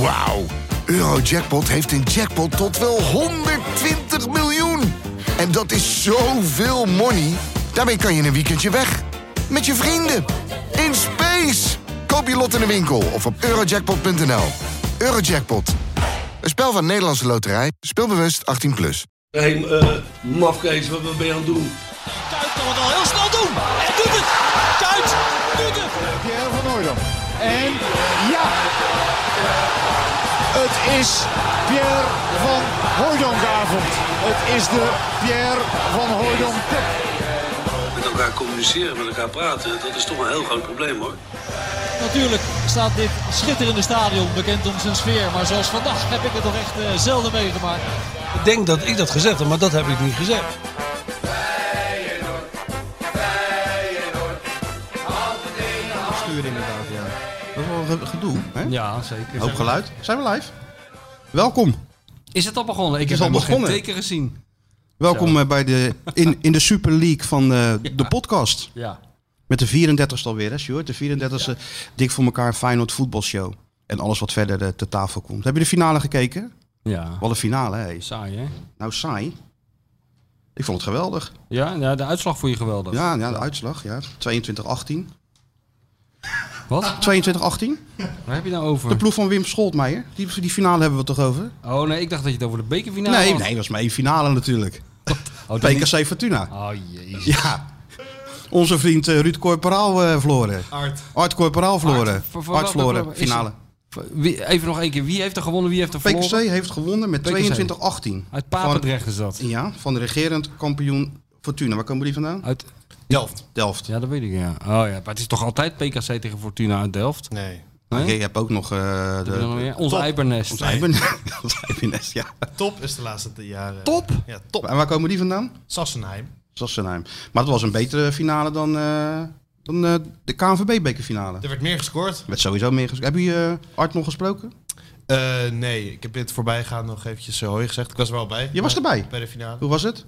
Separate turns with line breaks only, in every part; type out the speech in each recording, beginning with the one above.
Wauw. Eurojackpot heeft een jackpot tot wel 120 miljoen. En dat is zoveel money. Daarmee kan je in een weekendje weg. Met je vrienden. In space. Koop je lot in de winkel of op eurojackpot.nl. Eurojackpot. Een spel van Nederlandse Loterij. Speelbewust 18+. Plus.
Hé, hey, eh, mafkees, wat, wat ben je aan het doen?
Kuit kan het al heel snel doen. En doet het. Kuit doet het.
Pierre van Hooydonk. En ja! Het is Pierre van Hooydonkavond. Het is de Pierre van Hooydonk Cup.
Met elkaar communiceren, met elkaar praten, dat is toch een heel groot probleem hoor.
Natuurlijk staat dit schitterende stadion bekend om zijn sfeer. Maar zoals vandaag heb ik het toch echt eh, zelden meegemaakt.
Ik denk dat ik dat gezegd heb, maar dat heb ik niet gezegd.
Stuur inderdaad, ja. Dat is wel een gedoe, hè?
Ja, zeker.
Hoop geluid. Zijn we live? Welkom.
Is het al begonnen? Ik heb
Het is al
nog geen
begonnen.
teken gezien.
Welkom eh, bij de, in, in de Super League van eh, de podcast.
Ja.
Met de 34ste alweer, hè, Sjoerd? De 34ste Dik voor elkaar Feyenoord voetbalshow. En alles wat verder eh, te tafel komt. Heb je de finale gekeken?
Ja.
Wat een finale, hè?
Saai, hè?
Nou, saai. Ik vond het geweldig.
Ja, ja, de uitslag vond je geweldig.
Ja, ja de uitslag, ja. 22-18.
Wat?
22-18?
Waar heb je nou
De
over?
ploeg van Wim Scholtmeijer. Die, die finale hebben we het toch over?
Oh nee, ik dacht dat je het over de bekerfinale
nee,
had.
nee, dat was maar één finale natuurlijk.
Oh, dat niet.
PKC Fortuna.
Oh jezus.
Ja. Onze vriend eh, Ruud Corporaal eh verloren. Art. Art Corporaal verloren.
Art, voor- voor
Art
welke-
verloren,
is-
finale.
Wie, even nog één keer. Wie heeft er gewonnen, wie heeft er
PKC
verloren?
heeft gewonnen met
PKC.
22-18.
Uit Papendrecht is dat.
Van, ja, van de regerend kampioen Fortuna. Waar komen die vandaan?
Uit...
Delft. Delft.
Ja, dat weet ik, ja. Oh ja, maar het is toch altijd PKC tegen Fortuna uit Delft?
Nee.
Nee?
Oké, je hebt Nou, ook nog... eh, de,
Heb je nog meer?
de
Ons
top.
Eibernest.
Ons Eiben- Ons Eibenest, ja.
Top is de laatste jaren.
Top?
Ja, top.
En waar komen die vandaan?
Sassenheim.
Sassenheim. Maar dat was een betere finale dan, eh, dan eh, de KNVB-bekerfinale.
Er werd meer gescoord.
Werd sowieso meer gesproken. Heb je eh, Art nog gesproken?
Eh, nee, ik heb dit voorbijgaan nog eventjes eh, hoi gezegd. Ik was er wel bij.
Je was
Eh,
erbij?
Bij de finale.
Hoe was het?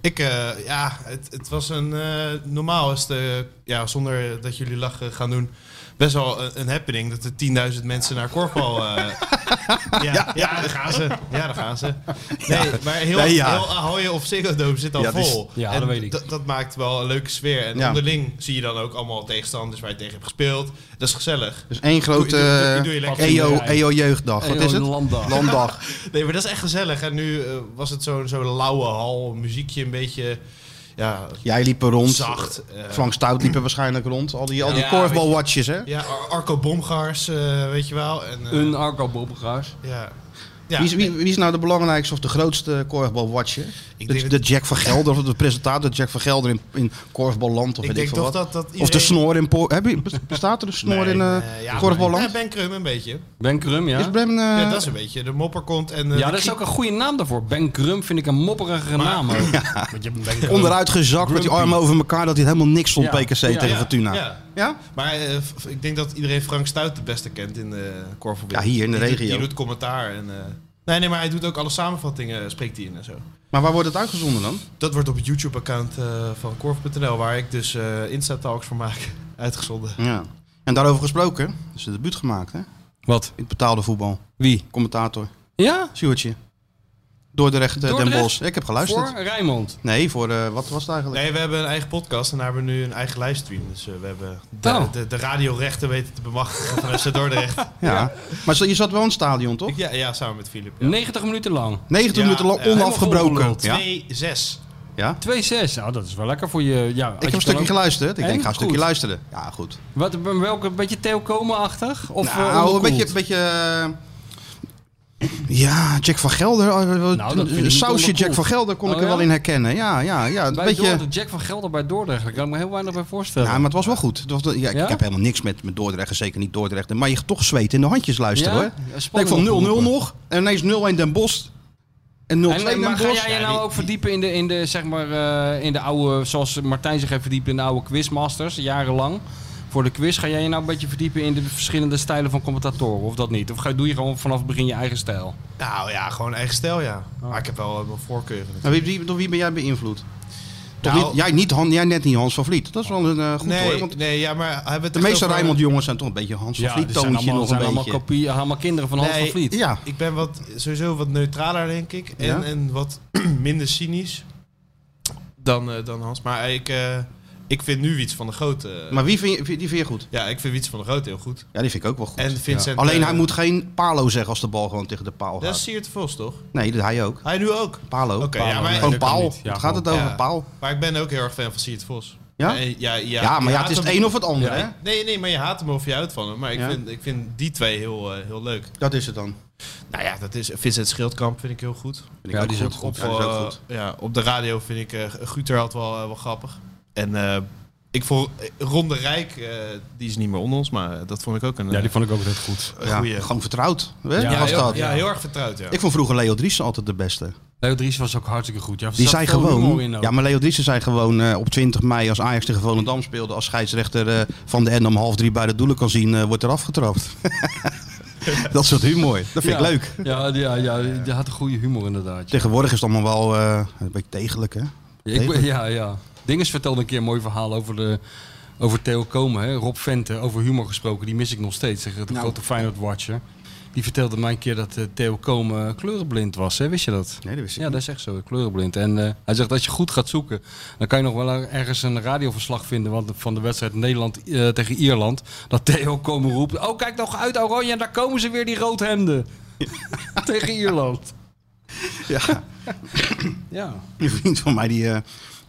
Ik, eh, ja, het, het was een... eh, normaal is het, eh, ja, zonder dat jullie lachen gaan doen, best wel een, een happening. Dat er 10.000 mensen naar korfbal... eh, ja, ja, daar gaan ze. Ja, daar gaan ze. Nee, maar heel,
Nee, ja.
heel Ahoy of Ziggo Dome zit al
Ja, die is-
vol.
ja,
En
dat weet ik.
Dat, dat maakt wel een leuke sfeer. En
Ja.
onderling zie je dan ook allemaal tegenstanders waar je tegen hebt gespeeld. Dat is gezellig.
Dus één grote
doe- doe- doe- doe je
eh,
lekker.
EO EO-jeugddag. Wat
EO
is het?
landdag.
Landdag.
Nee, maar dat is echt gezellig. En nu eh, was het zo'n zo lauwe hal, muziekje een beetje... Ja,
Jij liep er rond.
Zacht, eh.
Frank Stout liep er waarschijnlijk rond. Al die, al die
Ja,
korfbalwatches, hè?
ja Ar- Arco Bomgaars, eh, weet je wel. En, eh,
Een Arco Bobbegaars.
ja. Ja,
Wie, is, wie, wie is nou de belangrijkste of de grootste korfbalwatcher?
Ik
De,
denk
de
dat-
Jack van Gelder of de presentator Jack van Gelder in, in korfballand of
Ik
weet ik
denk
veel
toch dat
wat.
dat
Of de
iedereen-
snor in... Po- Heb je, bestaat er een snor in eh,
eh, ja,
korfballand?
maar- Ja, Ben Krum een beetje.
Ben Krum, ja.
Is Brem... eh,
ja, dat is een beetje de mopperkont en eh,
Ja,
de
dat is
krie-
ook een goede naam daarvoor. Ben Krum vind ik een mopperige naam ook.
Want je hebt Ben Krum.
onderuit gezakt met die
Grumpy.
armen over elkaar dat hij helemaal niks stond
Ja.
PKC
Ja,
tegen
ja,
Fortuna.
ja.
Ja?
Maar eh, f- f- ik denk dat iedereen Frank Stuit het beste kent in de korfbalwereld.
Ja, hier in de
Die doet-
regio.
Die doet commentaar en... eh, Nee, nee, maar hij doet ook alle samenvattingen, eh, spreekt hij in en zo.
Maar waar wordt het uitgezonden dan?
Dat wordt op het YouTube-account eh, van korf.nl, waar ik dus eh Insta-talks voor maak, uitgezonden.
Ja. En daarover gesproken, is het debuut gemaakt hè? In
Wat?
het betaalde voetbal.
Wie?
Commentator.
Ja?
Sjoerdje. Dordrecht, eh, Den
Dordrecht?
Bosch. Ik heb geluisterd.
Voor Rijmond.
Nee, voor eh, wat was het eigenlijk?
Nee, we hebben een eigen podcast en daar hebben we nu een eigen livestream. Dus eh, we hebben de,
Oh.
de, de radiorechten weten te bemachtigen van FC Dordrecht.
Ja. Maar je zat wel in het stadion, toch?
Ik- ja, ja, samen met Filip.
90 minuten lang.
90
Ja,
minuten lang
eh,
onafgebroken. Ja.
2-6.
ja.
2-6. Nou, dat is wel lekker voor je. Ja, als
Ik
je
heb een stukje
dan ook-
geluisterd. Ik
En?
denk, ga een stukje
Goed.
luisteren. Ja, goed.
Wat, welke, een beetje Theo Komen-achtig? Of eh,
nou, een
onderkoeld?
beetje... Een beetje eh, ja, Jack van Gelder. eh,
Nou, dat vind ik
een
niet
sausje
onderkoeld.
Jack van Gelder kon
Oh,
ik er
ja?
wel in herkennen. Ja, ja, ja. Een
Bij
beetje...
Dordrecht, Jack van Gelder bij Dordrecht. Ik kan ik me heel weinig bij voorstellen.
Ja, maar het was wel goed. Het was, ja, ik,
Ja?
ik heb helemaal niks met, met Dordrecht, en zeker niet Dordrecht. Maar je gaat toch zweten in de handjes luisteren
Ja? Ja,
hoor. Ik denk
spanning
van 0-0
opgeroepen.
nog. En ineens 0-1 Den Bosch. En 0-2
En, eh,
Den
maar
Bosch.
ga jij je nou ook verdiepen in de, in de, zeg maar, eh, in de oude, zoals Martijn zich heeft verdiept in de oude quizmasters, jarenlang? Voor de quiz, ga jij je nou een beetje verdiepen in de verschillende stijlen van commentatoren, of dat niet? Of ga, doe je gewoon vanaf het begin je eigen stijl?
Oh.
Nou ja, gewoon eigen stijl, ja. Maar ik heb wel eh, mijn voorkeuren.
Nou, wie, wie, door wie ben jij beïnvloed? Toch
Nou,
niet, jij, niet Han, jij net niet Hans van Vliet. Dat is wel een eh, goed
nee,
hoor. Want
nee, ja, maar hebben we het
de
echt
meeste
over-
Rijnmond jongens zijn toch een beetje Hans van
Ja,
Vliet
dit zijn
toontje
allemaal,
nog
zijn
een
allemaal,
beetje.
kopie, allemaal kinderen van Hans
Nee,
van Vliet.
Ja,
Ik ben wat, sowieso wat neutraler, denk ik. En,
Ja?
en wat minder cynisch dan, eh, dan Hans. Maar ik, eh, ik vind nu iets van de Grote.
maar wie vind je, die vind je goed?
ja, ik vind iets van de Grote heel goed.
Ja, die vind ik ook wel goed.
En Vincent,
Ja. Alleen
eh,
hij moet geen palo zeggen als de bal gewoon tegen de paal
Dat is
gaat.
Siert de Vos, toch?
Nee, dat hij ook.
Hij nu ook.
Palo.
Oké, ja, maar-
Gewoon
dat kan
paal.
niet. Ja,
Wat gaat het
gewoon-
over?
ja.
Paal.
Maar ik ben ook heel erg fan van Siert Vos.
Ja?
En ja, ja,
Ja, maar
je
ja,
haat
het is het
hem-
een of het ander, hè?
Nee, nee, maar je haat hem of je houdt van hem. Maar ik,
Ja.
vind, ik vind die twee heel, eh, heel leuk.
Dat is het dan.
Nou ja, dat is Vincent Schildkamp vind ik heel goed.
Vind ik
Ja,
ook
die is ook
goed.
Op,
Ja, die is ook
eh,
goed.
ja, op de radio vind ik eh Guter altijd wel, eh, wel grappig. En eh, ik vond eh, Ron de Rijk, eh, die is niet meer onder ons, maar eh, dat vond ik ook een eh,
vond ik ook altijd goed.
een
Ja,
goeie.
gewoon vertrouwd. Hè?
Ja,
was
heel,
dat?
ja, heel erg vertrouwd, ja.
Ik vond vroeger Leo Driessen altijd de beste.
Leo Dries was ook hartstikke goed. Ja, er
Die
zat
zei
veel humor
gewoon,
in ook.
ja, maar Leo Driessen zei gewoon eh, op 20 mei als Ajax tegen Volendam speelde, als scheidsrechter eh, van de N om half drie bij de doelen kan zien, eh, wordt er afgetrapt. dat soort humor, dat vind
Ja.
ik leuk.
Ja, ja, ja, die had een goede humor inderdaad. ja.
Tegenwoordig is het allemaal wel eh, een beetje tegelijk, hè?
Ja, ik, ben- ja, ja. Dinges vertelde een keer een mooi verhaal over, de, over Theo Komen. Hè? Rob Vente, over humor gesproken, die mis ik nog steeds. Zeg,
Nou.
de grote Feyenoord Watcher. Die vertelde mij een keer dat eh, Theo Komen kleurenblind was. Hè? Wist je dat?
Nee, dat wist ik
Ja,
niet.
dat is echt zo, kleurenblind. En eh, hij zegt, als je goed gaat zoeken, dan kan je nog wel ergens een radioverslag vinden want van de wedstrijd Nederland eh, tegen Ierland. Dat Theo Komen roept, oh kijk nog uit Oranje, en daar komen ze weer die roodhemden. tegen Ierland.
Ja.
Ja,
Een vriend van mij die eh,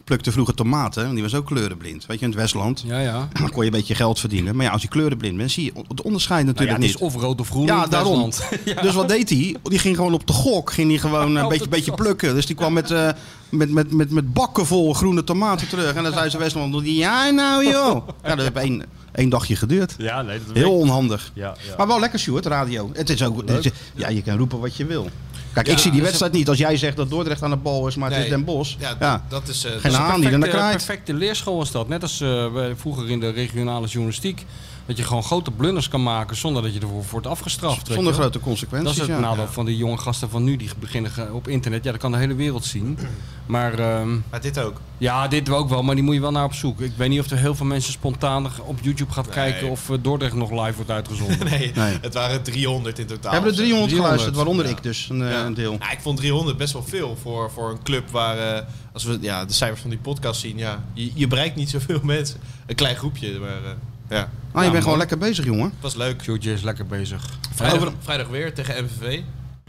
plukte vroeger tomaten, want die was ook kleurenblind. Weet je, in het Westland.
ja, ja.
Dan kon je een beetje geld verdienen. Maar ja, als je kleurenblind bent, zie je het onderscheid
Nou ja,
natuurlijk
het is
niet.
of rood of groen. in
Ja,
het
daarom.
Westland.
Dus wat deed hij? Die ging gewoon op de gok. Ging hij gewoon een
Op
beetje,
de
beetje
gok.
plukken. Dus die kwam met, eh, met, met, met, met bakken vol groene tomaten terug. En dan zei ze Westland, ja nou joh. Ja, dat heeft één, één dagje geduurd.
Ja, nee, dat
Heel onhandig.
Ja, ja.
Maar wel lekker, Sjoerd, radio. Het is ook, het is- ja, je kan roepen wat je wil. Kijk, ik zie die wedstrijd niet. Als jij zegt dat Dordrecht aan de bal is, maar het
Nee.
is Den Bosch.
Ja,
Ja,
d- dat is... eh, dat
Geen
is-
haan die er naar
perfecte,
kraait.
perfecte leerschool is dat. Net als eh, bij- vroeger in de regionale journalistiek. Dat je gewoon grote blunders kan maken zonder dat je ervoor wordt afgestraft. weet
Zonder
je wel.
grote
Dat is
consequenties.
het
ja.
nadeel van die jonge gasten van nu. Die beginnen ge- op internet. Ja, dat kan de hele wereld zien. Maar ehm,
Maar dit ook.
ja, dit ook wel. Maar die moet je wel naar op zoek. Ik weet niet of er heel veel mensen spontaan op YouTube gaat kijken. Of eh, Dordrecht nog live wordt uitgezonden.
Nee,
Nee.
het waren 300 in totaal.
Hebben
of
er
zo.
300 geluisterd,
300,
waaronder ik dus een, eh, een deel.
Ja, Nou, ik vond 300 best wel veel voor, voor een club waar, eh, als we ja, de cijfers van die podcast zien, ja, je, je bereikt niet zoveel mensen. Een klein groepje, maar eh, ja,
Ah, je bent gewoon lekker bezig, jongen.
het was leuk.
George is lekker bezig.
Vrijdag, vrijdag weer tegen MVV. Weer
Ik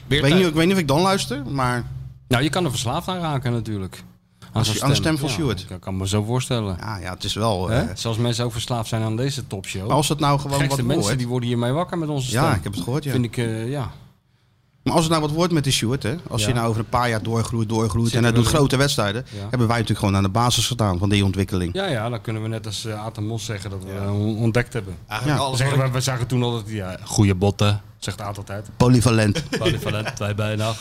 weet,
thuis.
niet, ik weet niet of ik dan luister, maar
Nou, je kan er verslaafd aan raken natuurlijk. Aan, zo'n
je- aan de stem van
Ja,
Sjoerd.
Dat kan me zo voorstellen.
ja, ja het is wel... eh,
Hè? Zoals mensen ook verslaafd zijn aan deze topshow.
maar als het nou gewoon
gekste
wat
mensen
wordt...
die worden hiermee wakker met onze stem.
Ja, ik heb het gehoord, ja.
Vind ik, eh, ja.
Maar als het nou wat wordt met die Sjoerd, hè. Als
Ja.
je nou over een paar jaar doorgroeit, doorgroeit...
Zit
en hij
er wel
doet
in.
grote wedstrijden...
Ja.
hebben wij natuurlijk gewoon aan de basis gedaan van die ontwikkeling.
ja, ja, dan kunnen we net als eh Aad en Mos zeggen dat we eh, on- ontdekt hebben.
Eigenlijk
Ja.
Ah, alles
Zeggen
wat ik-
we, we zagen toen altijd, ja, goede botten, zegt Aad altijd.
Polyvalent.
Polyvalent, twee bijna.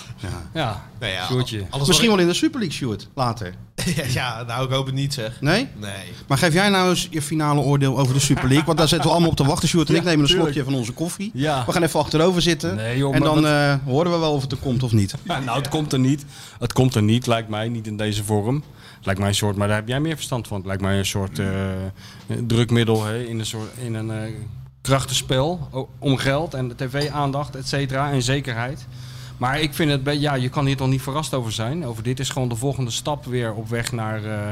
Ja,
nou ja,
Sjoerdje.
alles
Misschien
wat
wel in de Super League, Sjoerd, later.
ik- ja, nou, ik hoop het niet zeg.
Nee?
Nee.
Maar geef jij nou eens je finale oordeel over de Super League? Want daar zitten we allemaal op te wachten, Sjoerd. En ik neem een slokje van onze koffie.
Ja.
We gaan even achterover zitten.
Nee, joh,
en
maar
dan eh, horen we wel of het er komt of niet.
Ja, nou, het komt er niet. Het komt er niet, lijkt mij. Niet in deze vorm. Lijkt mij een soort, maar daar heb jij meer verstand van. Het lijkt mij een soort eh, eh, drukmiddel hè, in een, soort, in een eh, krachtenspel o- om geld en de tv-aandacht, et cetera, en zekerheid. Maar ik vind het, be- ja, je kan hier toch niet verrast over zijn. Over dit is gewoon de volgende stap weer op weg naar, eh,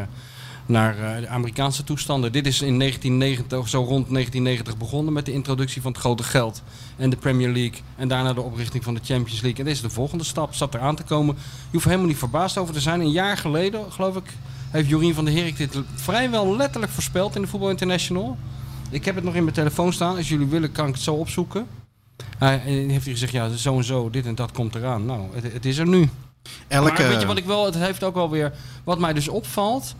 naar eh, de Amerikaanse toestanden. Dit is in 1990, of zo rond 1990 begonnen met de introductie van het grote geld en de Premier League. En daarna de oprichting van de Champions League. En dit is de volgende stap, zat eraan te komen. Je hoeft helemaal niet verbaasd over te zijn. Een jaar geleden, geloof ik, heeft Jorien van der Herik dit vrijwel letterlijk voorspeld in de Voetbal International. Ik heb het nog in mijn telefoon staan. Als jullie willen, kan ik het zo opzoeken. Hij hij heeft hij gezegd, ja, zo en zo, dit en dat komt eraan. Nou, het, het is er nu.
Elke...
Maar weet je wat ik wel, het heeft ook wel weer, wat mij dus opvalt.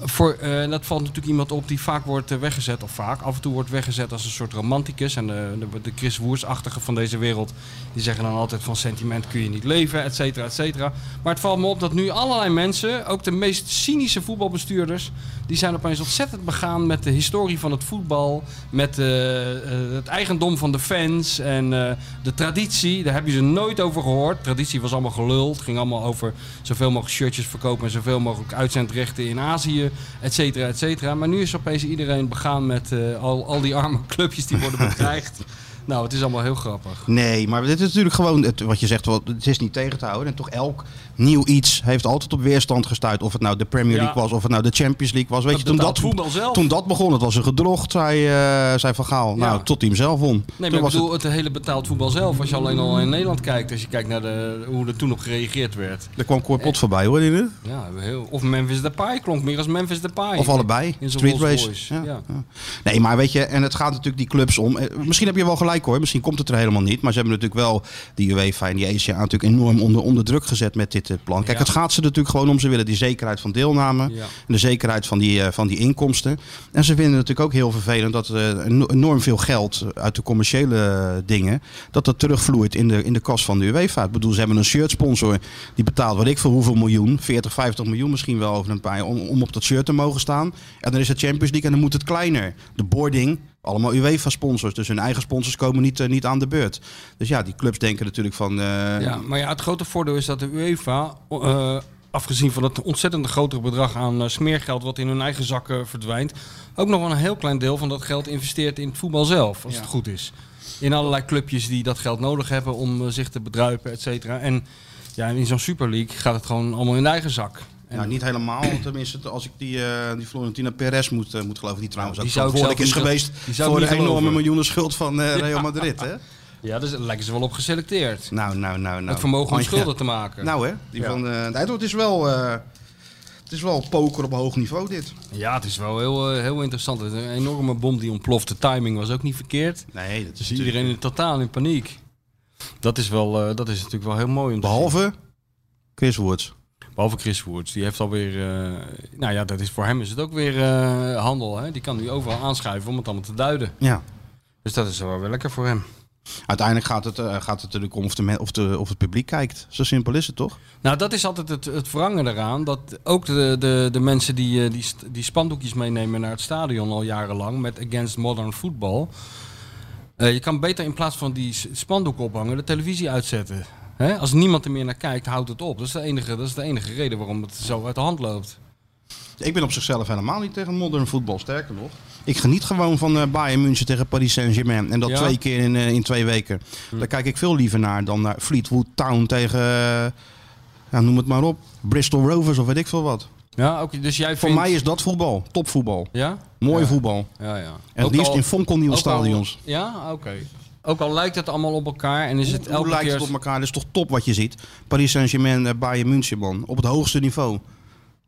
Voor, eh, en dat valt natuurlijk iemand op die vaak wordt eh, weggezet, of vaak af en toe wordt weggezet als een soort romanticus. En de, de, de Chris Woers-achtige van deze wereld, die zeggen dan altijd van sentiment kun je niet leven, et cetera, et cetera. Maar het valt me op dat nu allerlei mensen, ook de meest cynische voetbalbestuurders, die zijn opeens ontzettend begaan met de historie van het voetbal, met eh, eh, het eigendom van de fans en eh, de traditie. Daar heb je ze nooit over gehoord. Traditie was allemaal geluld, ging allemaal over zoveel mogelijk shirtjes verkopen en zoveel mogelijk uitzendrechten in Azië je, et cetera, et cetera. Maar nu is opeens iedereen begaan met eh, al, al die arme clubjes die worden bedreigd. nou, het is allemaal heel grappig.
Nee, maar dit is natuurlijk gewoon het, wat je zegt, wat, het is niet tegen te houden. En toch elk nieuw iets heeft altijd op weerstand gestuurd. Of het nou de Premier League
Ja.
was, of het nou de Champions League was. Weet je, toen
betaalt
dat,
voetbal zelf.
toen dat begon, het was een gedrocht, zei, eh, zei Van Gaal.
Ja.
Nou, tot hij hem zelf won.
Nee,
toen
maar ik
was
bedoel, het... hele betaald voetbal zelf. Als je alleen al in Nederland kijkt, als je kijkt naar de, hoe er toen op gereageerd werd.
het, er kwam Cor
Eh,
Pot voorbij, hoor je dit?
Ja, heel, of Memphis Depay klonk meer als Memphis Depay.
Of allebei,
In zo'n
street
Rolls
race.
Royce,
Ja.
ja.
ja. Nee, maar weet je, en het gaat natuurlijk die clubs om. Eh, Misschien heb je wel gelijk hoor, misschien komt het er helemaal niet. Maar ze hebben natuurlijk wel die UEFA en die ECA natuurlijk enorm onder, onder druk gezet met dit eh, plan. Kijk,
Ja.
het gaat ze er natuurlijk gewoon om. Ze willen die zekerheid van deelname
Ja.
en de zekerheid van die, eh, van die inkomsten. En ze vinden het natuurlijk ook heel vervelend dat eh, eno- enorm veel geld uit de commerciële eh, dingen, dat dat terugvloeit in de, in de kas van de UEFA. Ik bedoel, ze hebben een shirtsponsor, die betaalt weet ik voor hoeveel miljoen, 40, 50 miljoen misschien wel over een paar jaar, om, om op dat shirt te mogen staan. En dan is het Champions League en dan moet het kleiner. De boarding, allemaal UEFA-sponsors, dus hun eigen sponsors komen niet, eh, niet aan de beurt. Dus ja, die clubs denken natuurlijk van... eh,
Ja, maar ja, het grote voordeel is dat de UEFA, eh, afgezien van het ontzettend grotere bedrag aan eh, smeergeld wat in hun eigen zakken verdwijnt, ook nog wel een heel klein deel van dat geld investeert in het voetbal zelf, als het goed is. In allerlei clubjes die dat geld nodig hebben om eh, zich te bedruipen, et cetera. En ja, in zo'n Super League gaat het gewoon allemaal in de eigen zak. En
Nou, niet helemaal. Tenminste, als ik die, eh, die Florentina Perez moet, eh, moet geloven. Die trouwens
Die
ook
zou ik
verantwoordelijk is
zelf niet
geweest
gel- die zou ik
voor de
niet geloven. Nou,
enorme miljoenen schuld van eh, Real Madrid. Hè?
ja, daar lijken ze wel op geselecteerd.
Nou, nou, nou, nou.
Het vermogen om
Anja.
schulden te maken.
Nou hè, die van, eh het eindwoord is wel... eh, het is wel poker op hoog niveau dit.
Ja, het is wel heel, eh, heel interessant. Het is een enorme bom die ontploft. De timing was ook niet verkeerd.
Nee, dat
Dus iedereen in totaal in paniek. Dat is, wel, eh, dat is natuurlijk wel heel mooi om te
Behalve Chris Woods.
zien. Behalve Chris Woods. Die heeft alweer... eh nou ja, dat is, voor hem is het ook weer eh, handel. Hè? Die kan nu overal aanschuiven om het allemaal te duiden.
Ja.
Dus dat is wel weer lekker voor hem.
Uiteindelijk gaat het, eh, gaat het natuurlijk om of, de men- of, de, of het publiek kijkt. Zo simpel is het toch?
Nou, dat is altijd het, het verrangen eraan. Dat ook de, de, de mensen die, eh, die, st- die spandoekjes meenemen naar het stadion al jarenlang met Against Modern Football. eh, je kan beter in plaats van die s- spandoek ophangen de televisie uitzetten. Hè? Als niemand er meer naar kijkt, houdt het op. Dat is, de enige, dat is de enige reden waarom het zo uit de hand loopt.
Ik ben op zichzelf helemaal niet tegen modern voetbal, sterker nog. Ik geniet gewoon van eh, Bayern München tegen Paris Saint-Germain. En dat
Ja. Hm.
twee keer in, eh, in twee weken. Daar kijk ik veel liever naar dan naar Fleetwood Town tegen, eh, ja, noem het maar op, Bristol Rovers of weet ik veel wat.
Ja, ook, dus jij
Voor
vindt...
mij is dat voetbal, topvoetbal.
Ja?
Mooi
Ja.
voetbal.
Ja, ja.
En
Ook
het liefst
al-
in fonkelnieuwe
ook al-
stadions.
Ja, oké. Ook al lijkt het allemaal op elkaar en is het
Hoe
elke
lijkt
keer...
het op elkaar? Dat is toch top wat je ziet. Paris Saint-Germain, eh, Bayern München, man. Op het hoogste niveau.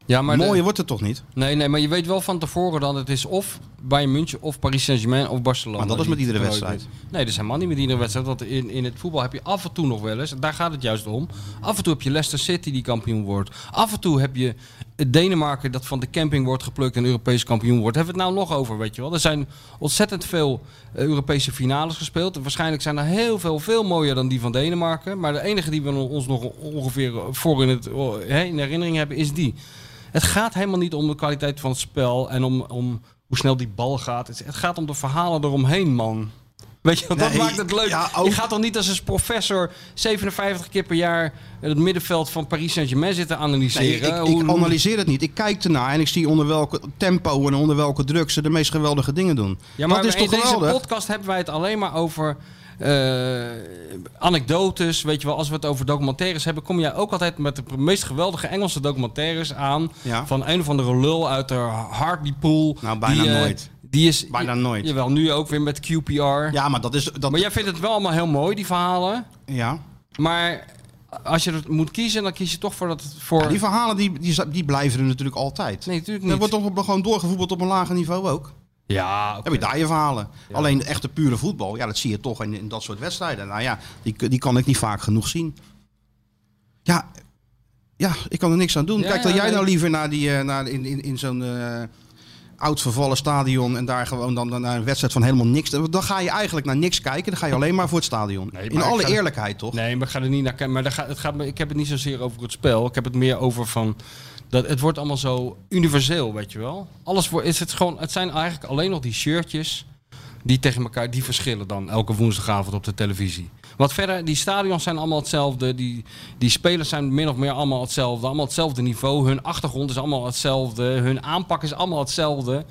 ja, maar de-
Mooier wordt het toch niet?
Nee, nee, maar je weet wel van tevoren dan het is of Bayern München of Paris Saint-Germain of Barcelona.
Maar dat is
die
met iedere
het
wedstrijd.
nooit wint. Nee, dat is helemaal niet met iedere wedstrijd. Want in, in het voetbal heb je af en toe nog wel eens, en daar gaat het juist om. Af en toe heb je Leicester City die kampioen wordt. Af en toe heb je eh, Denemarken dat van de camping wordt geplukt en Europees kampioen wordt. Hebben we het nou nog over, weet je wel? Er zijn ontzettend veel eh, Europese finales gespeeld. Waarschijnlijk zijn er heel veel, veel mooier dan die van Denemarken. Maar de enige die we ons nog ongeveer voor in, het, eh, hè, in herinnering hebben, is die. Het gaat helemaal niet om de kwaliteit van het spel en om, om hoe snel die bal gaat. Het het gaat om de verhalen eromheen, man. Weet je, want dat
Nee,
maakt het leuk.
ja, ook-
Je gaat dan niet als een professor 57 keer per jaar het middenveld van Paris Saint-Germain zitten analyseren.
Nee, ik, ik
Hoe- hoe-
analyseer het niet. Ik kijk ernaar en ik zie onder welke tempo en onder welke druk ze de meest geweldige dingen doen.
Ja, maar
dat is
in
toch
deze
geweldig?
podcast hebben wij het alleen maar over eh, anekdotes. Weet je wel, als we het over documentaires hebben, kom jij ook altijd met de meest geweldige Engelse documentaires aan.
Ja.
Van een of andere lul uit de Hartlepool.
Nou, bijna
eh,
nooit.
Die is,
Bijna nooit.
Jawel, nu ook weer met QPR.
Ja, maar dat is... Dat,
Maar jij vindt het wel allemaal heel mooi, die verhalen.
ja.
Maar als je het moet kiezen, dan kies je toch voor dat... Voor...
Die verhalen die, die, die blijven er natuurlijk altijd.
Nee, natuurlijk
Er
niet.
wordt toch op- gewoon doorgevoetbald op een lager niveau ook.
Ja, oké.
Heb je daar je verhalen. Alleen de echte pure voetbal, ja, dat zie je toch in, in dat soort wedstrijden. Nou ja, die, die kan ik niet vaak genoeg zien. Ja, ja ik kan er niks aan doen.
Ja,
Kijk dan
ja,
jij
nee.
nou liever naar die, eh, naar, in, in, in zo'n eh, oud vervallen stadion en daar gewoon dan, dan naar een wedstrijd van helemaal niks. Dan dan ga je eigenlijk naar niks kijken, dan ga je alleen maar voor het stadion.
Nee,
in
maar ik
alle
ga-
eerlijkheid toch?
Nee, maar ik ga er niet naar kijken. Maar daar gaat, het gaat, me- ik heb het niet zozeer over het spel. Ik heb het meer over van. Dat, het wordt allemaal zo universeel, weet je wel. Alles voor, is het, gewoon, het zijn eigenlijk alleen nog die shirtjes die tegen elkaar die verschillen dan elke woensdagavond op de televisie. Want verder, die stadions zijn allemaal hetzelfde. Die, die spelers zijn min of meer allemaal hetzelfde. Allemaal hetzelfde niveau. Hun achtergrond is allemaal hetzelfde. Hun aanpak is allemaal hetzelfde.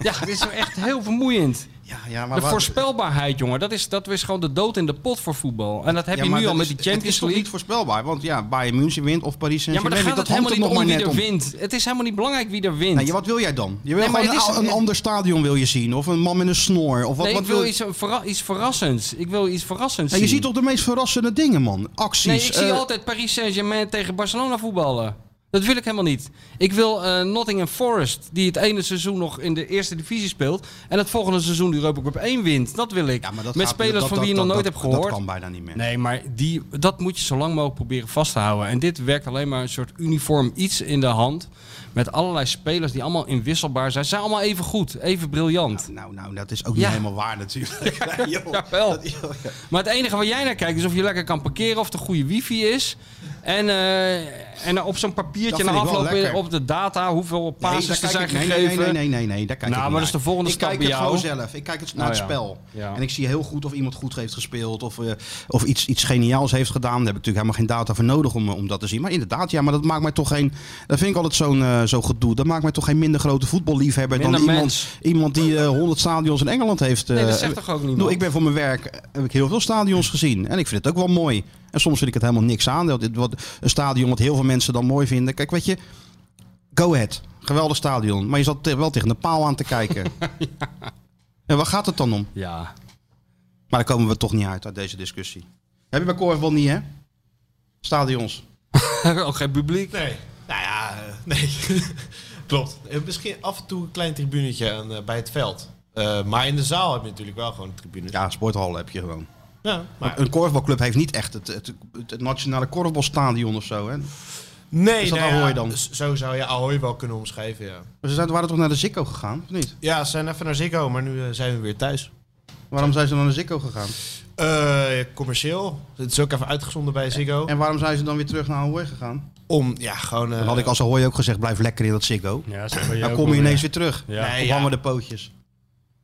ja, dit is wel echt heel vermoeiend.
Ja, ja,
de voorspelbaarheid, jongen. Dat is, dat is gewoon de dood in de pot voor voetbal. En dat heb
Ja,
je
maar
nu al
dat
met
is-
die Champions
Het is toch
League.
niet voorspelbaar, want ja, Bayern München wint of Paris
Ja, maar
Saint-Germain
dan gaat
wint,
het
dat hangt
helemaal
er
niet
nog
om
maar
wie
net
er
om.
wint. Het is helemaal niet belangrijk wie er wint.
Nee, Nou, wat wil jij dan? Je wil
Nee, maar
gewoon
het
een,
is-
een ander stadion wil je zien of een man met een snor of wat,
Nee,
wat
ik wil
wil
iets, verra- iets verrassends. Ik wil iets verrassends
Ja, je
zien.
ziet toch de meest verrassende dingen, man. Acties.
Nee, ik zie
eh,
altijd Paris Saint-Germain tegen Barcelona voetballen. Dat wil ik helemaal niet. Ik wil eh, Nottingham Forest, die het ene seizoen nog in de eerste divisie speelt. en het volgende seizoen de Europa Cup 1 wint. Dat wil ik.
ja, maar dat
Met
gaat-
spelers
dat-
van
dat-
wie je nog
dat-
nooit
dat-
hebt gehoord.
Dat kan bijna niet meer.
Nee, maar die, dat moet je zo lang mogelijk proberen vast te houden. En dit werkt alleen maar een soort uniform iets in de hand. Met allerlei spelers die allemaal inwisselbaar zijn. Ze Zijn allemaal even goed, even briljant.
Nou, nou, dat is ook
Ja.
niet helemaal waar natuurlijk. Ja, joh.
Ja, wel. Maar het enige waar jij naar kijkt is of je lekker kan parkeren, of de goede wifi is. En, eh, en op zo'n
Dat
papiertje
vind
na
ik wel
afloop
lekker.
in- op de data hoeveel
Nee,
passes
daar
er zijn
kijk ik- nee,
gegeven.
nee, nee, nee, nee, nee, daar kijk
Nou, maar
ik niet
dat is de
naar.
volgende
ik
stap
kijk
bij
het
jou.
gewoon zelf. Ik kijk het naar
Oh,
het
ja.
spel.
Ja.
En ik zie heel goed of iemand goed heeft gespeeld of, eh, of iets, iets geniaals heeft gedaan. Daar heb ik natuurlijk helemaal geen data voor nodig om, eh, om dat te zien. Maar inderdaad, ja, maar dat maakt mij toch geen... Dat vind ik altijd zo'n eh, zo'n gedoe. Dat maakt mij toch geen minder grote voetballiefhebber
Minder
dan iemand,
mens.
iemand die eh, 100 stadions in Engeland heeft. eh,
Nee, dat zegt toch ook niemand?
Doe, ik ben voor mijn werk eh, heb ik heel veel stadions gezien. En ik vind het ook wel mooi. En soms vind ik het helemaal niks aan. Dat, dit- wat, een stadion wat heel veel mensen dan mooi vinden. Kijk, weet je, go ahead. Geweldig stadion. Maar je zat te- wel tegen de paal aan te kijken. En waar gaat het dan om?
Ja.
Maar daar komen we toch niet uit, uit deze discussie. Heb je bij korfbal niet, hè? Stadions.
ook geen publiek.
Nee. Nou ja, eh, nee. Klopt. Eh, Misschien af en toe een klein tribunetje aan, eh, bij het veld. Eh, maar in de zaal heb je natuurlijk wel gewoon een tribune.
Ja, sporthallen heb je gewoon.
Ja, maar...
Een korfbalclub heeft niet echt het, het, het nationale korfbalstadion of zo, hè?
Nee,
Is dat
nou ja,
Ahoy dan?
s- Zo zou je Ahoy wel kunnen omschrijven, ja.
Maar Ze zijn, waren toch naar de Zikko gegaan, of niet?
Ja, ze zijn even naar Ziggo, maar nu eh, zijn we weer thuis.
Waarom zijn ze dan naar de Zikko gegaan?
Eh, commercieel. Het is ook even uitgezonden bij Ziggo.
En waarom zijn ze dan weer terug naar Ahoy gegaan?
Om, ja, gewoon... eh,
Dat had ik als Ahoy ook gezegd, blijf lekker in dat Zikko.
Ja, zeg maar
Dan kom je ineens weer terug.
Ja.
Op
Nee, ja.
hangende pootjes.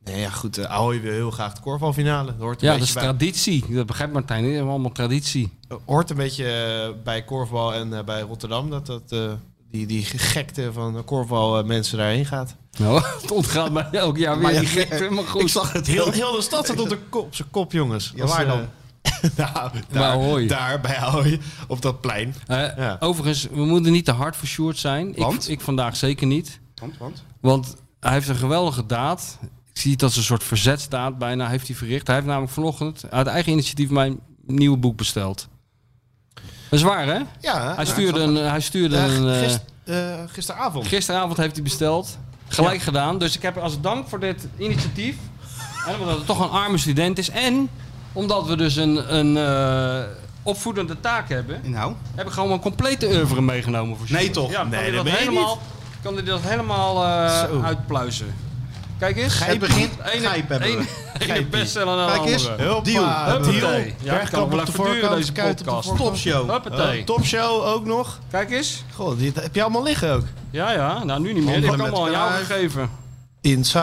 Nee, ja, goed. eh, Ahoy wil heel graag de korfbalfinale. Dat hoort een
Ja, dat is
beetje bij,
traditie. Dat begrijpt Martijn. Dit is allemaal traditie.
hoort een beetje eh, bij korfbal en eh, bij Rotterdam. Dat, dat eh, die, die gekte van de korfbal eh, mensen daarheen gaat.
Nou, het ontgaat mij elk jaar weer.
Maar ja,
die gekte, maar goed.
Ik zag het
Heel,
heel...
heel de stad zat op, de kop, op zijn kop, jongens.
Ja,
Als,
waar
eh,
dan?
nou,
Bij
daar,
Ahoy.
daar bij Ahoy. Op dat plein.
Eh,
Ja.
Overigens, we moeten niet te hard voor Sjoerd zijn. Ik,
Want?
ik vandaag zeker niet.
Want, want?
Want hij heeft een geweldige daad. Ik zie het als een soort verzetstaat bijna, heeft hij verricht. Hij heeft namelijk vanochtend uit eigen initiatief mijn nieuwe boek besteld. Dat is waar, hè?
Ja,
Hij stuurde een... Hij stuurde
eh,
een eh,
gis- eh, gisteravond.
gisteravond heeft hij besteld. Gelijk gedaan. Dus ik heb als dank voor dit initiatief... en omdat het toch een arme student is... en omdat we dus een, een eh, opvoedende taak hebben...
Inhoud?
heb ik gewoon een complete oeuvre meegenomen voor
Nee,
Sjoerd.
toch?
Ja,
Nee,
kan hij
dat
dat,
meen je
helemaal, kan hij dat helemaal eh, uitpluizen. Kijk eens.
Gijp begint. Gijp hebben we.
Een, ene
Gijpie.
bestseller naar de
Kijk eens.
andere.
Deal.
Huppatee. Ja, dat kan
Bergkamp
wel
op de
even duren,
voorkant,
deze
Kuit op de
podcast.
Topshow.
Huppatee.
Topshow ook nog.
Kijk eens.
Goh, dit heb je allemaal liggen ook.
Ja, ja. Nou, nu niet meer.
Mannen
Dit heb ik
met
allemaal aan jou
kruif.
gegeven.
Inside.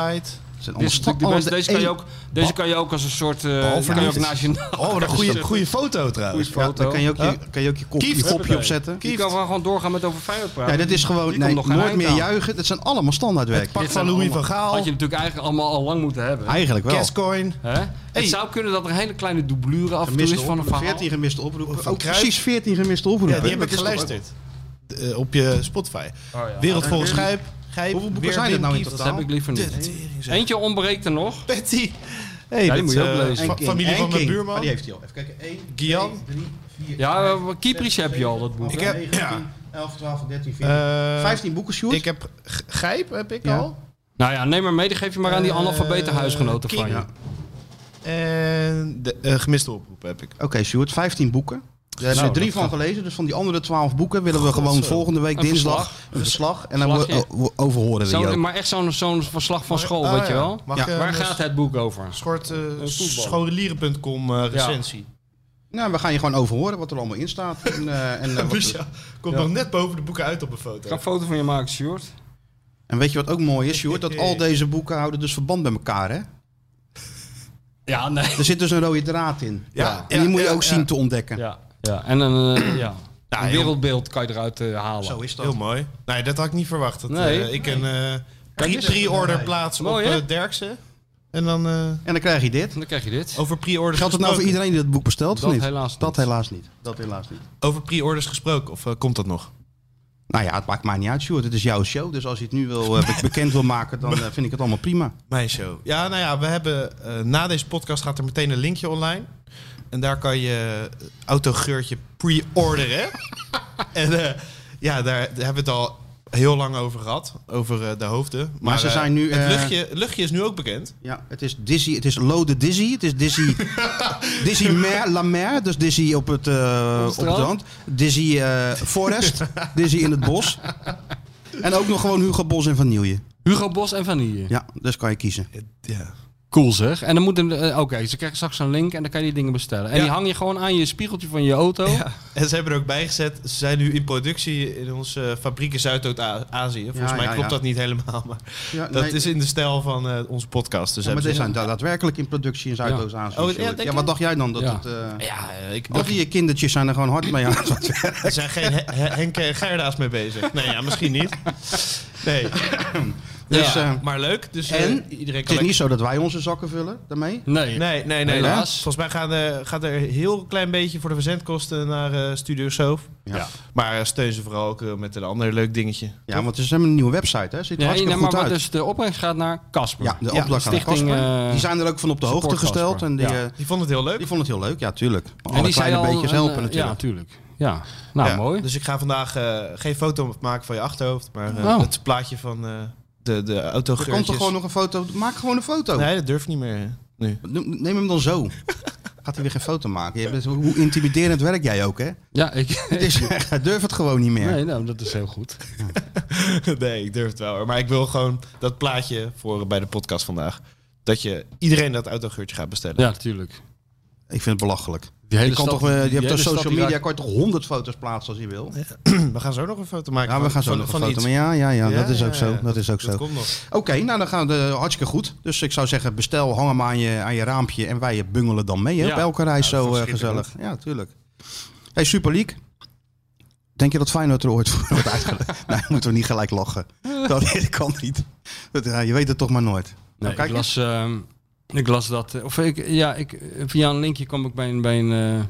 Het zijn
Dit
allemaal
is
sta-
natuurlijk de beste.
allemaal
Deze kan je
één-
ook, deze kan je ook als een soort... eh
Behalve
kan je ook
niet.
nationaal...
Oh, wat een goede, goede foto trouwens.
Goeie
Ja,
foto.
dan kan je ook je, kan je, ook je, kop, je kopje opzetten.
Je kan wel gewoon doorgaan met over Feyenoord praten.
Ja, dat is gewoon
Die
nee,
komt nog geen
nooit
eind
meer
aan.
juichen. Dat zijn allemaal standaardwerk.
Pak
Dit
van
zijn
Louis van
allemaal-
Gaal.
Had je natuurlijk eigenlijk allemaal al lang moeten hebben.
Eigenlijk wel.
Gascoin.
Hè?
Hey.
Het zou kunnen dat er een hele kleine doublure af en toe
Gemiste
is van een
oproepen,
verhaal.
14 gemiste oproepen.
Van
Ook
Cruijff.
precies 14 gemiste oproepen.
Ja, die heb
Dat
ik
is toch
geluisterd. Eh, op je Spotify.
ja.
Wereld volgens Gijp. Gijp.
Hoeveel boeken
weer
zijn er nou in
Wim Kieft.
Dat heb ik liever niet.
De tering, zeg.
Eentje ontbreekt er nog.
Patty. Hey,
die
dat,
moet je ook
eh,
lezen.
ook-
fa-
En King,
Familie
en
van mijn
King.
buurman.
Maar die heeft hij al. Even kijken. 1,
Gian.
3, 4,
Ja, eh, Kiepries heb je al, dat boek.
Ik heb- ja.
11, 12, 13, 14.
Eh,
15 boeken, Sjoerd.
Ik heb G- Gijp, heb ik
Ja.
al.
Nou ja, neem maar mee, die geef je maar aan die
Eh,
analfabete huisgenoten
King.
van je.
Ja.
En de eh, gemiste oproep heb ik.
Oké, Sjoerd, 15 boeken. Daar hebben we drie van gelezen. Dus van die andere 12 boeken willen we gewoon volgende week
Een
dinsdag
verslag.
een verslag. En dan wo-
Verslagje.
o- wo- overhoren we die
Zo,
ook.
maar echt zo'n zo'n verslag van school,
Ah,
weet je
ja.
wel.
Mag
Ja.
ik, eh,
Waar
een
gaat het boek over?
soort eh,
voetbal.
scholieren.com eh, recensie?
Nou, we gaan je gewoon overhoren wat er allemaal in staat. En, eh, en, eh, wat-
Dus ja, komt nog net boven de boeken uit op een foto.
Ik ga een foto van je maken, Sjoerd.
en weet je wat ook mooi is, Sjoerd? Dat al deze boeken houden dus verband met elkaar, hè?
Ja, nee.
Er zit dus een rode draad in.
Ja,
en die moet je
ja,
ook
ja.
zien te ontdekken.
Ja, ja. en een, eh, ja.
Ja,
een
Nou, heel-
wereldbeeld kan je eruit eh, halen.
Zo is dat.
Heel mooi. Nee, dat had ik niet verwacht. Dat,
Nee.
eh, ik een eh, pre-
is-
pre-order plaats op
Mooi, hè?
eh, Derksen. En dan eh,
En dan krijg je dit.
En dan krijg je dit.
over pre-orders
Geldt het nou voor
gesproken.
iedereen die dat boek bestelt?
Dat
of niet?
helaas niet.
Dat helaas niet. Dat helaas niet.
Over pre-orders gesproken, of eh, komt dat nog?
Nou ja, het maakt mij niet uit, Sjoerd. Het is jouw show. Dus als je het nu wil, eh, be- bekend wil maken, dan eh, vind ik het allemaal prima.
Mijn show. Ja, nou ja, we hebben eh, na deze podcast gaat er meteen een linkje online. En daar kan je eh, autogeurtje pre-orderen. en eh, ja, daar hebben we het al heel lang over gehad, over eh, de hoofden. Maar,
ze
eh,
zijn nu,
Het
eh,
luchtje, het luchtje is nu ook bekend.
Ja, het is Dizzy. Het is Lode Dizzy. Het is Dizzy. Dizzy Mer, La Mer. Dus Dizzy op het, eh op het
strand.
land. Dizzy eh, Forest. Dizzy in het bos. En ook nog gewoon Hugo Bos en Van Nieuwje.
Hugo Bos en Vanille.
Ja, dus kan je kiezen.
Ja.
Cool zeg. En dan moet hem, eh, oké, ze krijgen straks een link en dan kan je die dingen bestellen. En
Ja.
die hang je gewoon aan je spiegeltje van je auto.
En ze hebben er ook bij gezet, ze zijn nu in productie in onze eh, fabriek in Zuidoost-Azië. Volgens
Ja,
mij
ja,
klopt
ja.
dat niet helemaal, maar
Ja,
dat
nee,
is in de stijl van eh, onze podcast. Dus
ja,
hebben
maar deze
ze-
zijn da- daadwerkelijk in productie in Zuidoost-Azië.
Oh, ja,
Sjoerd. ja,
denk je?
wat dacht jij dan? Dat
Ja.
het, eh,
Ja, eh, ik
al
dacht,
die kindertjes zijn er gewoon hard mee aan het
er zijn geen He- He- Henk en Gerda's mee bezig. Nee, ja, misschien niet. Nee,
Dus,
Ja,
eh,
maar leuk. Dus eh,
en
iedereen
het
kan
is niet zo dat wij onze zakken vullen daarmee.
Nee.
lekker- Nee, nee, nee.
Helaas.
Volgens mij gaan, eh, gaat er een heel klein beetje voor de verzendkosten naar eh, Studio Soof.
Ja.
Maar eh, steun ze vooral ook eh, met een ander leuk dingetje.
Ja, want het is helemaal een nieuwe website, hè? Ziet er
Nee,
hartstikke
nee, maar
goed
wat
uit.
dus de opbrengst gaat naar Casper.
ja, de
Ja,
opdracht aan de
stichting,
Casper.
eh,
die zijn er ook van op de
support
hoogte gesteld.
Casper.
En die,
Ja.
eh,
Die vond het heel leuk.
die vonden het heel leuk, ja, tuurlijk. Alle
en die
kleine
zijn al
beetjes
een,
helpen
eh, Ja,
natuurlijk.
natuurlijk. Ja, nou
Ja,
mooi.
Dus ik ga vandaag eh, geen foto maken van je achterhoofd, maar eh,
Oh.
het plaatje van eh, de, de
er
autogeurtjes.
komt er gewoon nog een foto. Maak gewoon een foto.
Nee, dat durft niet meer eh, nu.
Noem- Neem hem dan zo. Gaat hij weer geen foto maken? Je bent- hoe intimiderend werk jij ook, hè?
Ja, ik...
Het is, hij durft het gewoon niet meer.
Nee, nou, dat is heel goed.
nee, ik durf het wel. hoor. Maar ik wil gewoon dat plaatje voor eh, bij de podcast vandaag. Dat je iedereen dat autogeurtje gaat bestellen.
Ja, natuurlijk.
Ik vind het belachelijk.
Die
Je, kan toch, eh, je hebt
die
op
hele stad
social
die
media
raakt-
kan je toch honderd foto's plaatsen als je wil.
We gaan zo nog een foto maken.
Ja, we
van-
gaan zo
van,
nog
van
een foto.
iets.
Maar ja, ja, ja,
Ja,
dat is ook
ja,
zo.
ja.
Dat is ook
Dat
zo.
komt nog.
Oké, nou dan gaan we hartstikke goed. Dus ik zou zeggen, bestel, hang hem aan je, aan je raampje en wij bungelen dan mee hè,
Ja.
op elke reis
Ja, dat
zo
is
eh, gezellig.
schitterend.
Ja, tuurlijk. Hey, Super League. Denk je dat Feyenoord er ooit voor wordt uitgelegd? nee, moeten we niet gelijk lachen. Dat, dat kan niet. Dat, ja, je weet het toch maar nooit.
Nee,
Nou, kijk
ik,
eens.
las, ehm, ik las dat. eh, Of ik, ja, ik, eh, via een linkje kwam ik bij een, bij een eh,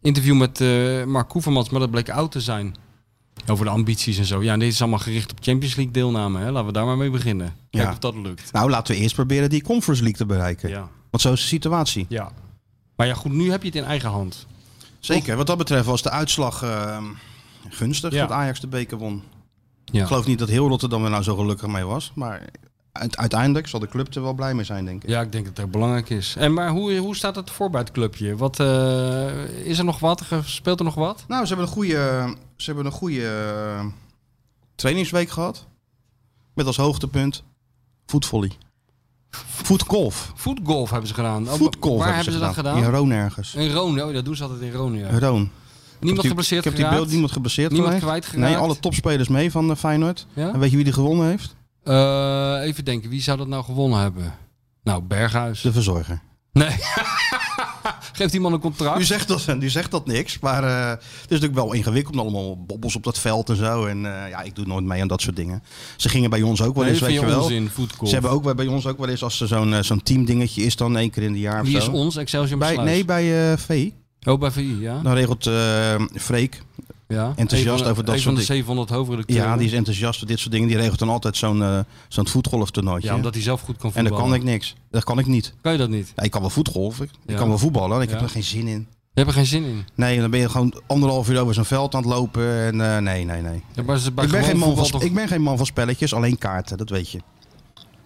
interview met eh, Mark Koevermans, maar dat bleek oud te zijn. Over de ambities en zo. Ja, en deze is allemaal gericht op Champions League deelname. Hè? Laten we daar maar mee beginnen. Kijk
Ja.
of dat lukt.
Nou, laten we eerst proberen die Conference League te bereiken.
Ja.
Want zo is de situatie.
ja. Maar ja, goed, nu heb je het in eigen hand.
Zeker, wat dat betreft was de uitslag ehm, gunstig
Ja.
dat Ajax de beker won.
Ja.
Ik geloof niet dat heel Rotterdam er nou zo gelukkig mee was. Maar uite- uiteindelijk zal de club er wel blij mee zijn, denk ik.
Ja, ik denk dat dat belangrijk is. En maar hoe, hoe staat het voor bij het clubje? Wat, eh, is er nog wat? Ge- Speelt er nog wat?
Nou, ze hebben een goede, ze hebben een goede eh, trainingsweek gehad. Met als hoogtepunt voetvolley. Voetgolf.
Voetgolf hebben ze gedaan. Oh,
Voetgolf
Nou, waar hebben ze dat gedaan?
In Roon ergens.
In Rone, oh, dat doen ze altijd in Rone. ja.
Roon. Ik heb
Niemand
die-
geblesseerd
Ik heb die
geraakt?
beeld niemand geblesseerd
Niemand
geraakt.
kwijtgeraakt?
Nee, alle topspelers mee van eh, Feyenoord.
Ja?
En weet je wie die gewonnen heeft?
Eh, even denken, wie zou dat nou gewonnen hebben? Nou, Berghuis.
De verzorger.
Nee. Geeft die man een
U
contract?
zegt dat, u zegt dat niks, maar eh, het is natuurlijk wel ingewikkeld. Allemaal bobbels op dat veld en zo. En eh, ja, ik doe nooit mee aan dat soort dingen. Ze gingen bij ons ook wel
Nee,
eens,
dat
weet
vind
je
je
wel.
onzin, voetgolf.
Ze hebben ook wel bij ons ook wel eens, als er zo'n eh, zo'n teamdingetje is, dan één keer in de jaar. of
Wie is
zo.
ons? Excelsior
Bij,
Sluis.
nee, bij eh VI.
Oh, bij VI, ja?
Dan regelt eh Freek,
ja.
enthousiast
Een van de-
over dat
een van de
soort
700 hoofdredacteuren.
ja, die is enthousiast voor dit soort dingen. Die regelt dan altijd zo'n eh zo'n voetgolftoernooitje.
Ja, omdat hij zelf goed kan
en
voetballen.
daar kan ik niks. Dat kan ik niet.
Kan je dat niet?
Ja, ik kan wel voetgolven, ik
Ja.
kan wel voetballen. en Ik
Ja.
heb er geen zin in.
Je hebt er geen zin in.
Nee, dan ben je gewoon anderhalf uur over zo'n veld aan het lopen. En, eh, nee, nee, nee.
Ja, maar ze- bij
Ik ben,
gewoon
geen man van,
voetbal
sp- ik ben geen man van spelletjes, alleen kaarten, dat weet je.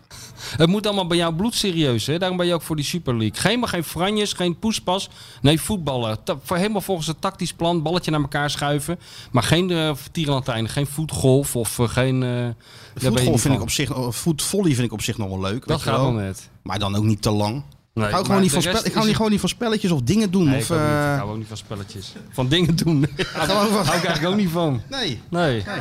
toch- Het moet allemaal bij jou bloedserieus, hè? Daarom ben je ook voor die Super League. Geen, maar geen franjes, geen poespas. Nee, voetballen. Ta- voor helemaal volgens het tactisch plan. Balletje naar elkaar schuiven. Maar geen eh tierenlantijn, geen voetgolf of eh, geen... eh, daar ben je
Voetbal
niet
vind ik
van.
op zich, eh, voetvolley vind ik op zich nog wel leuk. weet
Dat
je
gaat
wel.
wel net.
Maar dan ook niet te lang.
Nee,
ik hou,
maar
gewoon niet,
de
van
rest
spel- ik
is-
hou niet, gewoon niet van spelletjes of dingen doen.
Nee,
of,
ik, ook niet.
eh,
ik hou ook niet van spelletjes. Van dingen doen. Daar
gewoon van-
hou ik eigenlijk ook niet van.
Nee.
Nee.
nee.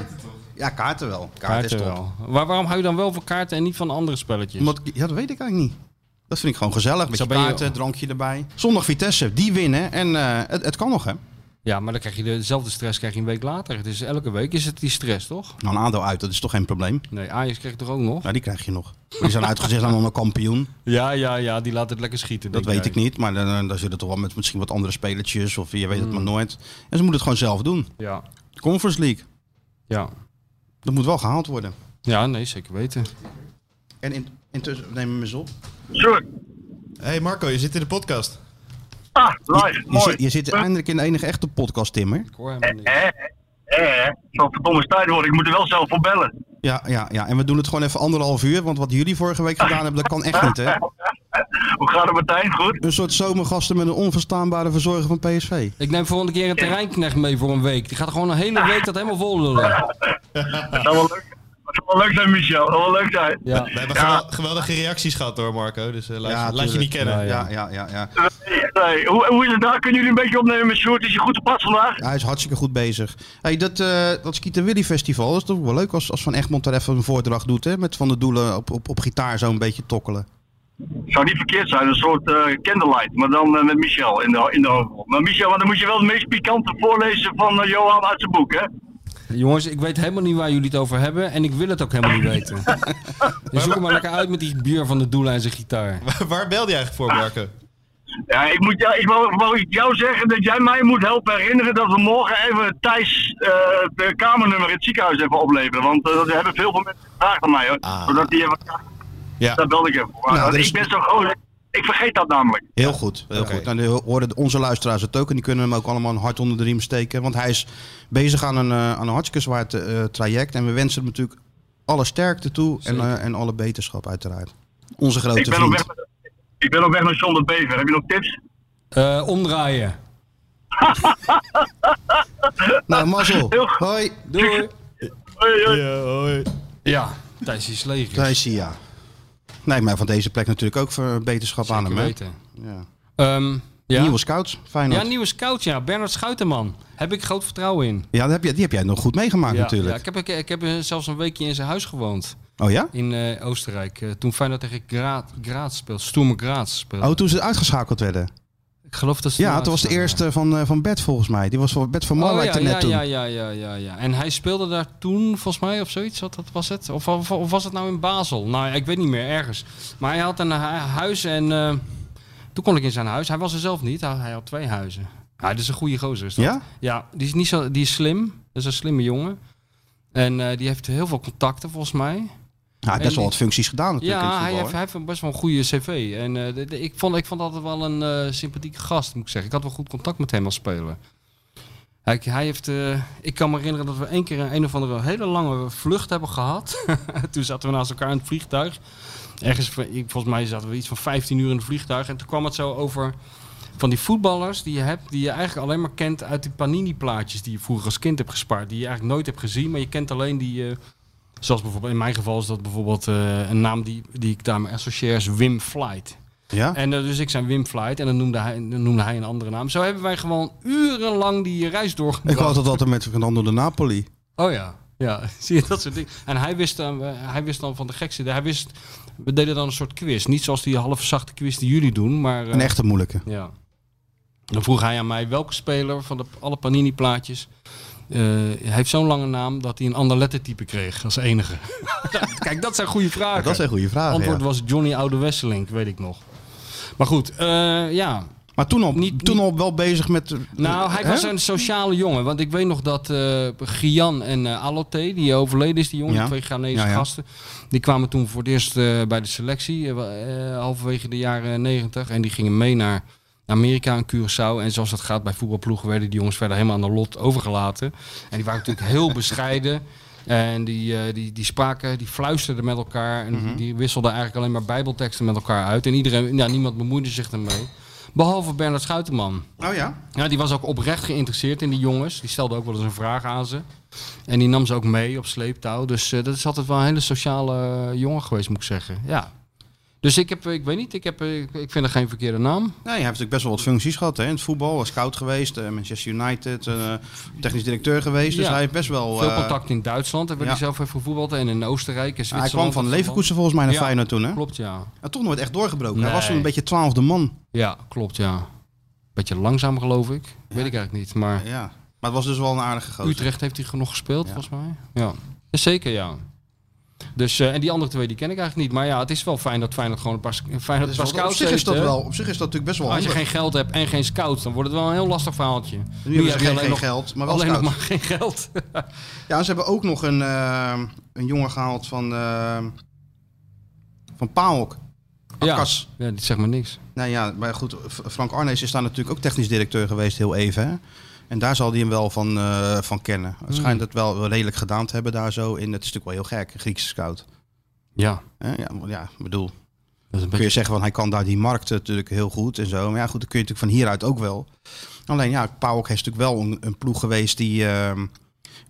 Ja, kaarten wel. Kaarten, is
Kaarten
top.
wel. Waar, waarom hou je dan wel van kaarten en niet van andere spelletjes?
Omdat, ja, dat weet ik eigenlijk niet. Dat Dat vind ik gewoon gezellig. Met
Zo
je
ben je-
kaarten, drankje erbij. Zondag Vitesse, die winnen. En eh, het, het kan nog, hè?
Ja, maar dan krijg je dezelfde stress krijg je een week later. Het is elke week is het die stress, toch?
Nou, een aandeel uit, dat is toch geen probleem?
Nee, Ajax krijgt toch ook nog?
Nou, die krijg je nog. Die zijn uitgezegd aan een kampioen.
Ja, ja, ja, die laat het lekker schieten.
Dat
denk
weet ik niet. Maar dan, dan, dan zit het toch wel met misschien wat andere spelertjes. Of je weet het maar nooit. En ze moeten het gewoon zelf doen.
Ja,
De Hmm. Conference League.
ja.
Dat moet wel gehaald worden.
ja nee, zeker weten.
En in, intussen, neem hem eens op.
hey Marco, je zit in de podcast.
Ah, live.
Je,
Mooi.
zit, je zit eindelijk in de enige echte podcast, Timmer.
Ik hoor helemaal niks.
Hè? Hè? Zo'n verdomme tijd worden. Ik moet er wel zelf voor bellen.
Ja, ja, ja. En we doen het gewoon even anderhalf uur. Want wat jullie vorige week gedaan hebben, dat kan echt niet, hè?
Hoe gaat het Martijn? Goed?
Een soort zomergasten met een onverstaanbare verzorger van PSV.
Ik neem volgende keer een terreinknecht mee voor een week. Die gaat gewoon een hele week dat helemaal vol lullen.
Het zou wel leuk, het zou wel leuk zijn, Michel. Het zou wel leuk zijn.
Ja.
We hebben gewel- geweldige reacties gehad hoor, Marco. Dus eh, laat,
Ja,
je- laat je
tuurlijk.
niet kennen.
Nou,
Ja, ja, ja, ja.
Nee, nee. Hoe, hoe is het daar? Kunnen jullie een beetje opnemen met Sjoerd? Is je goed op pad vandaag?
Hij is hartstikke goed bezig. Hey, dat, eh dat Skeeter Willy Festival dat is toch wel leuk als, als Van Egmond daar even een voordracht doet. Hè? Met Van de Doelen op, op, op gitaar zo'n beetje tokkelen.
Zou niet verkeerd zijn. Een soort eh, candlelight. Maar dan eh, met Michel in de, in de hoofdrol. Maar Michel, want dan moet je wel de meest pikante voorlezen van eh, Johan uit zijn boek, hè?
Jongens, ik weet helemaal niet waar jullie het over hebben. En ik wil het ook helemaal niet weten. Dus zoek hem maar lekker uit met die bier van de doellijn zijn gitaar.
Waar belde je eigenlijk voor, Marco?
Ja, ik moet jou, ik wou, wou ik jou zeggen dat jij mij moet helpen herinneren dat we morgen even Thijs eh, de kamernummer in het ziekenhuis even opleveren. Want eh, dat hebben veel veel mensen gevraagd aan mij hoor. Zodat die even,
Ja.
daar belde ik even voor.
Nou,
Want
er is-
Ik ben zo groot, ik vergeet dat namelijk.
Heel goed. Heel goed. Nou, die horen onze luisteraars het ook. En die kunnen hem ook allemaal een hart onder de riem steken. Want hij is bezig aan een, eh, aan een hartstikke zwaar te- eh, traject. En we wensen hem natuurlijk alle sterkte toe. En, eh, en alle beterschap uiteraard. Onze grote
Ik ben, op
vriend.
weg, ik ben op weg naar John de Bever. Heb je nog tips?
Eh, omdraaien.
Nou, mazzel.
Heel goed.
Hoi.
Doei.
Hoi, hoi.
Ja, hoi.
Ja, Thijs is leeg.
Daar is hij, ja. Nee, maar van deze plek natuurlijk ook voor beterschap aan hem. hè?
weten.
Ja.
Ehm, ja.
Nieuwe scouts, Feyenoord.
ja, nieuwe scout, ja. Bernard Schuitenman. Heb ik groot vertrouwen in.
Ja, die heb, je, die heb jij nog goed meegemaakt
Ja, ja,
natuurlijk.
ik, heb, ik, ik heb eh, zelfs een weekje in zijn huis gewoond.
Oh ja?
In eh, Oostenrijk. Eh, toen Feyenoord tegen Gra- Graz speelde. Stoemer Graz speelde.
Oh, toen ze uitgeschakeld werden.
ik geloof dat ze
Ja,
eruit
toen was de
staan, ja. Oh,
eerste van, eh, van Bert volgens mij. Die was van Bert van Marwijk
ja,
er net
ja,
toen.
ja, ja, ja, ja, ja. En hij speelde daar toen, volgens mij, of zoiets. Wat, wat was het? Of, of, of was het nou in Basel? Nou, ja, ik weet niet meer, ergens. Maar hij had een hu- huis en eh, toen kon ik in zijn huis. Hij was er zelf niet, hij hij had twee huizen. Ja, dat is een goede gozer, is dat?
Ja?
Ja, die is, niet zo, die is slim. Dat is een slimme jongen. En eh, die heeft heel veel contacten, volgens mij.
Ja, hij heeft best wel wat functies gedaan natuurlijk in
Ja,
het
hij
voetbal,
heeft,
hè?
hij heeft een- best wel een goede cv. En eh, de- de- ik, vond, ik vond altijd wel een eh, sympathieke gast, moet ik zeggen. Ik had wel goed contact met hem als speler. Hij, hij heeft, eh, ik kan me herinneren dat we één keer een, een of andere hele lange vlucht hebben gehad. toen zaten we naast elkaar in het vliegtuig. Ergens, van- ik- volgens mij zaten we iets van 15 uur in het vliegtuig. En toen kwam het zo over van die voetballers die je hebt, die je eigenlijk alleen maar kent uit die panini-plaatjes die je vroeger als kind hebt gespaard. Die je eigenlijk nooit hebt gezien, maar je kent alleen die... eh, Zoals bijvoorbeeld, in mijn geval is dat bijvoorbeeld eh, een naam die, die ik daarmee associeer is Wim Flight.
Ja?
En eh, dus ik zijn Wim Flight en dan noemde, hij, dan noemde hij een andere naam. Zo hebben wij gewoon urenlang die reis
Ik
doorgebracht.
had het altijd met Fernando de Napoli.
Oh ja, ja, zie je dat soort dingen. En hij wist, dan, eh, hij wist dan van de gekste, hij wist, we deden dan een soort quiz. Niet zoals die halfzachte quiz die jullie doen, maar... eh,
Een echte moeilijke.
ja. Dan vroeg hij aan mij welke speler van de, alle Panini-plaatjes eh, heeft zo'n lange naam dat hij een ander lettertype kreeg als enige. Kijk, dat zijn goede vragen.
Dat is een goede vraag,
Antwoord
ja.
was Johnny Oude Wesseling, weet ik nog. Maar goed, eh, ja.
Maar toen al,
niet-
toen
niet-
al wel bezig met... eh,
Nou, hij
hè?
was een sociale jongen. Want ik weet nog dat eh Gian en eh Alote, die overleden is, die jongen,
Ja.
die twee Ghanese
Ja, ja.
gasten, die kwamen toen voor het eerst eh, bij de selectie, eh, wa- eh, halverwege de jaren negentig. En die gingen mee naar Amerika en Curaçao. En zoals dat gaat bij voetbalploegen, werden die jongens verder helemaal aan de lot overgelaten. En die waren natuurlijk heel bescheiden. En die, eh, die, die spraken, die fluisterden met elkaar. En
Mhm.
die- die wisselden eigenlijk alleen maar bijbelteksten met elkaar uit. En iedereen, ja, niemand bemoeide zich ermee. Behalve Bernard Schuitenman.
Oh ja?
Ja, die was ook oprecht geïnteresseerd in die jongens. Die stelde ook wel eens een vraag aan ze. En die nam ze ook mee op sleeptouw. Dus eh, dat is altijd wel een hele sociale eh, jongen geweest, moet ik zeggen. Ja. Dus ik heb, ik weet niet, ik, heb, eh, ik, ik vind er geen verkeerde naam.
Nee, hij heeft natuurlijk best wel wat functies gehad. Hè? In het voetbal, was scout geweest, eh, Manchester United, eh, technisch directeur geweest. Dus
Ja.
hij heeft best wel...
Veel
eh,
contact in Duitsland, daar wil
ja. Ah,
hij zelf even gevoetbald. En in Oostenrijk en
hij
Zwitserland.
kwam van
heeft
Leverkusen volgens mij naar
Ja.
Feyenoord toen. Hè?
gevoetbald. Klopt, ja.
Ja, toch nooit echt doorgebroken. Hij
Nee.
was toen een beetje twaalfde man.
Ja, klopt, ja. Beetje langzaam geloof ik. Weet ik eigenlijk niet, maar...
Ja. Maar het was dus wel een aardige gozer.
Utrecht heeft hij genoeg gespeeld, volgens mij. Ja, zeker ja. Dus, eh, en die andere twee die ken ik eigenlijk niet. Maar ja, het is wel fijn dat Feyenoord gewoon een paar, Feyenoord een
Dus
paar
wat- op,
scouts
zich is
heeft,
dat
hè.
wel, op zich is dat natuurlijk best wel
Als je
handig.
geen geld hebt en geen scouts, dan wordt het wel een heel lastig verhaaltje.
Nu hebben
heb je
ze geen,
alleen
geen
nog-
geld, maar wel
Alleen nog
scouts.
maar geen geld.
Ja, ze hebben ook nog een, eh, een jongen gehaald van, eh van Paok.
ja.
Kas.
ja, dit zegt me niks.
Nou ja, maar goed, F- Frank Arnees is daar natuurlijk ook technisch directeur geweest heel even. Hè? En daar zal hij hem wel van, eh, van kennen. Het schijnt het wel wel redelijk gedaan te hebben daar zo. In. Het is natuurlijk wel heel gek, een Griekse scout.
Ja,
Hè? Ja, maar ja, ik bedoel,
dat is een
kun
beetje...
je zeggen van hij kan daar die markt natuurlijk heel goed en zo. Maar ja, goed, dat kun je natuurlijk van hieruit ook wel. Alleen ja, Pauk is natuurlijk wel een, een ploeg geweest die ehm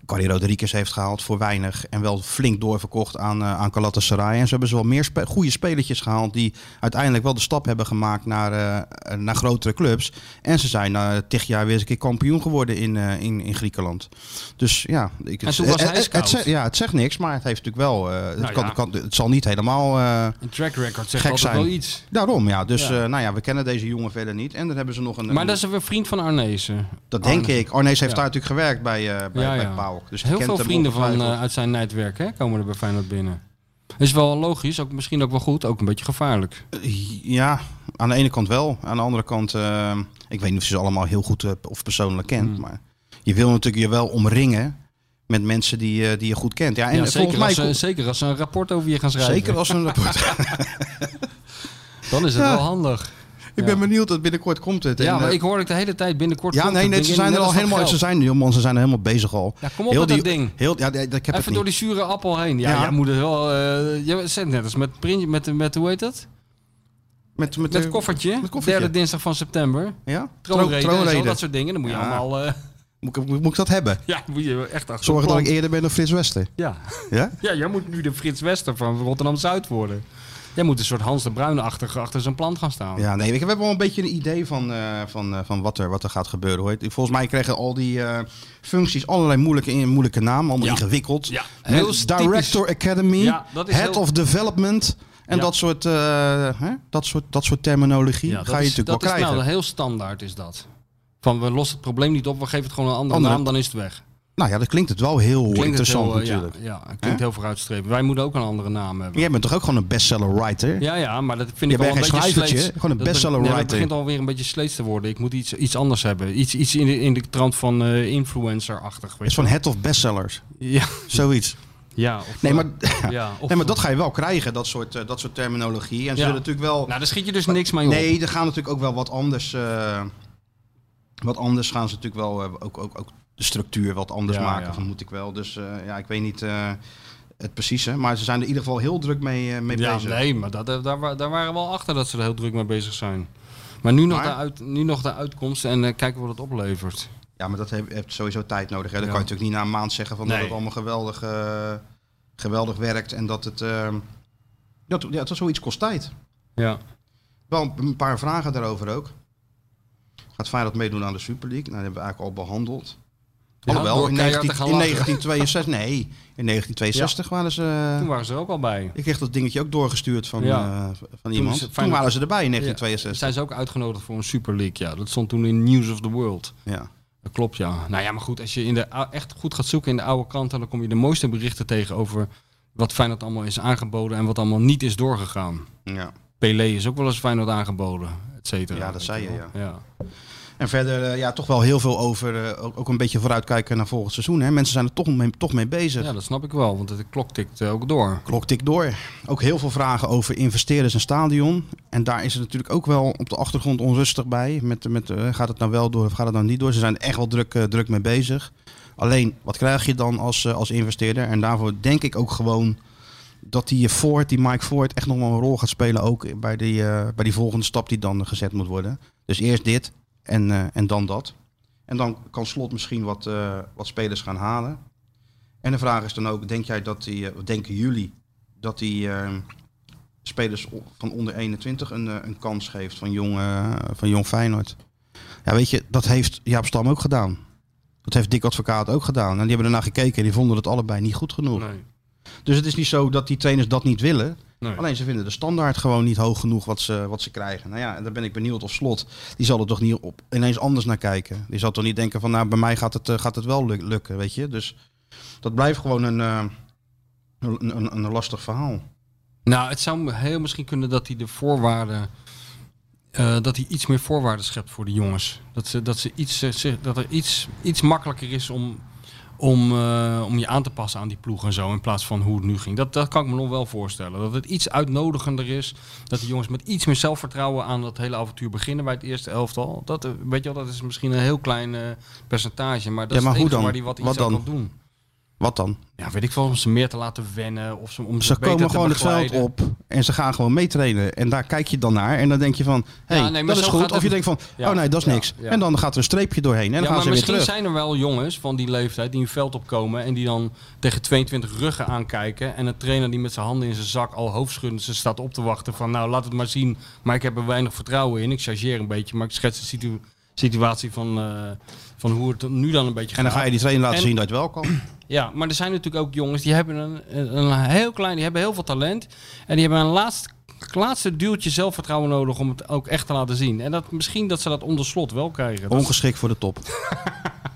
Carrie Rodriguez heeft gehaald voor weinig. En wel flink doorverkocht aan, eh aan Galatasaray. En ze hebben ze wel meer spe- goede spelertjes gehaald die uiteindelijk wel de stap hebben gemaakt naar, eh, eh, naar grotere clubs. En ze zijn na tig jaar weer eens een keer kampioen geworden in, eh, in, in Griekenland. Dus ja, ik,
En toen was hij
het, het,
scout.
zegt- ja, het zegt niks, maar het heeft natuurlijk wel. eh, het,
Nou
kan,
ja.
kan- het zal niet helemaal. eh,
Een track record zegt
Gek
altijd
zijn.
wel iets.
Daarom, ja. Dus eh, nou ja, we kennen deze jongen verder niet. En dan hebben ze nog een...
Maar dat is een vriend van Arnezen.
dat denk
Arne.
ik. Arnees heeft
Ja.
daar natuurlijk gewerkt bij, eh bij,
Ja,
bij
ja.
PAOK. Dus die
Heel
kent
veel
hem
vrienden van,
ongetwijfeld.
eh, uit zijn netwerk hè, komen er bij Feyenoord binnen. Is wel logisch, ook, misschien ook wel goed, ook een beetje gevaarlijk.
Eh, Ja, aan de ene kant wel. Aan de andere kant, eh, ik weet niet of je ze allemaal heel goed eh, of persoonlijk kent.
Hmm.
Maar je wil natuurlijk je wel omringen met mensen die, eh, die je goed kent. Ja, en
ja,
volgens
zeker,
mij...
als, ze- zeker als ze een rapport over je gaan schrijven.
Zeker als een rapport.
Dan is het wel handig.
ik ben benieuwd dat binnenkort komt het.
Ja,
En,
maar
eh,
ik hoor ik de hele tijd binnenkort.
ja,
komt
nee,
het
nee,
ding in,
ze zijn er
net
al
als dat
helemaal, ze
geld.
zijn, joh, man, ze zijn er helemaal bezig al.
Ja, kom op met dat ding.
Heel, ja, nee, ik heb het
Even
niet.
door die zure appel heen. Ja,
Ja.
jij moet het wel. eh, je zet net als met, print, met, met, hoe heet dat?
Met, met,
Met
eh,
koffertje.
met koffertje.
Derde dinsdag van september.
Ja?
Troonreden, en zo,
Troonreden.
dat soort dingen. Dan moet je
Ja.
allemaal. eh,
Moet, ik- moet ik dat hebben?
ja, moet je echt achter.
Zorgen dat
plan.
ik e- eerder ben dan Frits Wester.
Ja.
Ja?
ja, jij moet nu de Frits Wester van Rotterdam Zuid worden. Jij moet een soort Hans de Bruin-achtig achter zijn plan gaan staan.
Ja, nee, ik heb wel een beetje een idee van, eh, van, eh, van wat, er, wat er gaat gebeuren. Hoor. Volgens mij kregen al die eh, functies allerlei moeilijke, in- moeilijke namen, allemaal ingewikkeld.
Ja,
Hè,
heel typisch.
Director Academy,
Ja, dat is
Head
heel-
of Development en
Ja.
dat, soort, eh, hè, dat, soort, dat soort terminologie
Ja,
ga
dat
je
is-
natuurlijk
dat
wel
is
krijgen.
Nou, heel standaard is dat. Van we lossen het probleem niet op, we geven het gewoon een andere,
Andere-
naam, dan is het weg.
Nou ja, dat klinkt het wel heel
Klinkt het
interessant
heel, eh,
natuurlijk.
Ja, ja het klinkt heel vooruitstrevend. Wij moeten ook een andere naam hebben.
Jij bent toch ook gewoon een bestseller writer?
Ja, ja, maar dat vind
Je
ik al
bent
een
geen
beetje
schrijvertje,
sleets.
gewoon een
Dat be-
bestseller
nee,
writer.
Dat begint alweer een beetje sleets te worden. Ik moet iets, iets anders hebben. Iets, iets in, de, in de trant van eh, influencer-achtig.
Het
weet
is van
je
Head of Bestsellers,
wel. Ja,
zoiets.
ja, of,
Nee,
eh,
maar,
ja, of-
nee, maar dat ga je wel krijgen, dat soort, eh, dat soort terminologie. En ze
Ja.
zullen natuurlijk wel...
Nou, daar schiet je dus niks mee op.
Nee, er gaan natuurlijk ook wel wat anders. eh, wat anders gaan ze natuurlijk wel eh, ook, ook, ook de structuur wat anders
Ja,
maken,
ja.
vermoed ik wel. Dus eh, ja, ik weet niet eh, het precieze. Maar ze zijn er in ieder geval heel druk mee, eh, mee
Ja,
bezig.
nee, maar dat, daar, wa- daar waren we al achter dat ze er heel druk mee bezig zijn. Maar nu nog,
Maar-
De, uit, nu nog de uitkomst en eh, kijken wat het oplevert.
Ja, maar dat heb- heeft sowieso tijd nodig. Hè? Dan
Ja.
kan je natuurlijk niet na een maand zeggen van dat
Nee.
het allemaal geweldig, eh, geweldig werkt. En dat het. eh, dat, ja, dat zoiets kost tijd.
Ja.
Wel een paar vragen daarover ook. Gaat Feyenoord meedoen aan de Super League? Nou, dat hebben we eigenlijk al behandeld.
Ja,
Alhoewel,
door
in,
keihard
19,
te gaan
in
lachen.
1962... Nee, in 1962 waren ze... eh,
Toen waren ze er ook al bij.
ik kreeg dat dingetje ook doorgestuurd van,
Ja.
eh, van iemand.
ze-
Toen, waren ze erbij in
Ja,
1962.
zijn ze ook uitgenodigd voor een Super League. Ja, dat stond toen in News of the World.
Ja.
Dat klopt, ja. Nou ja, maar goed, als je in de, ou- echt goed gaat zoeken in de oude kranten, dan kom je de mooiste berichten tegen over wat Feyenoord allemaal is aangeboden en wat allemaal niet is doorgegaan.
Ja.
Pelé is ook wel eens Feyenoord aangeboden, et cetera.
Ja, dat zei je, ja.
ja.
En verder eh, ja, toch wel heel veel over... eh, ook, ook een beetje vooruitkijken naar volgend seizoen. Hè. Mensen zijn er toch mee, toch mee bezig.
Ja, dat snap ik wel, want de klok tikt eh, ook door.
Klok tikt door. Ook heel veel vragen over investeerders en stadion. En daar is het natuurlijk ook wel op de achtergrond onrustig bij. Met, met, eh, gaat het nou wel door of gaat het nou niet door? Ze zijn er echt wel druk, eh, druk mee bezig. Alleen, wat krijg je dan als, eh, als investeerder? En daarvoor denk ik ook gewoon dat die eh, Ford, die Mike Ford, echt nog wel een rol gaat spelen. Ook bij die, eh, bij die volgende stap die dan gezet moet worden. Dus eerst dit en, eh, en dan dat. En dan kan Slot misschien wat, eh, wat spelers gaan halen. En de vraag is dan ook, denk jij dat die, eh, of denken jullie dat die, eh, spelers o- van onder 21 een, eh, een kans geeft van jong, eh, van jong Feyenoord. Ja, weet je, dat heeft Jaap Stam ook gedaan. Dat heeft Dick Advocaat ook gedaan. En die hebben ernaar gekeken en die vonden het allebei niet goed genoeg.
Nee.
Dus het is niet zo dat die trainers dat niet willen.
Nee.
Alleen ze vinden de standaard gewoon niet hoog genoeg wat ze, wat ze krijgen. Nou ja, en dan ben ik benieuwd of Slot, die zal er toch niet op, ineens anders naar kijken. Die zal toch niet denken van, nou, bij mij gaat het, eh, gaat het wel luk- lukken, weet je. Dus dat blijft gewoon een, eh, een, een, een lastig verhaal.
Nou, het zou heel misschien kunnen dat hij de voorwaarden. eh, dat hij iets meer voorwaarden schept voor de jongens. Dat, ze, dat, ze iets, eh, zich- dat er iets, iets makkelijker is om, om, eh, om je aan te passen aan die ploeg en zo. In plaats van hoe het nu ging. Dat, dat kan ik me nog wel voorstellen. Dat het iets uitnodigender is. Dat de jongens met iets meer zelfvertrouwen aan dat hele avontuur beginnen bij het eerste elftal. Dat, eh, weet je wel, dat is misschien een heel klein eh, percentage. Maar dat
Ja, maar
is
hoe
het enige
dan?
waar die wat, iets
Wat
aan
dan?
kan doen.
Wat dan?
Ja, weet ik veel. Om ze meer te laten wennen. Of ze, om ze,
Ze
beter
komen
te
gewoon het veld
begeleiden.
op en ze gaan gewoon meetrainen. En daar kijk je dan naar en dan denk je van, hé,
Ja,
hey,
nee, maar
dat is
zo
goed.
gaat
Of je
het-
denkt van,
Ja,
oh nee, dat is
ja,
niks.
ja.
En dan gaat er een streepje doorheen en dan
Ja,
gaan
maar
ze weer
misschien
terug.
zijn er wel jongens van die leeftijd die een veld opkomen en die dan tegen 22 ruggen aankijken. En een trainer die met zijn handen in zijn zak al hoofdschuddend ze staat op te wachten van nou laat het maar zien. Maar ik heb er weinig vertrouwen in. Ik chargeer een beetje, maar ik schets de situ- situatie van, eh, van hoe het nu dan een beetje
En
gaat.
dan ga je die trainer laten
En-
zien dat het wel kan.
Ja, maar er zijn natuurlijk ook jongens die hebben een, een- een heel klein, die hebben heel veel talent. En die hebben een laatst, laatste duwtje zelfvertrouwen nodig om het ook echt te laten zien. En dat, misschien dat ze dat onder slot wel krijgen. Dat is-
Ongeschikt voor de top.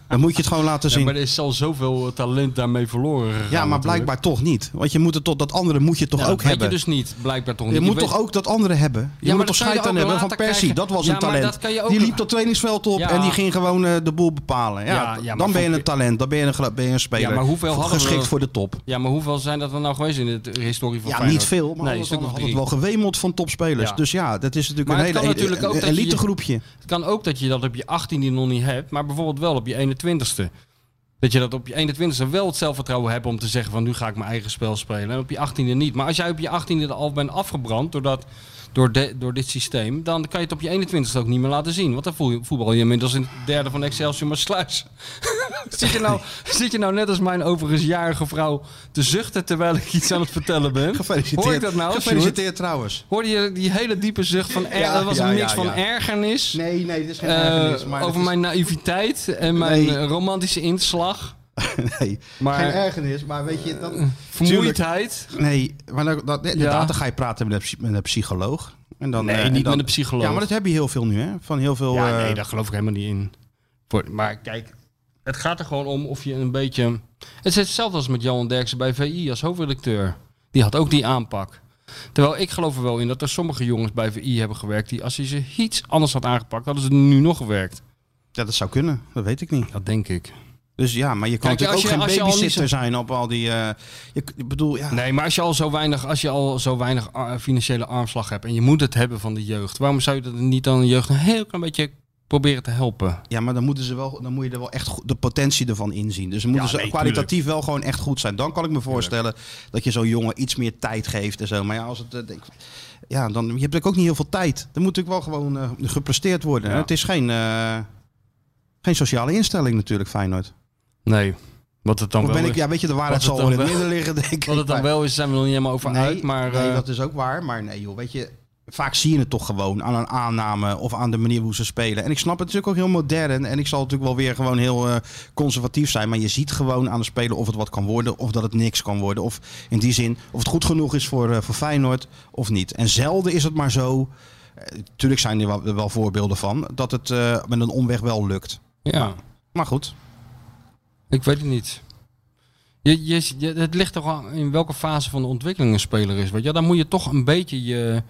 Dan moet je het gewoon laten
Ja,
zien.
maar er is al zoveel eh, talent daarmee verloren gegaan.
Ja, maar
natuurlijk.
blijkbaar toch niet. Want je moet het tot dat andere moet je toch
Ja, dat
ook
weet
hebben.
je
Je,
dus niet, blijkbaar toch niet.
moet
weet-
toch ook dat andere hebben. Je
Ja, maar
moet
dat
toch
kan je
scheid aan
ook
hebben van
later
Persie.
krijgen.
Dat was
Ja,
een
maar
talent.
dat kan je ook-
Die liep dat trainingsveld op
Ja.
en die ging gewoon eh, de boel bepalen. Ja,
Ja, ja, maar
dan ben je
van-
een talent, dan ben je een, gro- ben je een speler.
Ja, maar hoeveel hadden we-
Geschikt voor de top.
Ja, maar hoeveel zijn dat er nou geweest in de t- historie van
Ja,
Feyenoord?
niet veel, maar
nee, een
alles
stuk
hadden
of
had het
drie.
wel gewemeld van topspelers.
Ja.
Dus ja, dat is natuurlijk
Maar
een
het
hele e-
kan natuurlijk ook
een,
dat je-
elite groepje.
Het kan ook dat je dat op je 18e nog niet hebt, maar bijvoorbeeld wel op je 21ste. Dat je dat op je 21ste wel het zelfvertrouwen hebt om te zeggen van nu ga ik mijn eigen spel spelen. En op je 18e niet. Maar als jij op je 18e al bent afgebrand door, dat, door, de- door dit systeem, dan kan je het op je 21ste ook niet meer laten zien. Want dan voel je, voetbal je inmiddels in het derde van Excelsior maar sluis. zit, je nou, zit je nou net als mijn overigens jarige vrouw te zuchten terwijl ik iets aan het vertellen ben?
Gefeliciteerd.
Hoor ik dat nou? Sjoerd?
Gefeliciteerd trouwens.
Hoorde je die hele diepe zucht van... Er,
Ja,
dat was
ja,
een mix
ja,
van
ja.
ergernis.
Nee, nee, dit is geen
Eh,
ergernis, maar
over
dit is-
mijn naïviteit en mijn
Nee.
eh, romantische inslag.
nee,
maar- Eh,
geen ergernis, maar weet je, dat,
Vermoeidheid.
Nee, maar dan, dat, inderdaad, dan ga je praten met een, psy- met een psycholoog. En dan,
Nee,
eh, en
niet
dan-
met een psycholoog.
Ja, maar dat heb je heel veel nu, hè? Van heel veel...
Ja,
eh,
nee, daar geloof ik helemaal niet in. Voor- Maar kijk, het gaat er gewoon om of je een beetje... Het is hetzelfde als met Johan Derksen bij VI als hoofdredacteur. Die had ook die aanpak. Terwijl ik geloof er wel in dat er sommige jongens bij VI hebben gewerkt... die als je ze iets anders had aangepakt, hadden ze nu nog gewerkt.
ja, dat zou kunnen. Dat weet ik niet.
Dat denk ik.
Dus ja, maar je kan
Kijk,
natuurlijk
als je-
ook
als je
geen
al niet
babysitter zijn op al die... eh, je, ik bedoel, ja...
Nee, maar als je al zo weinig, als je al zo weinig ar- financiële armslag hebt en je moet het hebben van de jeugd, waarom zou je dat niet dan de jeugd een heel klein beetje proberen te helpen?
Ja, maar dan, moeten ze wel, dan moet je er wel echt goed- de potentie ervan inzien. Dus dan moeten ze kwalitatief wel gewoon echt goed zijn. Dan kan ik me voorstellen dat je zo'n jongen iets meer tijd geeft en zo. Maar ja, als het, eh, denk, ja dan, je hebt natuurlijk ook niet heel veel tijd. Dan moet natuurlijk wel gewoon eh, gepresteerd worden. hè. Het is geen, eh, geen sociale instelling natuurlijk, Feyenoord.
Nee. Wat het dan
Of
wel
ben ik,
is.
ja, weet je, de waarheid
Wat het
zal
dan
wel in het
wel-
midden liggen, denk ik.
Wat het dan
Maar-
wel is, zijn we nog niet helemaal over uit. Maar
nee,
eh,
dat is ook waar. Maar nee, joh, weet je, vaak zie je het toch gewoon aan een aanname of aan de manier hoe ze spelen. En ik snap het natuurlijk ook heel modern. En ik zal natuurlijk wel weer gewoon heel eh, conservatief zijn. Maar je ziet gewoon aan de speler of het wat kan worden of dat het niks kan worden. Of in die zin, of het goed genoeg is voor, eh, voor Feyenoord of niet. En zelden is het maar zo. eh, Tuurlijk zijn er wel, er wel voorbeelden van dat het eh, met een omweg wel lukt.
ja,
Maar goed,
ik weet het niet. Je, je, je- het ligt toch aan in welke fase van de ontwikkeling een speler is. Weet je? Dan moet je toch een beetje je...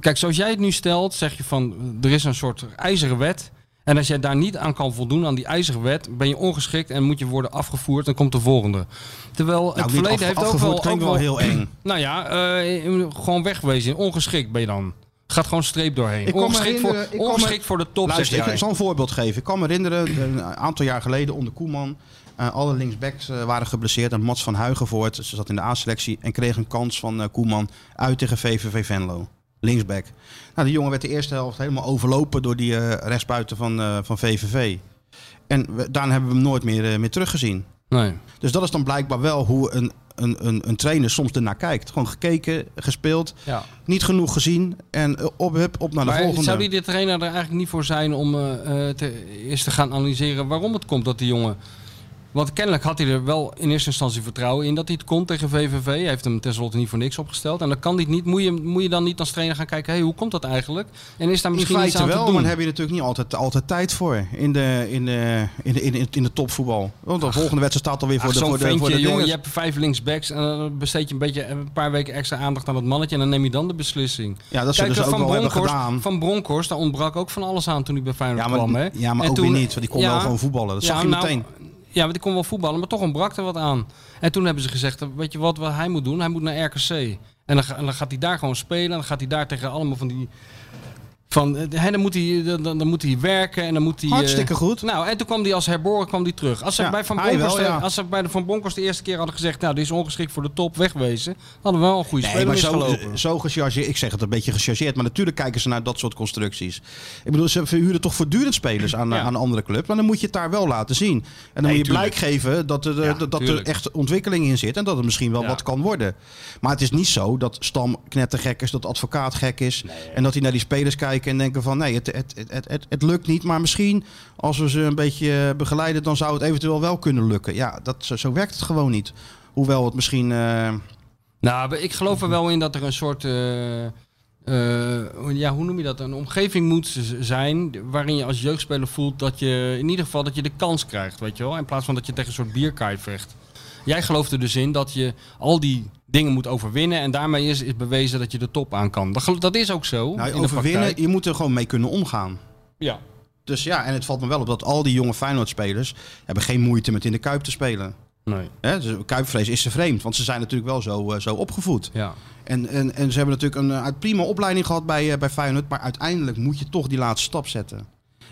Kijk, zoals jij het nu stelt, zeg je van er is een soort ijzeren wet. En als jij daar niet aan kan voldoen, aan die ijzeren wet, ben je ongeschikt en moet je worden afgevoerd en komt de volgende. Terwijl het
nou,
verleden
niet af,
heeft ook wel,
afgevoerd
ook
klinkt wel
wel-
heel eng.
Nou ja, eh, gewoon wegwezen. Ongeschikt ben je dan. Gaat gewoon streep doorheen.
Ik kan me
ongeschikt voor,
herinneren- ik kan me-
ongeschikt voor de top, zeg
Luister,
jij.
ik zal een voorbeeld geven. Ik kan me herinneren, een aantal jaar geleden onder Koeman. eh, alle linksbacks eh, waren geblesseerd. En Mats van Huigenvoort, ze zat in de A-selectie. En kreeg een kans van eh, Koeman uit tegen VVV Venlo. Linksback. Nou, die jongen werd de eerste helft helemaal overlopen door die eh, rechtsbuiten van, eh, van VVV. En we- daarna hebben we hem nooit meer, eh, meer teruggezien.
Nee.
Dus dat is dan blijkbaar wel hoe een een, een, een trainer soms ernaar kijkt. Gewoon gekeken, gespeeld,
Ja.
niet genoeg gezien en eh, op, hup, op naar de
Maar
volgende.
zou die de trainer er eigenlijk niet voor zijn om eh, eh, te, eerst te gaan analyseren waarom het komt dat die jongen... Want kennelijk had hij er wel in eerste instantie vertrouwen in dat hij het kon tegen VVV. Hij heeft hem tenslotte niet voor niks opgesteld. En dan kan hij het niet. Moet je, moet je dan niet als trainer gaan kijken, hey, hoe komt dat eigenlijk? En is daar
In
misschien iets
feite
aan
wel,
te
maar
doen?
daar heb je natuurlijk niet altijd, altijd tijd voor in de, in de, in de, in de, in de topvoetbal. Want de volgende wedstrijd staat alweer voor
Ach,
de,
zo'n
voor de, voor de
ventje, jongen, je
dinges.
hebt vijf linksbacks en dan besteed je een, beetje, een paar weken extra aandacht aan dat mannetje en dan neem je dan de beslissing.
Ja, dat
Kijk, eh,
zullen ze dus ook
van
wel hebben
Bronkhorst-
gedaan.
Van Bronkhorst, daar ontbrak ook van alles aan toen hij bij Feyenoord
Ja, maar-
kwam. Hè?
ja, maar
En
ook weer niet, want die kon wel gewoon voetballen. Dat zag je
nou,
meteen.
Ja, want die kon wel voetballen, maar toch ontbrak er wat aan. En toen hebben ze gezegd, weet je wat, wat hij moet doen? Hij moet naar RKC. En dan, ga- en dan gaat hij daar gewoon spelen. En dan gaat hij daar tegen allemaal van die... Van, eh, hè, dan, moet hij, dan, dan- dan moet hij werken en dan moet hij... eh,
Hartstikke goed.
nou, en toen kwam die als herboren kwam die terug. Als ze,
Ja,
bij, van
hij
Bronckhorst,
wel, ja.
als ze bij de Van Bronckhorst de eerste keer hadden gezegd... nou, die is ongeschikt voor de top, wegwezen... hadden we wel een goede
Nee,
speler
maar zo, eh,
misgelopen.
zo gechargeerd. Ik zeg het een beetje gechargeerd. Maar natuurlijk kijken ze naar dat soort constructies. Ik bedoel, ze verhuren toch voortdurend spelers aan,
Ja.
aan een andere club. Maar dan moet je het daar wel laten zien. En dan moet je blijk geven dat er, eh, dat dat er
tuurlijk.
echt ontwikkeling in zit. En dat het misschien wel wat kan worden. Maar het is niet zo dat Stam knettergek is. Dat advocaat gek is. En dat hij naar die spelers kijkt en denken van... Nee, het, het, het, het, het, het lukt niet. Maar misschien als we ze een beetje eh, begeleiden... dan zou het eventueel wel kunnen lukken. Ja, dat, zo, zo werkt het gewoon niet. Hoewel het misschien... eh,
Nou, ik geloof er wel in dat er een soort... eh, eh, ja, hoe noem je dat? Een omgeving moet z- zijn waarin je als jeugdspeler voelt dat je in ieder geval dat je de kans krijgt, weet je wel? In plaats van dat je tegen een soort bierkaai vecht. Jij gelooft er dus in dat je al die dingen moet overwinnen en daarmee is, is bewezen dat je de top aan kan. Dat, gel- dat is ook zo.
Nou,
in de
overwinnen,
praktijk.
je moet er gewoon mee kunnen omgaan.
Ja.
Dus ja, en het valt me wel op dat al die jonge Feyenoord-spelers... hebben geen moeite met in de Kuip te spelen.
Nee.
Hè? Dus Kuipvlees is ze vreemd, want ze zijn natuurlijk wel zo, eh, zo opgevoed.
Ja.
En, en, en ze hebben natuurlijk een eh, uit- prima opleiding gehad bij, eh, bij Feyenoord... maar uiteindelijk moet je toch die laatste stap zetten.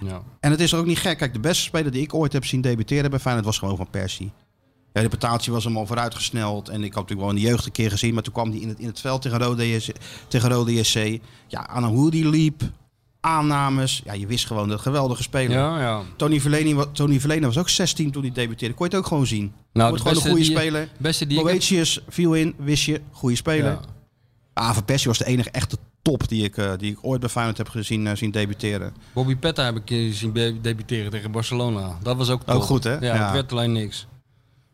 ja.
En het is ook niet gek. Kijk, de beste speler die ik ooit heb zien debuteren bij Feyenoord was gewoon Van Persie. De reputatie was hem al vooruitgesneld. En ik had natuurlijk wel in de jeugd een keer gezien. Maar toen kwam hij in het, in het veld tegen Rode, JC, tegen Rode JC. Ja, aan hoe die liep. Aannames. Ja, je wist gewoon dat geweldige speler.
Ja, ja.
Tony, Verleni, wa- Tony Verlena was ook 16 toen hij debuteerde. Kon je het ook gewoon zien.
Nou,
Wordt
de
gewoon een goede
beste die-
speler.
beste die ik heb-
Boetius viel in, wist je. Goede speler.
Ja.
Ah, Van Persie was de enige echte top die ik, eh, die ik ooit bij Feyenoord heb gezien eh, zien debuteren.
Bobby Petta heb ik eh, zien be- debuteren tegen Barcelona. Dat was ook top.
Oh, goed, hè?
Ja,
Ja.
het werd alleen niks.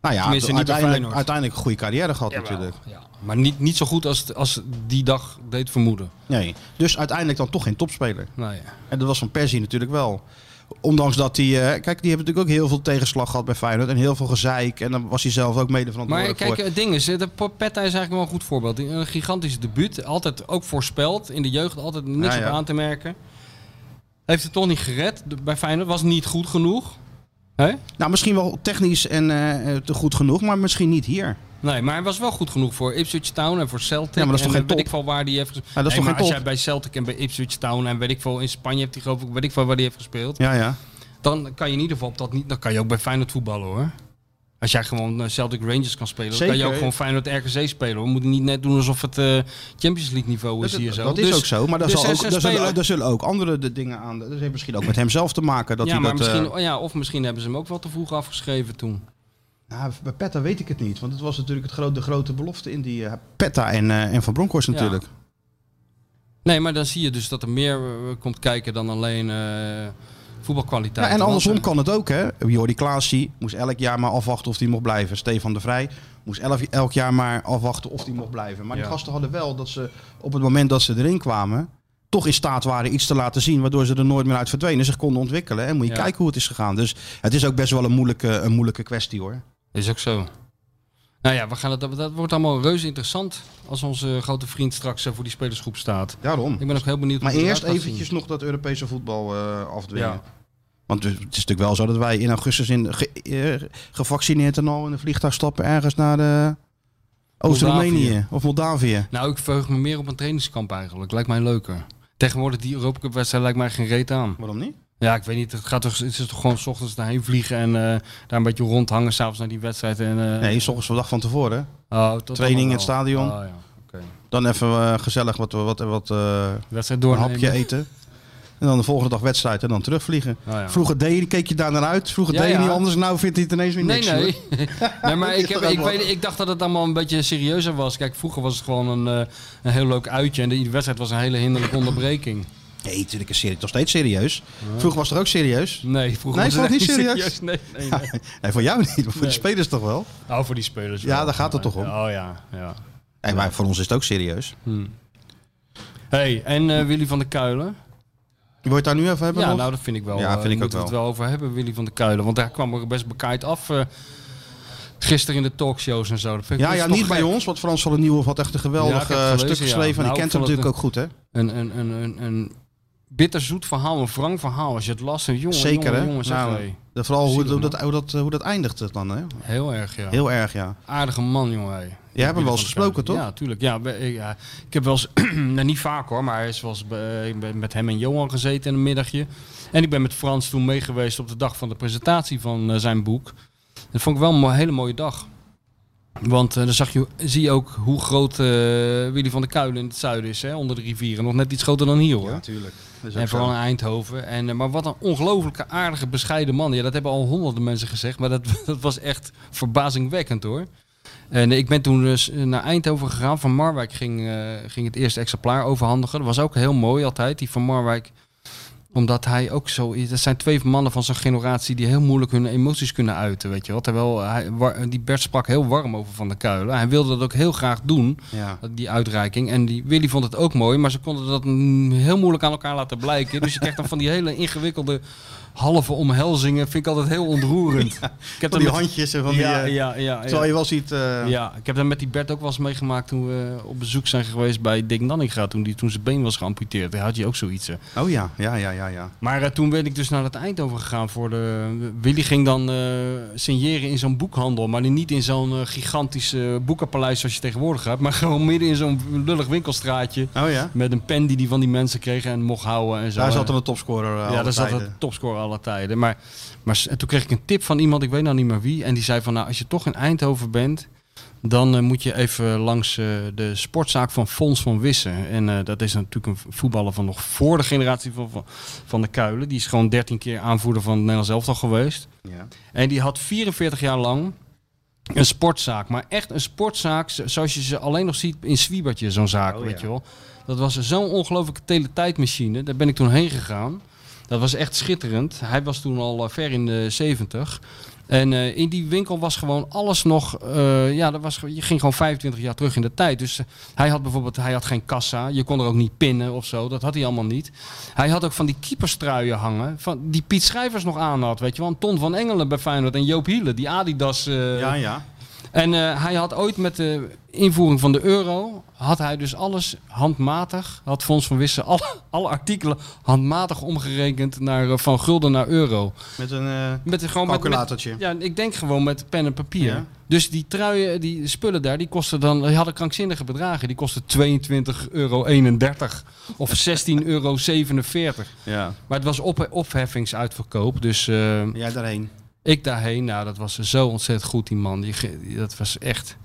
Nou ja,
Tenminste, niet bij
uiteindelijk,
Feyenoord.
uiteindelijk een goede carrière gehad natuurlijk.
Ja. Maar niet, niet zo goed als, het- als die dag deed vermoeden.
Nee. Dus uiteindelijk dan toch geen topspeler.
Nou ja.
En dat was van Persie natuurlijk wel. Ondanks dat hij... eh, kijk, die hebben natuurlijk ook heel veel tegenslag gehad bij Feyenoord. En heel veel gezeik. En dan was hij zelf ook mede
Maar
verantwoordelijk
kijk,
voor.
het ding is, eh, de Petta is eigenlijk wel een goed voorbeeld. Een gigantisch debuut, altijd ook voorspeld. In de jeugd altijd niks
Ja, ja.
op aan te merken. Heeft het toch niet gered De- bij Feyenoord. Was niet goed genoeg. Hè?
Nou, misschien wel technisch en eh, eh, te goed genoeg. Maar misschien niet hier.
Nee, maar hij was wel goed genoeg voor Ipswich Town en voor Celtic.
Ja, maar dat is
en
toch geen
weet
top?
ik wel waar die heeft gespeeld.
Ja, dat is toch geen
maar als
top?
jij bij Celtic en bij Ipswich Town en weet ik veel in Spanje hebt hij geloof ik, weet ik veel waar die heeft gespeeld.
Ja, ja.
Dan kan je in ieder geval op dat niet. Dan kan je ook bij Feyenoord voetballen hoor. Als jij gewoon eh, Celtic Rangers kan spelen, dan kan
Zeker.
je ook gewoon Feyenoord RKC spelen. hoor. We moeten niet net doen alsof het eh, Champions League niveau is
Dat,
hier zo.
dat is
Dus-
ook zo. Maar daar,
dus
zal
er
ook,
is een
daar, zullen,
speler-
daar zullen ook andere de dingen aan... Dat heeft misschien ook met hem zelf te maken. Dat
ja,
hij
maar
dat, eh,
misschien, oh ja, of misschien hebben ze hem ook wel te vroeg afgeschreven toen.
Nou, bij Petta weet ik het niet. Want het was natuurlijk het gro- de grote belofte in die... eh, Petta en, eh, en Van Bronckhorst
Ja.
natuurlijk.
Nee, maar dan zie je dus dat er meer eh, komt kijken dan alleen eh, voetbalkwaliteit.
Ja, en andersom
Want, eh,
kan het ook, hè? Jordi Klaasie moest elk jaar maar afwachten of hij mocht blijven. Stefan de Vrij moest elf, elk jaar maar afwachten of hij mocht blijven. Maar die gasten hadden wel dat ze op het moment dat ze erin kwamen... toch in staat waren iets te laten zien... waardoor ze er nooit meer uit verdwenen. Zich konden ontwikkelen. En moet je
Ja.
kijken hoe het is gegaan. Dus het is ook best wel een moeilijke, een moeilijke kwestie, hoor.
eh, Is ook zo. Nou ja, we gaan het, dat wordt allemaal reuze interessant als onze grote vriend straks eh, voor die spelersgroep staat.
Daarom.
Ik ben ook heel benieuwd. hoe
Maar
die
eerst
eruit gaat zien.
eventjes nog dat Europese voetbal eh, afdwingen.
Ja.
Want het is natuurlijk wel zo dat wij in augustus in, ge- eh, gevaccineerd en al in een vliegtuig stappen ergens naar de Oost-Roemenië of Moldavië.
Nou, ik verheug me meer op een trainingskamp eigenlijk. Lijkt mij leuker. Tegenwoordig die Europa Cup wedstrijd lijkt mij geen reet aan.
Waarom niet?
Ja, ik weet niet. Het, gaat toch, het is toch gewoon s ochtends daarheen vliegen en eh, daar een beetje rondhangen s'avonds naar die wedstrijd. En, eh,
Nee, s ochtends van de dag van tevoren.
oh, dat
training in
allemaal
het stadion.
wel. Ah, ja. oké.
Dan even eh, gezellig wat, wat, wat eh,
Wedstrijd
een
doornemen.
hapje eten. En dan de volgende dag wedstrijd en dan terugvliegen.
Oh ja.
Vroeger deed je, keek je daar naar uit. Vroeger
Ja,
deed je
ja.
niet anders. Nou vindt hij het ineens weer
Nee,
niks.
nee.
hoor.
nee maar ik, heb,
Dat is ook
ik,
wel-
weet, ik dacht dat het allemaal een beetje serieuzer was. Kijk, vroeger was het gewoon een, eh, een heel leuk uitje. En de, iedere wedstrijd was een hele hinderlijke onderbreking.
Nee, natuurlijk is serie, toch steeds serieus. Vroeger was het er ook serieus.
Nee, vroeger
Nee,
was
is dat
echt
niet serieus?
Nee, nee, nee. Oh,
Nee, voor jou niet, maar voor de spelers toch wel.
Nou, voor die spelers.
Ja,
wel.
daar gaat het toch om.
Oh ja, ja.
Nee, maar voor ons is het ook serieus.
hey, en eh, Willy van der Kuilen?
Wil je het daar nu even hebben?
Ja,
nog?
nou, dat vind ik wel.
Ja,
eh,
vind ik ook
moeten we het wel over hebben, Willy van der Kuilen. Want daar kwam er best bekaaid af eh, gisteren in de talkshows en zo. Dat vind ik-
ja,
dat is
ja
toch
niet bij
gek.
ons, want Frans van der Nieuwhof had echt een
Ja, ik
geweldig
heb
eh,
gelezen,
stuk
ja.
geschreven. En
Nou,
die
ik
kent hem
vond het
natuurlijk ook goed, hè?
Een, een, een, een, een bitterzoet verhaal, een wrang verhaal. Als je het last en jongen,
Zeker,
jongen,
hè?
jongen, zeg
Nou,
hé.
de- vooral hoe,
Zielig,
hoe, dat, hoe, dat, eh, hoe dat eindigt het dan, hè?
Heel erg, ja.
Heel erg, ja.
Aardige man, jongen. hé.
Jij hebt hem wel
Van
eens
der
gesproken, toch?
Kuilen. Ja, tuurlijk. Ja, we- ik, ja, ik heb wel eens, nou, niet vaak hoor, maar is wel eens, bij- ik ben met hem en Johan gezeten in een middagje. En ik ben met Frans toen meegeweest op de dag van de presentatie van eh, zijn boek. Dat vond ik wel een mo- hele mooie dag. Want eh, dan zag je, zie je ook hoe groot eh, Willy van der Kuilen in het zuiden is, hè, onder de rivieren. Nog net iets groter dan hier hoor.
natuurlijk.
En vooral in Eindhoven. En, eh, maar wat een ongelooflijke aardige, bescheiden man. Ja, dat hebben al honderden mensen gezegd. Maar dat, dat was echt verbazingwekkend hoor. En ik ben toen dus naar Eindhoven gegaan. Van Marwijk ging, eh, ging het eerste exemplaar overhandigen. Dat was ook heel mooi altijd, die van Marwijk. Omdat hij ook zo is. Dat zijn twee mannen van zijn generatie die heel moeilijk hun emoties kunnen uiten. Weet je wel. Terwijl hij, wa- die Bert sprak heel warm over Van der Kuilen. Hij wilde dat ook heel graag doen
Ja.
die uitreiking. En die, Willy vond het ook mooi, maar ze konden dat mm, heel moeilijk aan elkaar laten blijken. Dus je krijgt dan van die hele ingewikkelde halve omhelzingen. Vind ik altijd heel ontroerend. ik heb
Van
dat
die
met-
handjes en van die...
ja,
eh,
ja, ja,
Terwijl
ja.
je wel ziet... eh,
Ja, ik heb dat met die Bert ook wel eens meegemaakt toen we op bezoek zijn geweest bij Dick Nanninga. Toen, die, toen zijn been was geamputeerd. Daar had je ook zoiets. hè.
Oh ja, ja, ja, ja, Oh, ja.
Maar eh, toen ben ik dus naar het Eindhoven gegaan voor de... Willy ging dan eh, signeren in zo'n boekhandel. Maar niet in zo'n eh, gigantische boekenpaleis zoals je tegenwoordig hebt. Maar gewoon midden in zo'n lullig winkelstraatje.
Oh ja?
Met een pen die hij van die mensen kreeg en mocht houden en zo.
Daar zat
En-
dan de topscorer eh,
ja,
alle
daar zat
tijden.
een topscorer alle tijden. Maar, maar s- en toen kreeg ik een tip van iemand, ik weet nou niet meer wie. En die zei van, nou, als je toch in Eindhoven bent... dan eh, moet je even langs eh, de sportzaak van Fons van Wissen. En eh, dat is natuurlijk een v- voetballer van nog voor de generatie van, van, van de Kuilen. Die is gewoon 13 keer aanvoerder van het Nederlands elftal geweest.
Ja.
En die had 44 jaar lang een sportzaak. Maar echt een sportzaak zo- zoals je ze alleen nog ziet in Zwiebertje, zo'n zaak, weet je wel. Dat was zo'n ongelooflijke teletijdmachine. Daar ben ik toen heen gegaan. Dat was echt schitterend. Hij was toen al eh, ver in de 70. En eh, in die winkel was gewoon alles nog. eh, ja, dat was, ge- je ging gewoon 25 jaar terug in de tijd. Dus eh, hij had bijvoorbeeld hij had geen kassa. Je kon er ook niet pinnen of zo. Dat had hij allemaal niet. Hij had ook van die keeperstruien hangen. Van, die Piet Schrijvers nog aan had. Weet je wel, een ton van Engelen bij Feyenoord. En Joop Hielen, die Adidas. eh,
ja, ja.
en eh, hij had ooit met de invoering van de euro, had hij dus alles handmatig, had Fons van Wissen alle, alle artikelen handmatig omgerekend naar, eh, van gulden naar euro.
Met een... eh,
Met, gewoon met-
Calculatortje.
Met, ja, ik denk gewoon met pen en papier.
Ja.
Dus die truien, die spullen daar, die kosten dan, die hadden krankzinnige bedragen. Die kosten 22,31 euro of 16,47 euro.
ja.
Maar het was op, opheffingsuitverkoop, dus... eh,
Jij daarheen.
ik daarheen, nou, dat was zo ontzettend goed, die man. Die, ge- die- dat was echt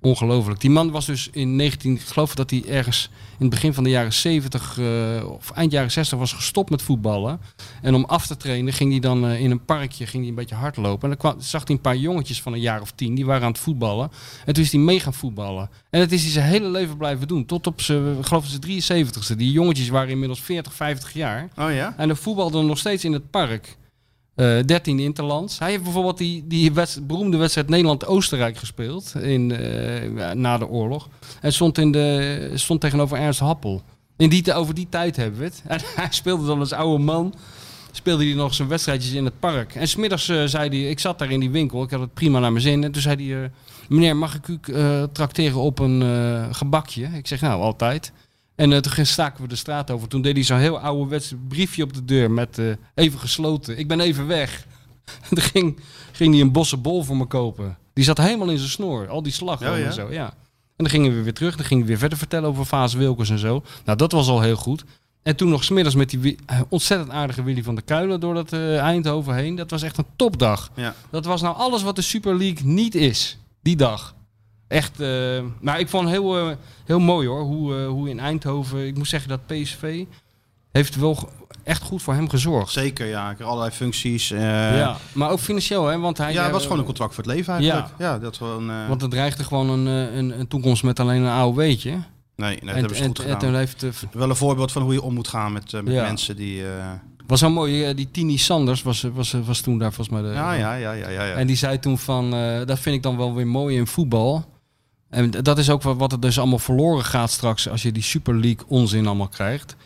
ongelooflijk. Die man was dus in 19, ik geloof dat hij ergens in het begin van de jaren 70 eh, of eind jaren 60 was gestopt met voetballen. En om af te trainen ging hij dan eh, in een parkje ging hij een beetje hardlopen. En dan kwam, zag hij een paar jongetjes van een jaar of tien, die waren aan het voetballen. En toen is hij mee gaan voetballen. En dat is hij zijn hele leven blijven doen. Tot op zijn, ik geloof dat zijn 73ste. Die jongetjes waren inmiddels 40, 50 jaar.
Oh ja?
En de voetbalde nog steeds in het park. Eh 13 Interlands. Hij heeft bijvoorbeeld die, die wedst- beroemde wedstrijd Nederland-Oostenrijk gespeeld. In, eh, ja, na de oorlog. En stond, in de, stond tegenover Ernst Happel. In die, te- over die tijd hebben we het. En hij speelde dan als oude man. Speelde hij nog zijn wedstrijdjes in het park. En smiddags eh, zei hij, ik zat daar in die winkel. Ik had het prima naar mijn zin. En toen zei hij, eh, meneer mag ik u eh trakteren op een eh, gebakje? Ik zeg, nou altijd. En eh, toen ging- staken we de straat over. Toen deed hij zo'n heel ouderwets briefje op de deur met eh, even gesloten. Ik ben even weg. En toen ging, ging hij een bossenbol voor me kopen. Die zat helemaal in zijn snor. Al die slagroom
Oh ja?
en zo. Ja. En dan gingen we weer terug. Dan gingen we weer verder vertellen over Vaas Wilkens en zo. Nou, dat was al heel goed. En toen nog smiddags met die wi- eh, ontzettend aardige Willy van der Kuilen door dat eh, Eindhoven heen. Dat was echt een topdag.
Ja.
Dat was nou alles wat de Super League niet is. Die dag. Echt, eh, maar ik vond heel, eh, heel mooi hoor, hoe, eh, hoe in Eindhoven, ik moet zeggen dat PSV heeft wel ge- echt goed voor hem gezorgd.
Zeker, ja. Ik heb Allerlei functies. eh,
ja. Maar ook financieel, hè? Want hij
Ja, het was
eh,
gewoon een contract voor het leven eigenlijk. Ja, dat gewoon... eh,
Want er dreigde gewoon een, eh, een, een toekomst met alleen een AOW'tje. En,
nee, nee, dat hebben ze goed
en, en
gedaan.
toen heeft, eh,
Wel een voorbeeld van hoe je om moet gaan met, eh, met
Ja.
mensen die... eh,
was zo mooi, eh, die Tini Sanders was, was, eh, was toen daar volgens mij de...
ja, ja, ja, ja, ja. ja.
En die zei toen van, eh, dat vind ik dan wel weer mooi in voetbal. En d- dat is ook wat, wat er dus allemaal verloren gaat straks als je die Super League onzin allemaal krijgt.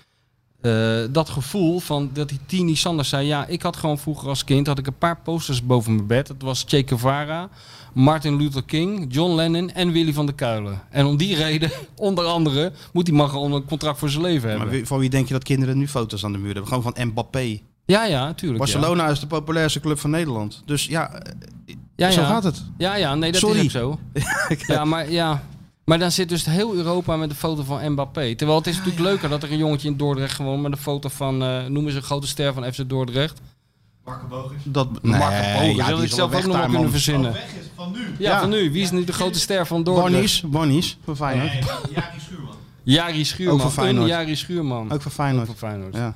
Eh, dat gevoel van dat die Tini Sanders zei, ja, ik had gewoon vroeger als kind had ik een paar posters boven mijn bed. Dat was Che Guevara, Martin Luther King, John Lennon en Willy van der Kuilen. En om die reden, onder andere, moet die man gewoon een contract voor zijn leven hebben.
maar wie- van wie denk je dat kinderen nu foto's aan de muur hebben? Gewoon van Mbappé.
Ja, ja, tuurlijk.
Barcelona is de populairste club van Nederland. Dus ja, eh,
ja. Ja,
zo
ja.
gaat het.
Ja, ja, nee, dat
Sorry.
is ook zo. ja, maar, ja, maar dan zit dus heel Europa met een foto van Mbappé. Terwijl het is natuurlijk leuker dat er een jongetje in Dordrecht gewoon met een foto van, eh noemen ze een grote ster van FC Dordrecht.
Dat, nee,
Marco Bogen,
Eh,
dat
ja, die
had Oh, ik
is
zelf ook nog wel
nog
kunnen verzinnen.
Van nu.
Ja,
Ja.
van nu. Wie is nu de grote ster van Dordrecht?
Barnies, Barnies, van Feyenoord.
Jari Schuurman.
Jari
Ook
Schuurman.
van Feyenoord.
Een Jari Schuurman.
Ook van Feyenoord.
van Feyenoord.
Ja.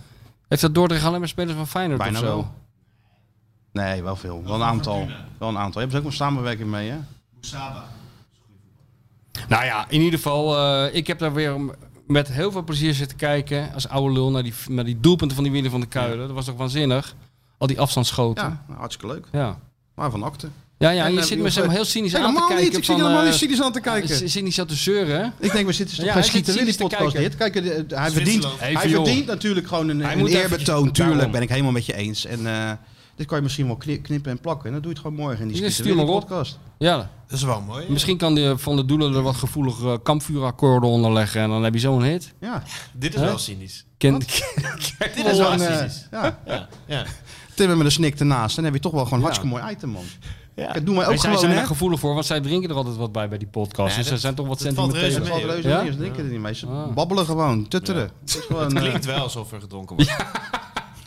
Heeft dat Dordrecht alleen maar spelers van Feyenoord
Bijna
of zo?
wel. Nee, wel veel. Wel een aantal. Wel een aantal. Hebben ze ook een samenwerking mee, hè?
Moesaba.
Nou ja, in ieder geval, eh, ik heb daar weer m- met heel veel plezier zitten kijken als oude lul naar die, naar die doelpunten van die Willy van de Kuilen. Dat was toch waanzinnig? Al die afstandsschoten.
Ja, nou, hartstikke leuk.
Ja,
Maar van akte.
ja, ja
En,
je
eh,
zit
je
me
hoeft-
zo heel cynisch aan te
Helemaal
kijken.
niet. Ik zit
van,
hier helemaal
eh,
niet cynisch aan te
je
kijken.
zit- zit niet zo te zeuren. hè?
Ik denk, we zitten toch
Ja,
geen
hij zit
schieten Willy
cynisch te
podcast
kijken.
dit. Kijk, eh, eh, hij verdient,
Zwitserland.
hij
Even, joh.
verdient natuurlijk gewoon een, een
moet even-
eerbetoon. Tuurlijk,
Daarom.
ben ik helemaal met je eens. En eh, dit kan je misschien wel kni- knippen en plakken. En dan doe je het gewoon morgen in
Ja,
die schieten
stuur
Willy
maar op.
podcast.
Ja,
Dat is wel mooi. hè?
misschien kan de Van de Doelen er wat gevoelige kampvuurakkoorden onder leggen en dan heb je zo'n hit.
Ja,
Dit is
Huh?
wel cynisch.
Ken, Oh,
Dit is wel
Gewoon, eh,
cynisch.
ja.
Ja.
Timmer met een snik ernaast. Dan heb je toch wel gewoon een hartstikke mooi item, man.
Ja.
Kijk, doe
wij
mij ook
zijn,
gewoon,
zijn
hè?
er gevoelig voor, want zij drinken er altijd wat bij bij die podcast. dus ze zijn toch wat
dat valt
sentimenteel.
reuze mee.
Valt reuze
Ja? Ah.
mee, ze denken er niet mee. Ze babbelen gewoon, tutteren. Het is gewoon, eh,
Klinkt wel alsof er gedronken wordt.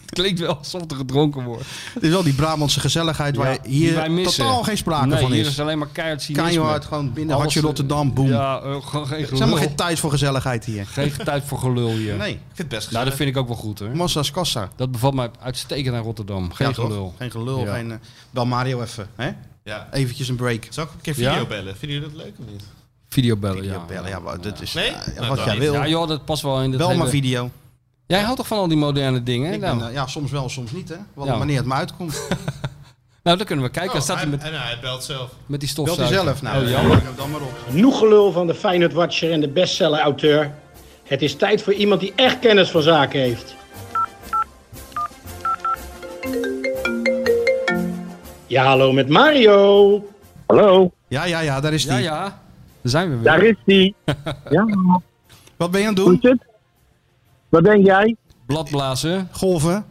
Het klinkt wel alsof er gedronken wordt.
het is wel die Brabantse gezelligheid waar
Ja, die wij
hier
missen.
totaal geen sprake
nee,
van
hier
is.
is alleen maar keihard cynisme.
Keihard, gewoon binnen
Alles,
hartje
eh,
Rotterdam, boem. Er
Ja, eh, gewoon geen
is helemaal
gelul.
geen tijd voor gezelligheid hier.
Geen tijd voor gelul hier.
Nee,
Ik vind het best
Nou, dat
gezellig.
vind ik ook wel goed hoor.
massa's kassa.
Dat bevalt mij uitstekend aan Rotterdam. Geen
Ja, toch?
gelul.
Geen gelul,
Ja.
geen... eh, bel Mario even, hè?
Ja.
Eventjes een break.
Zal ik een keer
Ja?
video bellen? Vinden jullie dat leuk of niet?
Videobellen,
Ja,
ja.
bellen, ja, maar dat is
Nee?
eh,
Nou,
wat
dan
jij
niet.
wil.
Ja joh, dat past wel in dit
Bel
hele-
maar video.
Jij houdt toch van al die moderne dingen?
Ik
nou,
ben, eh, ja, soms wel, soms niet, hè? Wat,
Ja.
Wanneer het me uitkomt.
nou, dan kunnen we kijken. Dan staat hij
Oh, hij,
met,
en hij belt zelf.
met die
Oh, Belt hij
stofzuiger.
zelf nou?
Oh, jammer.
Dan maar op.
Genoeg gelul van de Feyenoord Watcher en de bestseller auteur. Het is tijd voor iemand die echt kennis van zaken heeft. Ja, hallo met Mario.
Hallo,
Ja, ja, ja, daar is die.
Ja, ja. Daar zijn we weer.
daar is die. Ja,
Wat ben je aan het
hoe
doen?
is het? Wat denk jij?
Bladblazen.
Golven?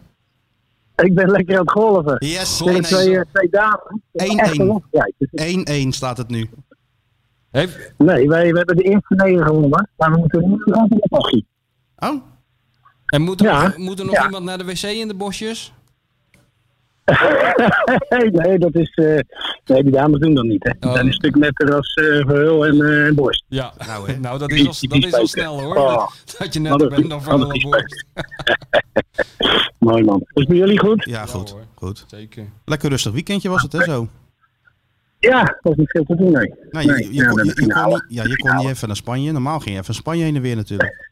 Ik ben lekker aan het golven.
Yes,
Binnen twee, eh, twee dagen. Echt een
1-1.
wedstrijd. Dus
1-1 staat het nu.
Heeft,
Nee, wij, we hebben de eerste negen gewonnen, maar we moeten nu nog een tochtje.
Oh,
en moet er,
Ja.
nog- moet er nog
Ja.
iemand naar de wc in de bosjes?
Nee, nee, dat is. eh, nee, die dames doen dat niet, hè? Die
Oh.
zijn een stuk netter als eh Verheul en eh, en Borst.
Ja.
nou hè.
Nou, dat is al, dat is al snel hoor.
Oh.
Dat, Ah. dat je net
Wat een
bent dan van
wat een
de borst.
Mooi man. Is het bij jullie goed?
Ja, goed.
hoor.
goed.
Zeker.
Lekker rustig weekendje was het, hè, zo.
Ja, dat is niet veel te doen, nee.
Nou, je,
Nee,
je,
ja,
kon,
dat
je,
is
je kon
finale.
niet, ja, je kon niet even naar Spanje. Normaal ging je even naar Spanje heen en weer natuurlijk.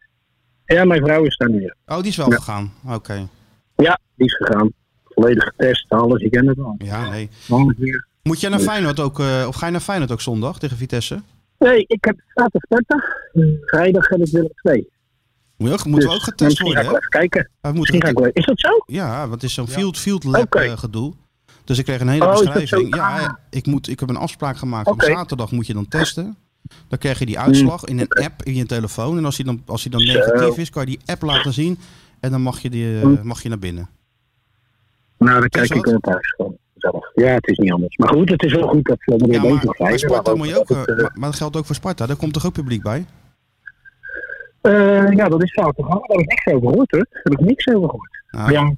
Ja, mijn vrouw is daar nu. weer.
Oh, die is wel
Ja.
gegaan. Oké.
Ja, die is gegaan. Volledig getest, alles, je kent het al.
Ja, nee.
Alles weer.
Moet jij naar Feyenoord ook, eh, of ga je naar Feyenoord ook zondag tegen Vitesse?
Nee, ik heb zaterdag 30. Vrijdag heb ik Willem 2.
Moet je ook, moeten we ook getest worden,
Dus
hè?
ga ik wel even kijken.
We moeten
Misschien ga ik wel. Is dat zo?
Ja, want het is zo'n field, field lab
Oké.
eh, gedoe. Dus ik kreeg een hele
Oh, is dat
beschrijving.
zo?
Ja, ik, moet, ik heb een afspraak gemaakt.
Oké.
Op zaterdag moet je dan testen. Dan krijg je die uitslag in een app in je telefoon. En als die dan, als die dan
Zo.
negatief is, kan je die app laten zien. En dan mag je, die, eh,
Hm.
mag je naar binnen.
Nou, dan
Is
kijk ik
dat?
wel thuis gewoon. Zelf. Ja, het is niet anders. Maar goed, het is wel goed dat eh, ze ermee
Ja,
bezig
maar bij
zijn.
Sparta
Maar
moet je ook...
dat
eh,
het, eh,
maar, maar dat geldt ook voor Sparta. Daar komt toch ook publiek bij? Ah.
eh, ja, dat is fout gegaan. Daar heb ik niks over gehoord, hoor. Daar heb ik niks over gehoord.
Nou,
Ja.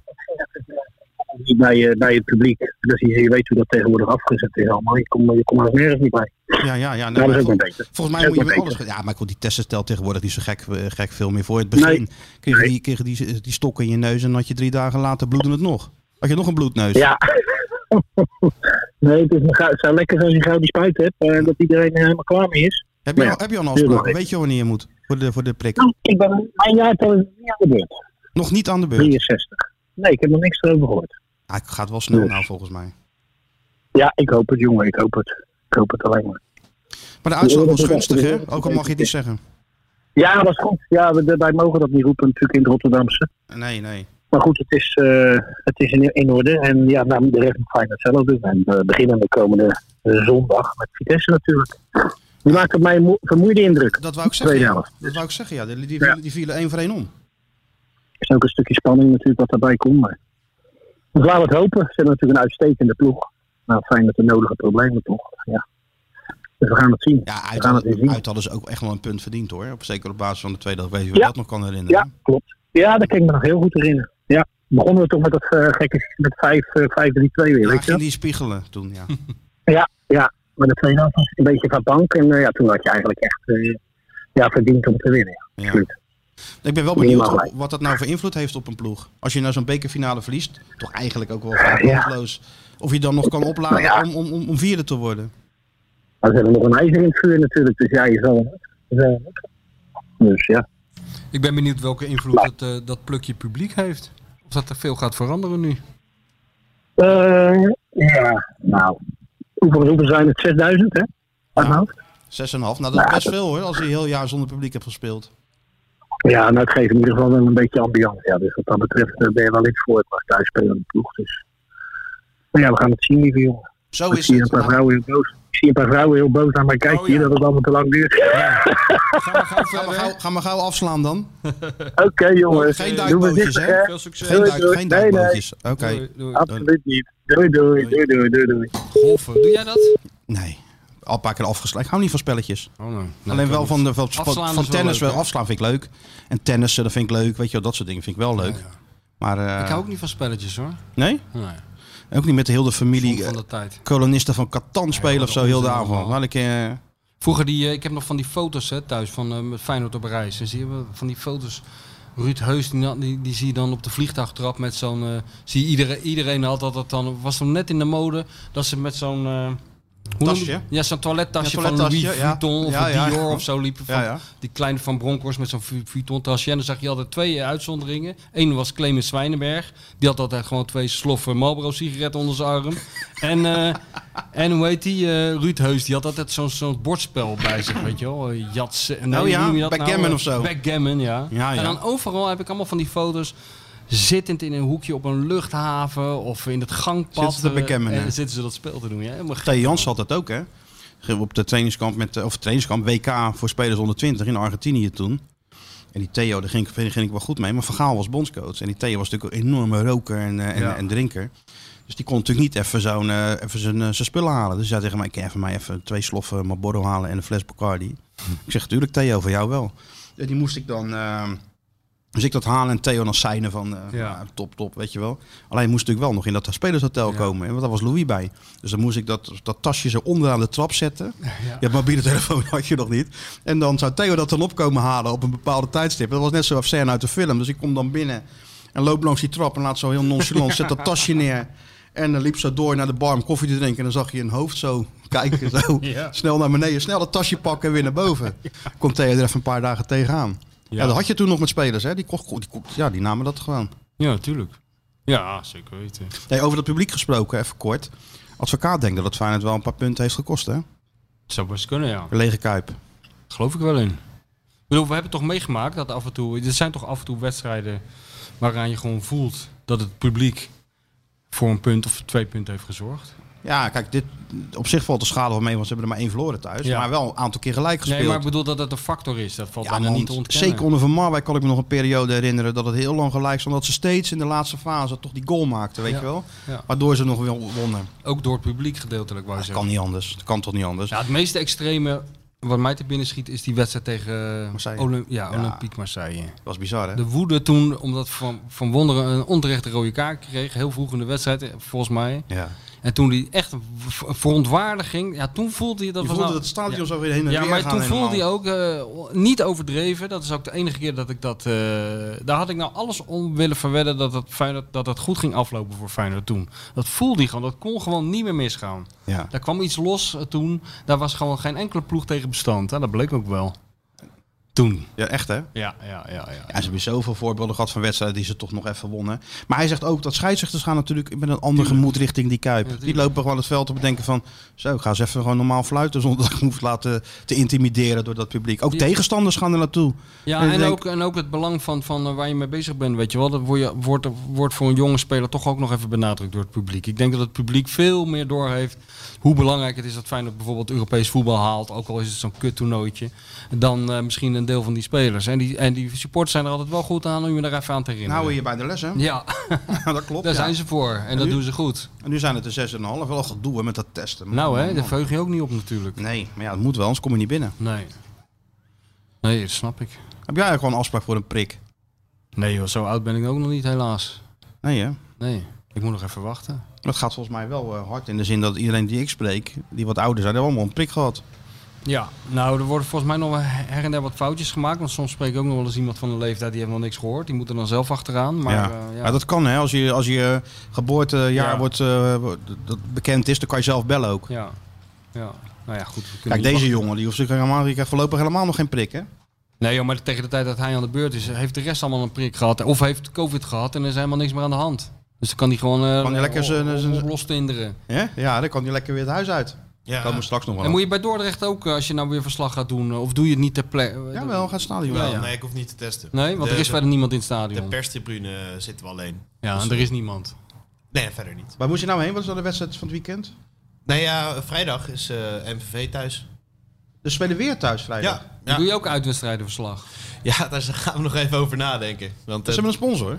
niet bij, eh, bij het publiek. Dus je, je weet hoe dat tegenwoordig afgezet is allemaal. Je komt je komt er nergens niet bij.
Ja, ja, ja. nou,
dat
maar
is ook
goed,
wel beter.
Volgens mij
Dat
moet
is
je
wel
met alles...
beter.
Ja, maar goed, die testen telt tegenwoordig niet zo gek, eh, gek veel meer voor. In het begin
Nee.
kreeg je
Nee.
die, kreeg je die, die stok in je neus en had je drie dagen later bloedde het nog. Had je nog een bloedneus?
Ja. nee, het, is een gau- het zou lekker zijn als je gauw die spuit hebt. eh, dat iedereen eh, helemaal klaar mee is.
Heb je,
Maar ja,
al, heb je al een
duurt nog
afspraak?
even.
Weet je wanneer je moet? Voor de, voor de prik.
Nou, ik ben mijn jaar is het niet aan de beurt.
Nog niet aan de beurt.
63. Nee, ik heb nog niks erover gehoord.
Ah, het gaat wel snel
Dus.
nou, volgens mij.
Ja, ik hoop het, jongen. Ik hoop het. Ik hoop het alleen maar.
Maar de uitslag
Ja, dat
was
is wel
gunstig,
goed.
hè? Ook al mag je het niet zeggen.
Ja, dat is goed. Ja, we, wij mogen dat niet roepen natuurlijk in het Rotterdamse.
Nee, nee.
Maar goed, het is, eh, het is in, in orde. En ja, nou, de rest moet Feyenoord zelf doen. En eh, we beginnen de komende eh, zondag met Vitesse natuurlijk. Die maakt op mij een mo- vermoeide indruk.
Dat wou ik zeggen.
Tweede
ja.
helft.
Dat wou ik zeggen, ja. Die, die,
Ja.
vielen- die vielen één voor één om.
Er is ook een stukje spanning natuurlijk wat daarbij komt. Maar... Dus laten we het hopen. Ze hebben natuurlijk een uitstekende ploeg. Nou, fijn dat de nodige problemen toch. Ja. Dus we gaan het zien.
Ja,
we
uit,
gaan het weer
hadden-
zien.
uit hadden ze ook echt wel een punt verdiend, hoor. Op, zeker op basis van de tweede helft. Weet je wat
Ja.
dat nog kan herinneren?
Ja, klopt. Ja, daar kan ik me nog heel goed herinneren. Ja. Begonnen we toch met dat eh, gekke met 5, eh, 5-3-2 weer,
Ja,
weet je?
ging
wel?
die spiegelen toen, ja.
Ja, ja. Maar de tweede helft was een beetje van bank. En eh, ja, toen had je eigenlijk echt eh, ja, verdiend om te winnen. Ja.
Ja.
Absoluut.
Ik ben wel
Helemaal
benieuwd
gelijk.
wat dat nou voor invloed heeft op een ploeg. Als je nou zo'n bekerfinale verliest, toch eigenlijk ook wel
Ja.
kansloos. Of je dan nog kan opladen
Nou ja.
om, om, om, om vierde te worden.
Maar ze hebben nog een ijzer in het vuur natuurlijk. Dus ja, je zal wel moeten. Je zal wel moeten. Dus ja.
Ik ben benieuwd welke invloed dat, eh, dat plukje publiek heeft. Of dat er veel gaat veranderen nu.
Eh, ja, nou. Hoeveel, hoeveel zijn het? 6000, hè? Uit mijn hoofd?
6,5. Nou, dat is
Nou,
best
dat-
veel hoor, als je heel jaar zonder publiek hebt gespeeld.
Ja, nou, het geeft in ieder geval wel een beetje ambiance. Ja, dus wat dat betreft eh, ben je wel iets voor het was thuis spelen de ploeg. Dus. Maar ja, we gaan het zien, lieve jongen.
Zo
Ik
is
zie een
het.
paar
Nou,
vrouwen heel boos. Ik zie een paar vrouwen heel boos naar mij kijken
Oh,
hier
ja.
dat het allemaal te lang duurt.
Ga maar gauw
Ga maar
verder.
gauw, ga maar gauw afslaan dan.
Oké, jongens.
Geen
Doen we
duikbootjes,
dit,
hè?
hè?
Veel succes.
Geen,
Doei,
duik,
doei.
geen
Nee, nee.
duikbootjes. Oké.
Doei, doei.
Absoluut niet. Doei, doei, doei, doei, doei, doei.
Golfen, doe jij dat?
Nee. Al een paar keer afgeslagen. Ik hou niet van spelletjes.
Oh, nee.
Alleen wel van, de, van, van-
Afslaan is
van
wel
tennis.
leuk,
wel
hè?
afslaan vind ik leuk. En tennissen, dat vind ik leuk. Weet je wel, dat soort dingen vind ik wel leuk. Maar, eh,
Ik hou ook niet van spelletjes hoor.
Nee?
Nee,
Ook niet met de hele familie.
van de tijd.
kolonisten van Catan spelen
dat
of zo heel de
onzin
avond.
allemaal.
Nou, ik, eh,
Vroeger die, eh, ik heb nog van die foto's hè, thuis van eh, met Feyenoord op reis. En zie je van die foto's. Ruud Heus, die, na- die, die zie je dan op de vliegtuigtrap met zo'n. eh, zie je iedereen, iedereen had dat, dat dan. Was dan net in de mode dat ze met zo'n. eh, hoe noem
Tasje?
je- Ja, zo'n toilettasje
Ja,
van Louis
toilettasje, ja.
Vuitton of
Ja,
een
ja.
Dior of zo liepen. Van,
Ja, ja.
Die kleine van Bronckhorst met zo'n Vu- Vuitton tasje. En dan zag je altijd twee eh, uitzonderingen. Eén was Clemens Zwijnenberg. Die had altijd gewoon twee sloffen Marlboro sigaretten onder zijn arm. en, eh, en hoe heet die? eh, Ruud Heus. Die had altijd zo'n zo'n bordspel bij zich, weet je wel. Eh, Jats. eh, nee,
Oh ja,
hoe noem je dat nou?
backgammon
Eh,
of zo.
Backgammon, ja.
Ja, ja.
En dan overal heb ik allemaal van die foto's... Zittend in een hoekje op een luchthaven of in het gangpad.
Zitten ze te
eh,
backgammonen.
en zitten ze dat spel te doen. Ja, helemaal gek.
Thee Jans had dat ook, hè? Op de trainingskamp, met, eh, of trainingskamp WK voor spelers onder 20 in Argentinië toen. En die Theo, daar ging, ik- daar ging ik wel goed mee. Maar Van Gaal was bondscoach. En die Theo was natuurlijk een enorme roker en, eh, en, en drinker. Dus die kon natuurlijk niet even, zo'n, eh, even zijn, eh, zijn spullen halen. Dus hij zei tegen mij, ik kan even mij even twee sloffen Marlboro halen en een fles Bacardi. Ik zeg, tuurlijk Theo, voor jou wel. En die moest ik dan... eh, dus ik dat halen en Theo dan seinen van eh, nou, top, top, weet je wel. Alleen moest natuurlijk wel nog in dat spelershotel komen. hè, Want daar was Louis bij. Dus dan moest ik dat, dat tasje zo onderaan de trap zetten. Je mobiele telefoon had je nog niet. En dan zou Theo dat dan opkomen halen op een bepaalde tijdstip. Dat was net zo'n scène uit de film. Dus ik kom dan binnen en loop langs die trap en laat zo heel nonchalant. Zet dat tasje neer. En dan liep zo door naar de bar om koffie te drinken. En dan zag je een hoofd zo kijken. Zo. Snel naar beneden, snel dat tasje pakken en weer naar boven. Komt Theo er even een paar dagen tegenaan. Ja. dat had je toen nog met spelers. Hè? Die, kocht, die, kocht- ja, die namen dat gewoon.
Ja, tuurlijk. Ja, zeker weten.
Nee, over dat publiek gesproken, even kort. Advocaat denkt dat het Feyenoord wel een paar punten heeft gekost. Hè?
Het zou best kunnen, ja.
Lege Kuip.
Geloof ik wel in. Ik bedoel, we hebben toch meegemaakt dat af en toe. Er zijn toch af en toe wedstrijden waaraan je gewoon voelt dat het publiek voor een punt of twee punten heeft gezorgd.
Ja, kijk, dit, op zich valt de schade wel mee, want ze hebben er maar één verloren thuis.
Ja.
Maar wel een aantal keer gelijk gespeeld.
Nee, maar ik bedoel dat dat een factor is. Dat valt
ja,
bijna
want
niet te ontkennen.
zeker onder Van Marwijk kan ik me nog een periode herinneren dat het heel lang gelijk stond. Dat ze steeds in de laatste fase toch die goal maakten, weet
Ja.
je wel?
Ja.
Waardoor ze nog wel wonnen.
Ook door het publiek gedeeltelijk, wou je
Dat
zeggen.
kan niet anders. Dat kan toch niet anders?
Ja, het meeste extreme Wat mij te binnen schiet is die wedstrijd tegen eh,
Marseille.
Olymp- ja,
Ja.
Olympique Marseille.
Dat was bizar, hè?
De woede toen, omdat Van, van Wonderen een onterechte rode kaart kreeg, heel vroeg in de wedstrijd, eh, volgens mij.
Ja.
En toen die echt v- verontwaardiging, ja, toen voelde je dat...
Je
was nou-
voelde dat het stadion
ja.
zo weer heen en
Ja,
weer
maar
gaan
toen
helemaal.
voelde je ook eh, niet overdreven. Dat is ook de enige keer dat ik dat... eh, daar had ik nou alles om willen verwedden dat het, Feyenoord, dat het goed ging aflopen voor Feyenoord toen. Dat voelde hij gewoon. Dat kon gewoon niet meer misgaan.
Ja.
Daar kwam iets los eh, toen. Daar was gewoon geen enkele ploeg tegen bestand. Hè? Dat bleek ook wel. Toen.
ja, echt, hè?
Ja, ja, ja. ja.
Ja, ze hebben zoveel voorbeelden gehad van wedstrijden die ze toch nog even wonnen. Maar hij zegt ook dat scheidsrechters gaan natuurlijk met een ander gemoed richting die Kuip. die lopen gewoon het veld op en denken van... Zo, ik ga eens even gewoon normaal fluiten zonder dat ik me hoef laten te intimideren door dat publiek. Ook
Ja.
tegenstanders gaan er naartoe.
Ja,
ik
en,
denk-
ook, en ook het belang van, van eh, waar je mee bezig bent, weet je wel. Dat word je- wordt, wordt voor een jonge speler toch ook nog even benadrukt door het publiek. Ik denk dat het publiek veel meer doorheeft hoe belangrijk het is dat Feyenoord bijvoorbeeld Europees voetbal haalt. Ook al is het zo'n kut toernooitje. Dan eh, misschien een deel van die spelers. En die, en die supporters zijn er altijd wel goed aan om je daar even aan te herinneren.
Nou, hier bij de les, hè?
ja,
dat klopt.
daar
ja.
zijn ze voor. En, dat
nu?
doen ze goed.
En nu zijn het er zes en een half. Wel gedoe hè, met dat testen. Man,
Nou hè,
man,
daar
man.
veug je ook niet op natuurlijk.
Nee, maar ja, het moet wel, anders kom je niet binnen.
Nee. Nee, dat snap ik.
Heb jij gewoon een afspraak voor een prik?
Nee joh, zo oud ben ik ook nog niet helaas.
Nee, hè?
Nee, ik moet nog even wachten.
Dat gaat volgens mij wel eh, hard in de zin dat iedereen die ik spreek, die wat ouder zijn, hebben allemaal een prik gehad.
Ja, nou, er worden volgens mij nog wel her en der wat foutjes gemaakt. Want soms spreek ik ook nog wel eens iemand van een leeftijd die heeft nog niks gehoord. Die moet er dan zelf achteraan. Maar
ja.
eh, ja.
Ja, dat kan hè. Als je, als je geboortejaar
Ja.
wordt, eh, wordt- dat bekend is, dan kan je zelf bellen ook.
ja. Ja. nou ja, goed. we kunnen
Kijk,
niet
deze
wachten.
jongen die hoeft zich helemaal, die krijgt voorlopig helemaal nog geen prik hè.
Nee, joh, maar tegen de tijd dat hij aan de beurt is, heeft de rest allemaal een prik gehad. Of heeft COVID gehad en er is helemaal niks meer aan de hand. Dus dan kan hij gewoon eh
Kan hij lekker zijn-
op-
zijn-
op- oplostinderen.
Ja? ja, dan kan hij lekker weer het huis uit.
Ja.
Komen we straks nog wel.
En moet je bij Dordrecht ook, eh, als je nou weer verslag gaat doen, eh, of doe je het niet ter plekke?
op. Ja, wel, gaat het stadion
Jawel,
wel.
Nee, ik hoef niet te testen.
Nee, want
De-
er is
de-
verder niemand in het
De
stadion.
perstribune zitten we alleen.
Ja, en er is niemand.
Nee, verder niet.
Waar moet je nou heen? Wat is dan de wedstrijd van het weekend?
Nee, ja, vrijdag is eh, MVV thuis.
Dus spelen weer thuis vrijdag.
Ja,
Dan Doe
ja.
je ook uitwedstrijdenverslag?
ja, daar gaan we nog even over nadenken. Want,
Ze
eh,
hebben een sponsor.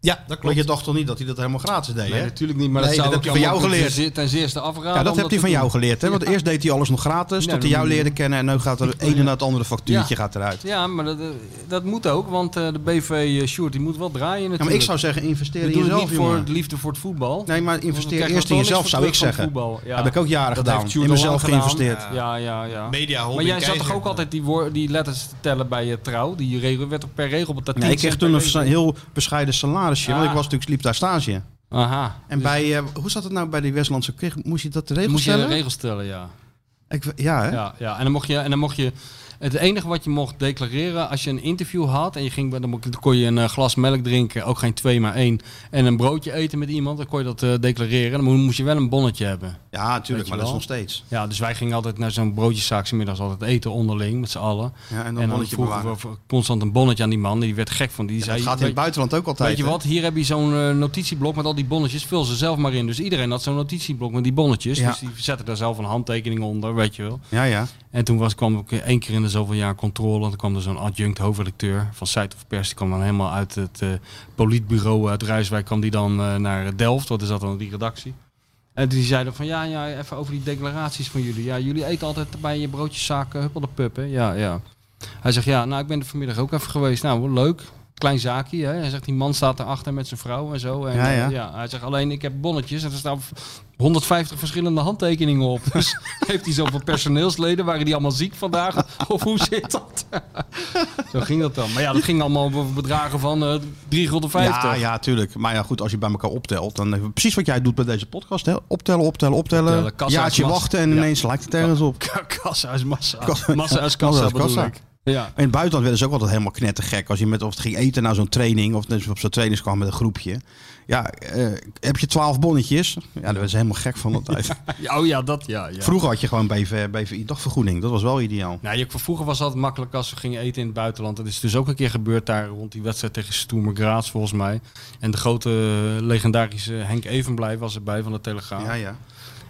ja, dat
Want
klopt.
je dacht toch niet dat hij dat helemaal gratis deed hè?
Nee, natuurlijk niet, maar
Nee,
dat zou
dat
ik
heb je van
allemaal
jou
ten
geleerd.
zeer- Ten zeerste afraden.
Ja,
om
dat heb hij
te
van jou
doen.
geleerd, hè? Want eerst deed hij alles nog gratis,
Ja,
tot hij
dat
jou
moet-
leerde kennen en nu gaat er het ene na het andere factuurtje
Ja.
gaat eruit.
Ja, maar dat, eh, dat moet ook, want eh, de BV Short die moet wel draaien natuurlijk.
Ja, maar ik zou zeggen, investeer in
We doen het
jezelf,
niet voor
jongen.
de liefde voor het voetbal.
Nee, maar
Want we
investeer
krijgen
eerst in
er toch
jezelf,
niks
zou ik
voor terug
zeggen.
van voetbal. Ja.
Heb ik ook jaren
Dat
gedaan.
heeft Sjoerd
In
al
mezelf
lang gedaan.
geïnvesteerd.
Ja, ja, ja.
Media
maar
Holding
jij zat toch
Keizer.
ook altijd die, woor- die letters te tellen bij je trouw? Die regel werd toch per regel op dat
Nee, ik kreeg toen een sa- heel bescheiden salarisje, want
Ah.
ik was natuurlijk liep daar stage.
Aha.
En bij, eh, hoe zat het nou bij die Westlandse kreeg? Moest je dat de regels
Moest je de
stellen?
regels stellen, ja.
Ik, ja, hè?
Ja, ja. En, dan mocht je, en dan mocht je. Het enige wat je mocht declareren als je een interview had. en je ging, bij- dan mo- kon je een eh, glas melk drinken. ook geen twee, maar één. en een broodje eten met iemand. dan kon je dat eh, declareren. Dan mo- moest je wel een bonnetje hebben.
Ja, natuurlijk,
Weet je
maar dat is
wel.
nog steeds.
Ja, dus wij gingen altijd naar zo'n broodjeszaak. 's middags altijd eten onderling met z'n allen.
Ja, en dan
en dan
bonnetje
vroegen
bewaren.
we voor- constant een bonnetje aan die man. Die werd gek van. Die zei:
Dus Dat gaat in het
weet,
buitenland ook altijd.
weet je
hè?
wat, hier heb je zo'n eh, notitieblok met al die bonnetjes. Vul ze zelf maar in. Dus iedereen had zo'n notitieblok met die bonnetjes.
Ja.
Dus die zette daar zelf een handtekening onder, weet je wel.
Ja, ja.
En toen was, kwam ik één keer in de zoveel jaar controle. En toen kwam er zo'n adjunct hoofdredacteur van Site of Pers. Die kwam dan helemaal uit het eh, politbureau uit Rijswijk. kwam die dan eh, naar Delft. Wat is dat dan, die redactie? En die zeiden van, ja, ja, even over die declaraties van jullie. Ja, jullie eten altijd bij je broodjeszaak eh, huppel de pup, hè? Ja, ja. Hij zegt, ja, nou, ik ben er vanmiddag ook even geweest. Nou, leuk. Klein zaakje, hè. Hij zegt, die man staat erachter met zijn vrouw en zo. En,
Ja,
eh,
ja.
Hij zegt, alleen ik heb bonnetjes en er staan 150 verschillende handtekeningen op. Dus heeft hij zoveel personeelsleden? Waren die allemaal ziek vandaag? Of hoe zit dat? Zo ging dat dan. Maar ja, dat ging allemaal over bedragen van eh 3,50
Ja, ja, tuurlijk. Maar ja, goed, als je bij elkaar optelt, dan eh, precies wat jij doet bij deze podcast. Hè? Optellen, optellen, optellen.
Optellen, kassa uit
jaartje
glas.
wachten en
Ja.
ineens lijkt het ergens op.
Kassa is massa.
Ka-
Massa is
Massa
kassa,
is
bedoel
kassa.
ik. Ja.
In het buitenland werden ze ook altijd helemaal knettergek. Als je met of het ging eten na zo'n training of net op zo'n trainings kwam met een groepje. Ja, eh, heb je twaalf bonnetjes? Ja, daar werden ze helemaal gek van altijd.
Ja, Oh ja, dat ja. ja.
Vroeger had je gewoon BV, BVI dagvergoeding. Dat was wel ideaal.
Nou, je, vroeger was dat makkelijk als we gingen eten in het buitenland. Dat is dus ook een keer gebeurd daar rond die wedstrijd tegen Stoemer Graz volgens mij. En de grote eh, legendarische Henk Evenblij was erbij van de Telegraaf.
Ja, ja.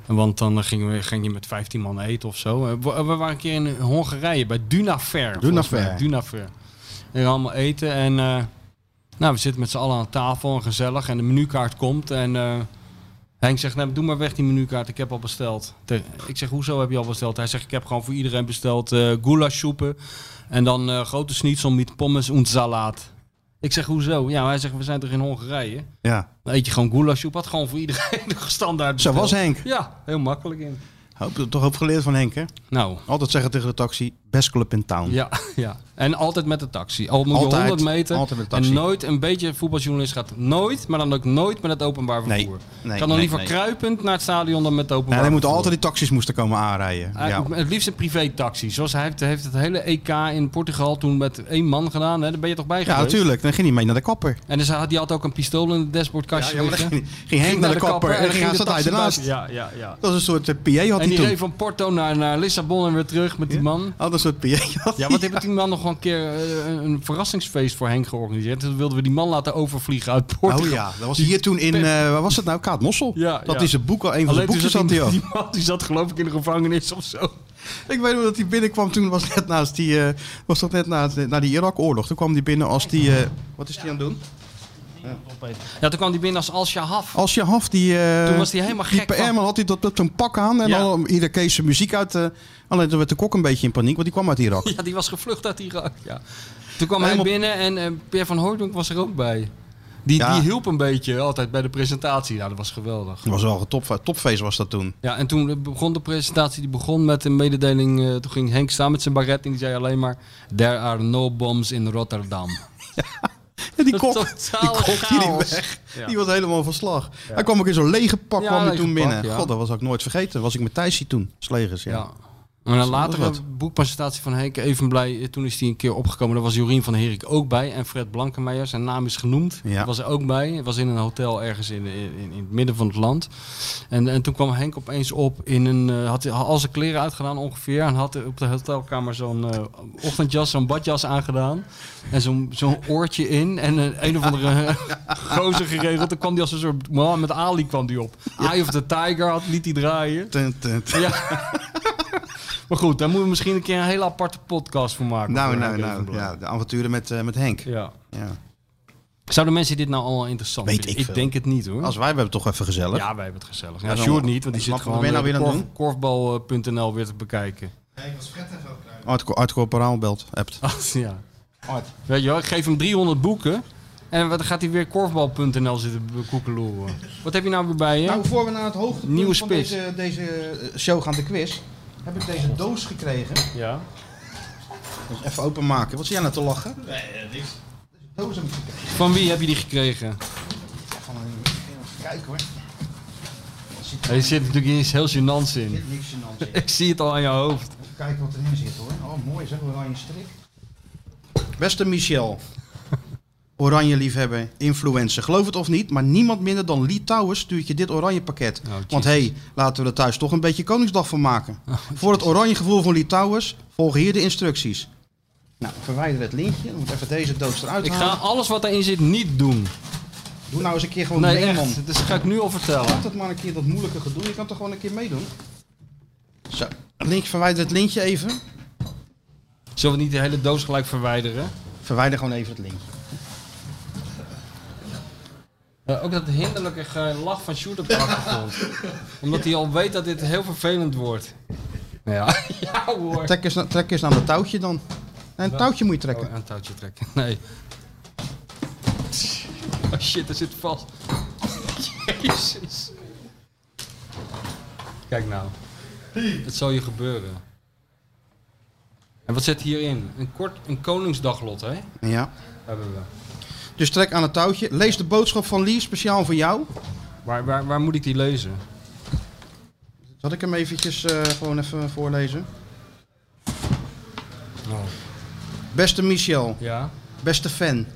En Want dan eh, gingen we, ging je met 15 man eten of zo. Eh, We, we waren een keer in Hongarije bij Dunafer. volgens mij.
Dunafer.
Dunafer. En allemaal eten. En eh, nou, we zitten met z'n allen aan tafel en gezellig. En de menukaart komt. En eh, Henk zegt, nee, doe maar weg die menukaart, ik heb al besteld. Te- Ik zeg, hoezo heb je al besteld? Hij zegt, ik heb gewoon voor iedereen besteld eh soepen en dan eh, grote schnitzel met pommes en salaat. Ik zeg, hoezo? Ja, hij zegt, we zijn toch in Hongarije?
Ja.
Dan eet je gewoon goulashsoep, had gewoon voor iedereen de standaard
Zo
besteld.
was Henk.
Ja, heel makkelijk in.
Hoop, toch hoop geleerd van Henk, hè?
Nou,
Altijd zeggen tegen de taxi, best club in town.
ja, ja. En altijd met de taxi. Al moet
Altijd,
je 100 meter.
altijd met de taxi.
En nooit, een beetje voetbaljournalist gaat nooit, maar dan ook nooit met het openbaar
Nee,
vervoer.
nee,
kan dan
nee,
liever
nee.
kruipend naar het stadion dan met het
En
openbaar
hij moet
vervoer.
altijd die taxis moesten komen aanrijden.
Hij-
Ja.
Het liefst een privé-taxi. Zoals hij heeft, heeft het hele EK in Portugal toen met één man gedaan. Hè? Daar ben je toch bij
Ja,
geweest?
natuurlijk. Dan ging hij mee naar de kapper.
En dus hij had, die had ook een pistool in het dashboardkastje
Ja, ja, maar
liggen.
dan ging- ging Henk naar de kapper en dan ging-
de
zat hij
taxi
ernaast.
buiten. Ja, ja, ja.
Dat is een soort eh, PA had
En
hij
die
toen.
reed van Porto naar, naar Lissabon en weer terug met die man.
Had een soort PA had
Ja,
hij.
wat hebben die man nog wel een keer eh, een, een verrassingsfeest voor Henk georganiseerd? Toen wilden we die man laten overvliegen uit Portugal.
Oh ja, dat was hier toen in, eh waar was het nou? Kaat Mossel.
Ja,
dat
ja.
is een boek, al- een van
Alleen
de
toen
boekjes
zat
had
die,
hij ook.
die man die zat geloof ik in de gevangenis of zo.
Ik weet nog dat hij binnenkwam toen, was net naast die, eh, was dat net na, na die Irak-oorlog. Toen kwam hij binnen als die, eh, wat is die aan het doen?
Ja, toen kwam die binnen als Al-Shahaf.
Als je haf die... eh,
Toen was hij helemaal
die
gek
PR
van-
man had hij dat, dat zo'n pak aan en
Ja.
dan ieder kees zijn muziek uit. eh, alleen toen werd de kok een beetje in paniek, want die kwam uit Irak.
Ja, die was gevlucht uit Irak. Ja. Toen kwam
Helemaal-
hij binnen en eh, Pierre van Hooydonk was er ook bij. Die,
Ja.
die hielp een beetje altijd bij de presentatie. Nou, dat was geweldig.
Dat was wel een top, topfeest was dat toen.
Ja, en toen begon de presentatie, die begon met een mededeling. eh, toen ging Henk staan met zijn baret en die zei alleen maar... There are no bombs in Rotterdam.
Ja, die
Dat
kok,
totale
die kok die liep
chaos.
weg.
Ja.
Die was helemaal van slag. Hij kwam ook in zo'n lege pak
Ja,
kwam hij
lege
toen
pak,
binnen.
ja.
God, dat was ik nooit vergeten. Was ik met Thijsie toen, Slegers. Ja.
Ja. Maar een latere
wat.
boekpresentatie van Henk Evenblij, eh, toen is hij een keer opgekomen. Daar was Jorien van Herik ook bij en Fred Blankenmeijer, zijn naam is genoemd.
Ja.
Was er ook bij. Het was in een hotel ergens in, in, in het midden van het land. En, en toen kwam Henk opeens op in een. eh, had hij al zijn kleren uitgedaan ongeveer. En had op de hotelkamer zo'n eh, ochtendjas, zo'n badjas aangedaan. En zo'n zo'n oortje in. En een, een of andere gozer geregeld. Toen kwam hij als een soort. Mohammed Ali kwam die op. Eye of the Tiger had, liet hij draaien.
Tun, tun, tun.
Ja. maar goed, daar moeten we misschien een keer een hele aparte podcast voor maken.
Nou,
Voor
nou,
Henk
nou.
Evenblij.
Ja, de avonturen met, eh, met Henk.
Ja.
Ja.
Zouden mensen dit nou allemaal interessant
Weet
vinden?
ik veel.
denk het niet hoor.
Als wij, we hebben het toch even gezellig.
Ja, wij hebben het gezellig.
Ja,
Ja,
dan-
Sjoerd niet, want die
Snap
zit
je, wat
gewoon
ben je nou
eh,
weer aan het
korf- eh, korfbal.nl weer te bekijken.
Art, Art Corporaal belt, appt.
ja. Weet je wel, ik geef hem 300 boeken. En wat gaat hij weer korfbal.nl zitten be- koekeloeren? Wat heb je nou weer bij je?
Nou, voor we naar het hoogtepunt
Nieuwe
van
spits.
deze, deze eh, show gaan, de quiz, heb ik deze doos gekregen.
ja.
Dus even openmaken. Wat zie jij nou te lachen? Nee, niks. doos heb ik gekregen.
Van wie heb je die gekregen?
Van een- even Kijken hoor. Wat zit er-
Er zit natuurlijk iets heel gênants in.
zit niks in dan.
Ik zie het al aan je hoofd.
Even kijken wat erin zit hoor. Oh, mooi zeg, oranje strik. Beste Michel. Oranje liefhebber, influencer. Geloof het of niet, maar niemand minder dan Lee Towers stuurt je dit oranje pakket.
Oh,
Want hé, hey, laten we er thuis toch een beetje Koningsdag van maken.
Nou,
Voor het oranje gevoel van Lee Towers volgen hier de instructies. Nou, verwijder het lintje. Dan moet even deze doos eruit
Ik ga
halen.
alles wat erin zit niet doen.
Doe nou eens een keer gewoon
Nee,
mee man.
echt. Dus dat ga ik nu al vertellen.
Laat het maar een keer dat moeilijke gedoe. Je kan toch gewoon een keer meedoen? Zo, link, verwijder het lintje even.
Zullen we niet de hele doos gelijk verwijderen?
Verwijder gewoon even het lintje.
Eh, ook dat hinderlijke gelach van Sjoerd op de achtergrond. Omdat hij al weet dat dit heel vervelend wordt. Nou Ja, ja hoor.
Trek eens, na- trek eens aan dat touwtje dan. Nee, een touwtje moet je trekken.
Oh, aan het touwtje trekken. Nee. Oh shit, er zit vast. Jezus. Kijk nou. Het zal je gebeuren. En wat zit hierin? Een kort, een koningsdaglot, hè?
Ja.
Hebben we.
Dus trek aan het touwtje. Lees de boodschap van Lee speciaal voor jou.
Waar, waar, waar moet ik die lezen?
Zal ik hem eventjes eh, gewoon even voorlezen? Beste Michel,
Ja.
beste fan.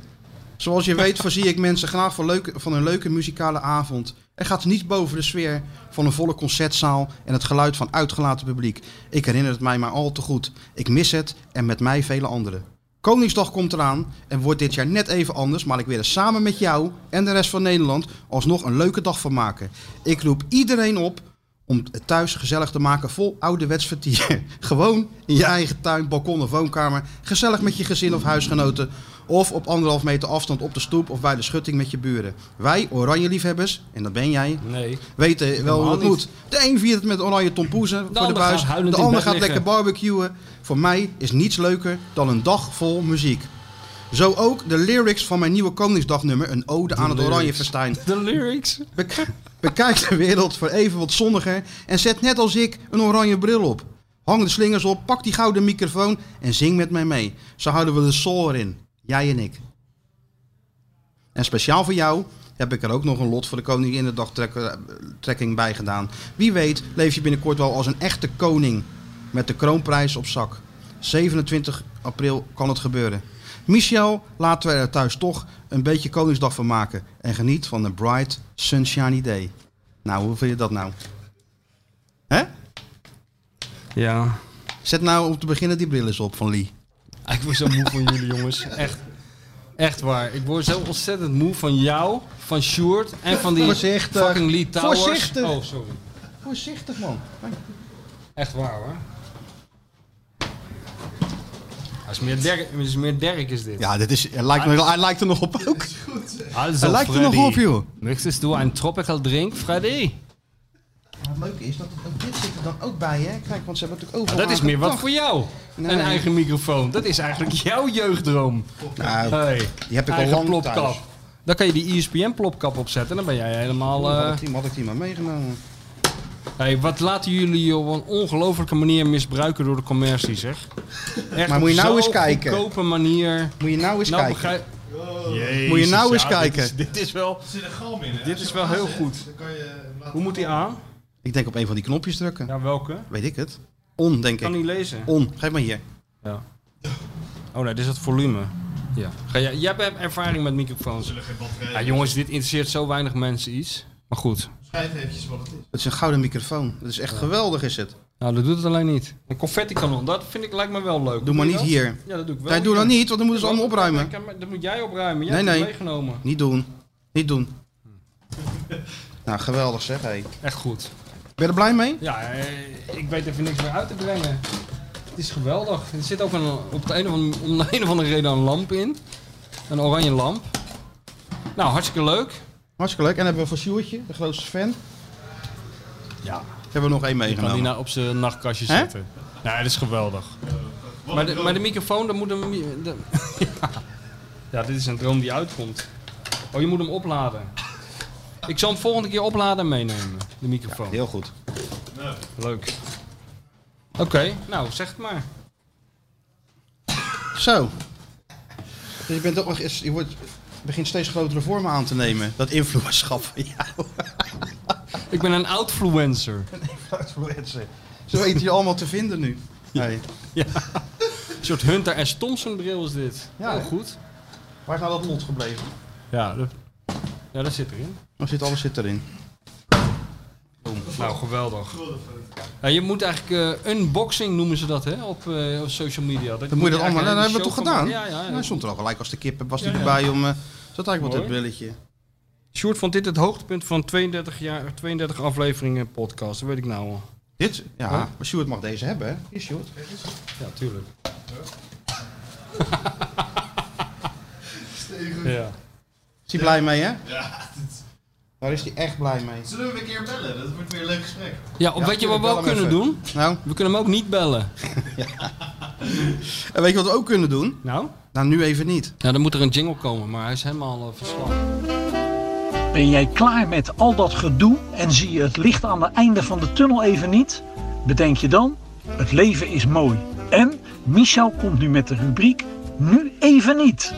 Zoals je weet voorzie ik mensen graag van, leuke, van een leuke muzikale avond. Er gaat niets boven de sfeer van een volle concertzaal en het geluid van uitgelaten publiek. Ik herinner het mij maar al te goed. Ik mis het en met mij vele anderen. Koningsdag komt eraan en wordt dit jaar net even anders, maar ik wil er samen met jou en de rest van Nederland alsnog een leuke dag van maken. Ik roep iedereen op om het thuis gezellig te maken vol ouderwets vertier. Gewoon in je eigen tuin, balkon of woonkamer. Gezellig met je gezin of huisgenoten. Of op anderhalf meter afstand op de stoep of bij de schutting met je buren. Wij, oranje liefhebbers, en dat ben jij,
Nee.
weten wel hoe het moet. De een viert het met oranje tompoezen voor de
ander
buis.
gaat huilend
De
in
ander
bed
gaat lekker barbecuen. Voor mij is niets leuker dan een dag vol muziek. Zo ook de lyrics van mijn nieuwe Koningsdagnummer, een ode aan het Oranje Festijn.
De lyrics.
Bek- Bekijk de wereld voor even wat zonniger en zet net als ik een oranje bril op. Hang de slingers op, pak die gouden microfoon en zing met mij mee. Zo houden we de soul erin, jij en ik. En speciaal voor jou heb ik er ook nog een lot voor de koningin de dagtrekking bij gedaan. Wie weet leef je binnenkort wel als een echte koning met de kroonprijs op zak. 27 april kan het gebeuren. Michel, laten we er thuis toch een beetje Koningsdag van maken. En geniet van een bright, sunshiny day. Nou, hoe vind je dat nou? Hè?
Ja.
Zet nou om te beginnen die bril eens op van Lee.
Ik word zo moe van jullie, jongens. Echt. Echt waar. Ik word zo ontzettend moe van jou, van Sjoerd en van die
Voorzichtig.
fucking Lee Towers.
Voorzichtig.
Oh, sorry.
Voorzichtig man.
Echt waar, hoor. Hij is meer Derk, hij is, meer Derk is dit.
Ja, dit is, hij, lijkt, me- hij lijkt er nog op ook.
Also,
Hij lijkt er nog op joh.
Möchtest du een tropical drink, Freddy?
Het leuke is dat ook dit zit er dan ook bij, hè? Kijk, want ze hebben natuurlijk overal.
Nou, Dat is meer wat voor jou.
Nee.
Een eigen microfoon. Dat is eigenlijk jouw jeugddroom.
Nou,
Hey,
die heb ik al
eigen
lang
plopkap.
thuis.
Dan kan je die E ESPN-plopkap opzetten en dan ben jij helemaal... eh,
had ik die- had ik die maar meegenomen.
Hey, wat laten jullie op een ongelofelijke manier misbruiken door de commercie, zeg. Echt
Maar moet je nou
op
eens
zo'n
kijken.
goedkope manier.
Moet je nou eens
nou,
kijken.
begrijp...
Moet je nou eens kijken.
Dit is, dit is wel,
Er zit een galm in, hè?
dit is wel heel goed.
Dan kan je hem laten-
Hoe moet hij aan?
Ik denk op een van die knopjes drukken.
Ja, welke?
Weet ik het. On, denk
Kan
ik.
niet lezen.
On, geef maar hier.
Ja. Oh nee, dit is het volume. Ja. Ga jij, jij hebt ervaring met microfoons. Ja, jongens, dit interesseert zo weinig mensen iets. Maar goed.
Schrijf eventjes wat het is.
Het is een gouden microfoon. Dat is echt geweldig, is het.
Nou, dat doet het alleen niet. Een confetti-kanon, dat vind ik, lijkt me wel leuk.
Doe maar
je
niet
dat?
hier.
Ja, dat doe ik wel.
Nee, doe dat
hier.
niet, want dan moeten ze allemaal opruimen.
Ja, maar Dat moet jij opruimen. Jij
Nee,
hebt het
nee.
meegenomen.
Niet doen. Niet doen. Nou, geweldig zeg, hé. Ben
Echt goed.
je er blij mee?
Ja, eh, ik weet even niks meer uit te brengen. Het is geweldig. Er zit ook een, op de een of andere, om de een of andere reden een lamp in. Een oranje lamp. Nou, hartstikke leuk.
Hartstikke leuk. En hebben we voor Sjoertje, de grootste fan,
Ja,
hebben we nog één
kan die
meegenomen.
nou op zijn nachtkastje
Hè?
zetten. Nee, dat is geweldig. Maar de, maar de microfoon, dan moet hem... de- ja. ja, dit is een droom die uitkomt. Oh, je moet hem opladen. Ik zal hem volgende keer opladen en meenemen, de microfoon.
Heel goed.
Leuk. Oké, nou zeg het maar. nou-
Zo. Dus je, bent ook, je wordt, begint steeds grotere vormen aan te nemen. Dat influencerschap van jou.
Ik ben een outfluencer.
Influencer. Zo weten je allemaal te vinden nu. Hey.
Een soort Hunter S. Thompson bril is dit.
Ja,
Heel
hè?
goed.
Waar is nou dat lot gebleven?
Ja, dat... ja, dat zit erin.
Oh, zit, alles zit erin.
Nou, geweldig. Ja, je moet eigenlijk eh, unboxing noemen ze dat, hè? Op, eh, op social media. Dat
Dan moet je dat
eigenlijk
allemaal. Nou, dat
een
hebben we toch
show
gedaan?
van- Ja, ja.
En
ja.
hij stond er al gelijk als de kippen. Was die erbij om. eh zat eigenlijk wat
Mooi.
dit brilletje.
Sjoerd vond dit het hoogtepunt van 32, jaar, 32 afleveringen podcast. Dat weet ik nou al.
Dit? Ja, maar Sjoerd mag deze hebben, hè? Hier, Sjoerd.
Ja, tuurlijk. ja.
Is hij blij mee, hè? Ja. Daar is hij echt blij mee.
Zullen we hem een keer bellen? Dat wordt weer een leuk gesprek.
ja, of
Ja,
weet je wat we
bel
ook
hem
kunnen
even.
doen?
Nou,
We kunnen hem ook niet bellen.
en weet je wat we ook kunnen doen?
Nou?
Nou, nu even niet.
Nou, dan moet er een jingle komen, maar hij is helemaal eh, verslagen.
Ben jij klaar met al dat gedoe en zie je het licht aan het einde van de tunnel even niet? Bedenk je dan, het leven is mooi. En Michel komt nu met de rubriek Nu even niet.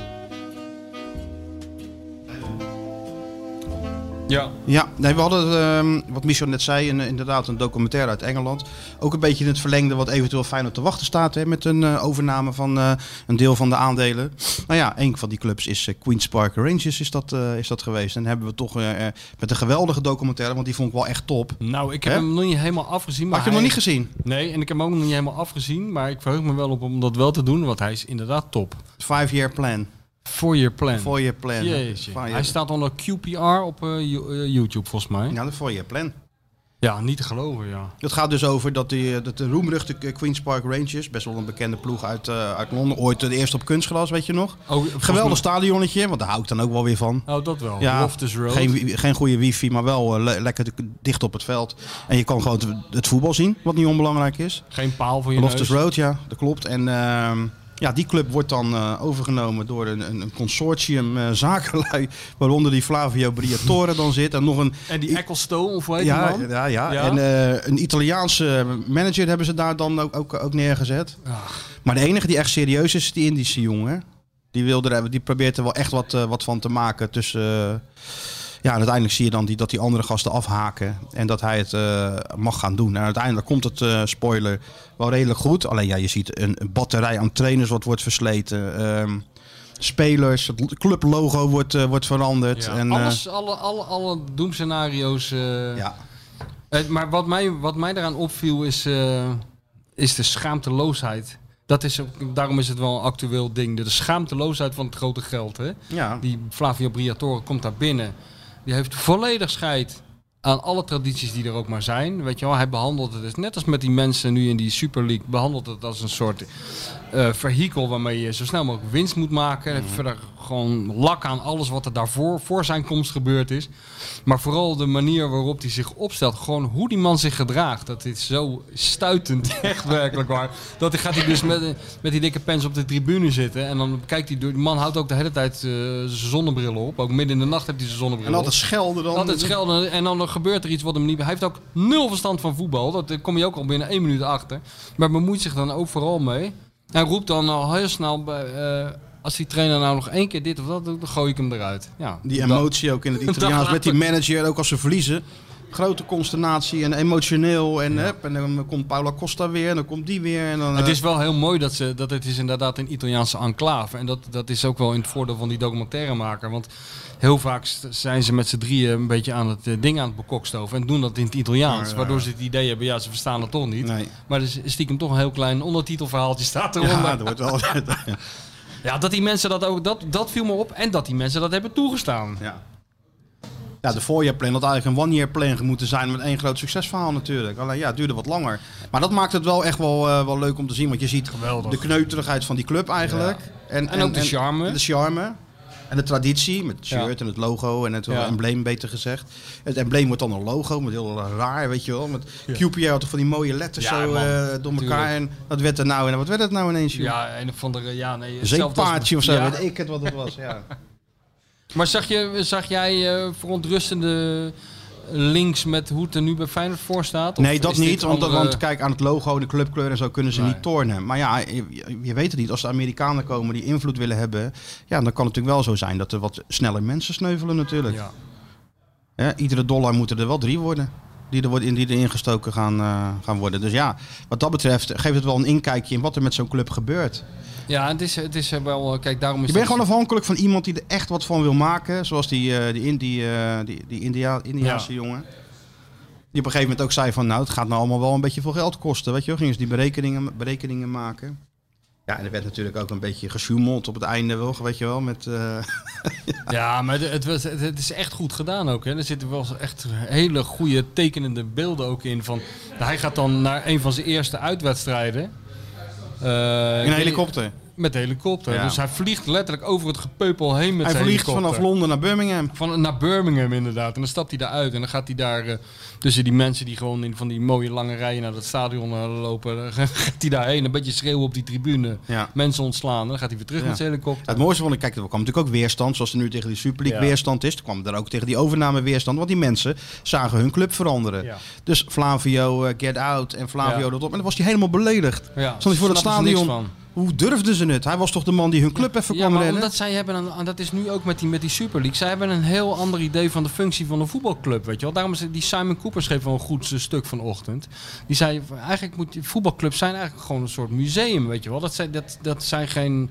Ja.
Ja, nee, we hadden, ehm, wat Michel net zei, een, eh, inderdaad een documentaire uit Engeland. Ook een beetje in het verlengde wat eventueel Feyenoord te wachten staat. Hè, met een eh, overname van eh, een deel van de aandelen. Nou ja, een van die clubs is eh, Queen's Park Rangers is dat, eh, is dat geweest. En hebben we toch eh, eh, met een geweldige documentaire, want die vond ik wel echt top.
Nou, ik heb
Hè?
hem nog niet helemaal afgezien. Maar
Had je hem nog
hij-
niet gezien?
Nee, en ik heb hem ook nog niet helemaal afgezien. Maar ik verheug me wel op om dat wel te doen, want hij is inderdaad top.
Five year plan.
Voor je plan.
Four year plan.
Jeetje.
Five
Hij
year- Nou,
staat onder QPR op eh, You- eh, YouTube volgens mij.
Ja, de four year plan.
Ja, niet te geloven, ja.
Het gaat dus over dat, die, dat de roemruchte Queen's Park Rangers, best wel een bekende ploeg uit, eh, uit Londen, ooit de eerste op kunstgras, weet je nog?
Oh, volgens mij-
Geweldig stadionnetje, want daar hou ik dan ook wel weer van.
Oh, dat wel.
Ja,
Loftus Road.
Geen, wi- geen goede wifi, maar wel eh, le- lekker d- dicht op het veld. En je kan gewoon het, het voetbal zien, wat niet onbelangrijk is.
Geen paal voor je
Loftus
neus.
Road, ja, dat klopt. En ehm, ja, die club wordt dan eh, overgenomen door een, een een consortium eh zakenlui, waaronder die Flavio Briatore dan zit. En nog een
En die Ecclestone, of hoe heet
ja,
die man?
ja, ja,
Ja?
En eh, een Italiaanse manager hebben ze daar dan ook, ook, ook neergezet. Maar de enige die echt serieus is, is die Indische jongen. Die, wil er, hebben- die probeert er wel echt wat, eh, wat van te maken. Tussen, eh, ja, en uiteindelijk zie je dan die, dat die andere gasten afhaken. En dat hij het eh, mag gaan doen. En uiteindelijk komt het, eh, spoiler, wel redelijk goed. Alleen ja, je ziet een, een batterij aan trainers wat wordt versleten. Ehm, spelers, het l- clublogo wordt, eh, wordt veranderd.
Ja,
en, eh,
Alles, alle, alle, alle doemscenario's. eh,
Ja.
eh, maar wat mij, wat mij daaraan opviel is, eh, is de schaamteloosheid. Dat is, ook- daarom is het wel een actueel ding. De schaamteloosheid van het grote geld. Hè?
ja.
Die Flavio Briatore komt daar binnen. Die heeft volledig scheid aan alle tradities die er ook maar zijn. Weet je wel, hij behandelt het dus net als met die mensen nu in die Super League. Behandelt het als een soort eh vehikel waarmee je zo snel mogelijk winst moet maken. Hij heeft Verder gewoon lak aan alles wat er daarvoor voor zijn komst gebeurd is. Maar vooral de manier waarop hij zich opstelt. Gewoon hoe die man zich gedraagt. Dat is zo stuitend, echt werkelijk waar. Dat hij gaat hij dus met, eh, met die dikke pens op de tribune zitten. En dan kijkt hij door. Die man houdt ook de hele tijd eh, zijn zonnebril op. Ook midden in de nacht heeft hij zijn zonnebril
en
op.
altijd schelden dan.
Altijd schelden en dan gebeurt er iets wat hem niet... Hij heeft ook nul verstand van voetbal. Dat eh, kom je ook al binnen één minuut achter. Maar bemoeit zich dan overal mee. Hij roept dan al heel snel... bij, eh, als die trainer nou nog één keer dit of dat doet, dan gooi ik hem eruit. Ja,
Die
dat-
emotie ook in het Italiaans
Dat-
met die manager, ook als ze verliezen. Grote consternatie en emotioneel. En, hup, en dan komt Paula Costa weer en dan komt die weer. En dan,
Het
eh,
is wel heel mooi dat, ze, dat het is inderdaad een Italiaanse enclave. En dat, dat is ook wel in het voordeel van die documentairemaker. Want heel vaak st- zijn ze met z'n drieën een beetje aan het eh, ding aan het bekokstoven. En doen dat in het Italiaans. Waardoor ze het idee hebben, ja, ze verstaan het toch niet.
Nee.
Maar er is stiekem toch een heel klein ondertitelverhaaltje staat eronder.
Ja,
Ja,
dat wordt wel.
dat die mensen dat ook, dat, dat viel me op. En dat die mensen dat hebben toegestaan.
ja. ja, de voorjaarplan had eigenlijk een one-year plan moeten zijn met één groot succesverhaal natuurlijk. Alleen ja, het duurde wat langer. Maar dat maakt het wel echt wel, eh, wel leuk om te zien. Want je ziet de kneuterigheid van die club eigenlijk.
En, ook de charme.
De charme. En de traditie met het shirt en het logo en het
Ja.
embleem, beter gezegd. Het embleem wordt dan een logo, met heel raar, weet je wel. Met QPR had toch van die mooie letters
Ja,
zo
man,
eh, door elkaar. En dat werd het nou en wat werd het nou ineens? Ja,
ja, een of andere... Ja, nee, hetzelfde als-
Zeepaardje of zo,
Ja.
weet ik het wat het was. Ja.
Maar zag, je, zag jij eh, verontrustende links met hoe het er nu bij Feyenoord voor staat? Of
Nee, dat
is dit
niet, want,
andere-
want kijk aan het logo, de clubkleur en zo kunnen ze
Nee.
niet tornen. Maar ja, je, je weet het niet. Als de Amerikanen komen die invloed willen hebben, ja, dan kan het natuurlijk wel zo zijn dat er wat sneller mensen sneuvelen natuurlijk.
Ja.
Ja, iedere dollar moeten er wel drie worden. Die er, worden, die er ingestoken gaan, eh, gaan worden. Dus ja, wat dat betreft geeft het wel een inkijkje in wat er met zo'n club gebeurt.
ja, het is, het is eh, wel... eh, Kijk, daarom is
Je bent
het-
gewoon afhankelijk van iemand die er echt wat van wil maken. Zoals die, eh, die, Indi- eh, die, die India, Indiaanse jongen. Die op een gegeven moment ook zei van nou, het gaat nou allemaal wel een beetje veel geld kosten. Weet je wel, gingen ze die berekeningen, berekeningen maken. Ja, en er werd natuurlijk ook een beetje gesjoemeld op het einde wel, weet je wel. Met, eh,
Ja, maar het, was- het, het is echt goed gedaan ook. Hè. Er zitten wel echt hele goede tekenende beelden ook in. Van, hij gaat dan naar een van zijn eerste uitwedstrijden. Eh,
in een helikopter.
Met een helikopter.
Ja.
Dus hij vliegt letterlijk over het gepeupel heen met
Hij
zijn
vliegt
helikopter.
vanaf Londen naar Birmingham.
Van, naar Birmingham inderdaad. En dan stapt hij daaruit. En dan gaat hij daar eh, tussen die mensen die gewoon in van die mooie lange rijen naar dat stadion eh, lopen. Dan gaat hij daarheen. Een beetje schreeuwen op die tribune.
Ja.
Mensen ontslaan. En dan gaat hij weer terug
Ja.
met zijn
Ja,
helikopter.
Het mooiste vond ik, kijk, er kwam natuurlijk ook weerstand, zoals er nu tegen die Super League
Ja.
weerstand is. Er kwam er ook tegen die overname weerstand, want die mensen zagen hun club veranderen.
Ja.
Dus Flavio eh, Get Out en Flavio
Ja.
dat op. En dan was hij helemaal beledigd.
Ja,
Stond hij voor dat
snappen ze niks
stadion. Hoe durfden ze het? Hij was toch de man die hun club even
Ja,
kwam
maar
redden?
omdat zij hebben, een, en dat is nu ook met die, met die Super League, zij hebben een heel ander idee van de functie van een voetbalclub, weet je wel. Daarom is het- die Simon Cooper schreef wel een goed eh, stuk vanochtend. Die zei, eigenlijk moet die voetbalclubs zijn eigenlijk gewoon een soort museum, weet je wel. Dat zijn, dat, dat zijn geen...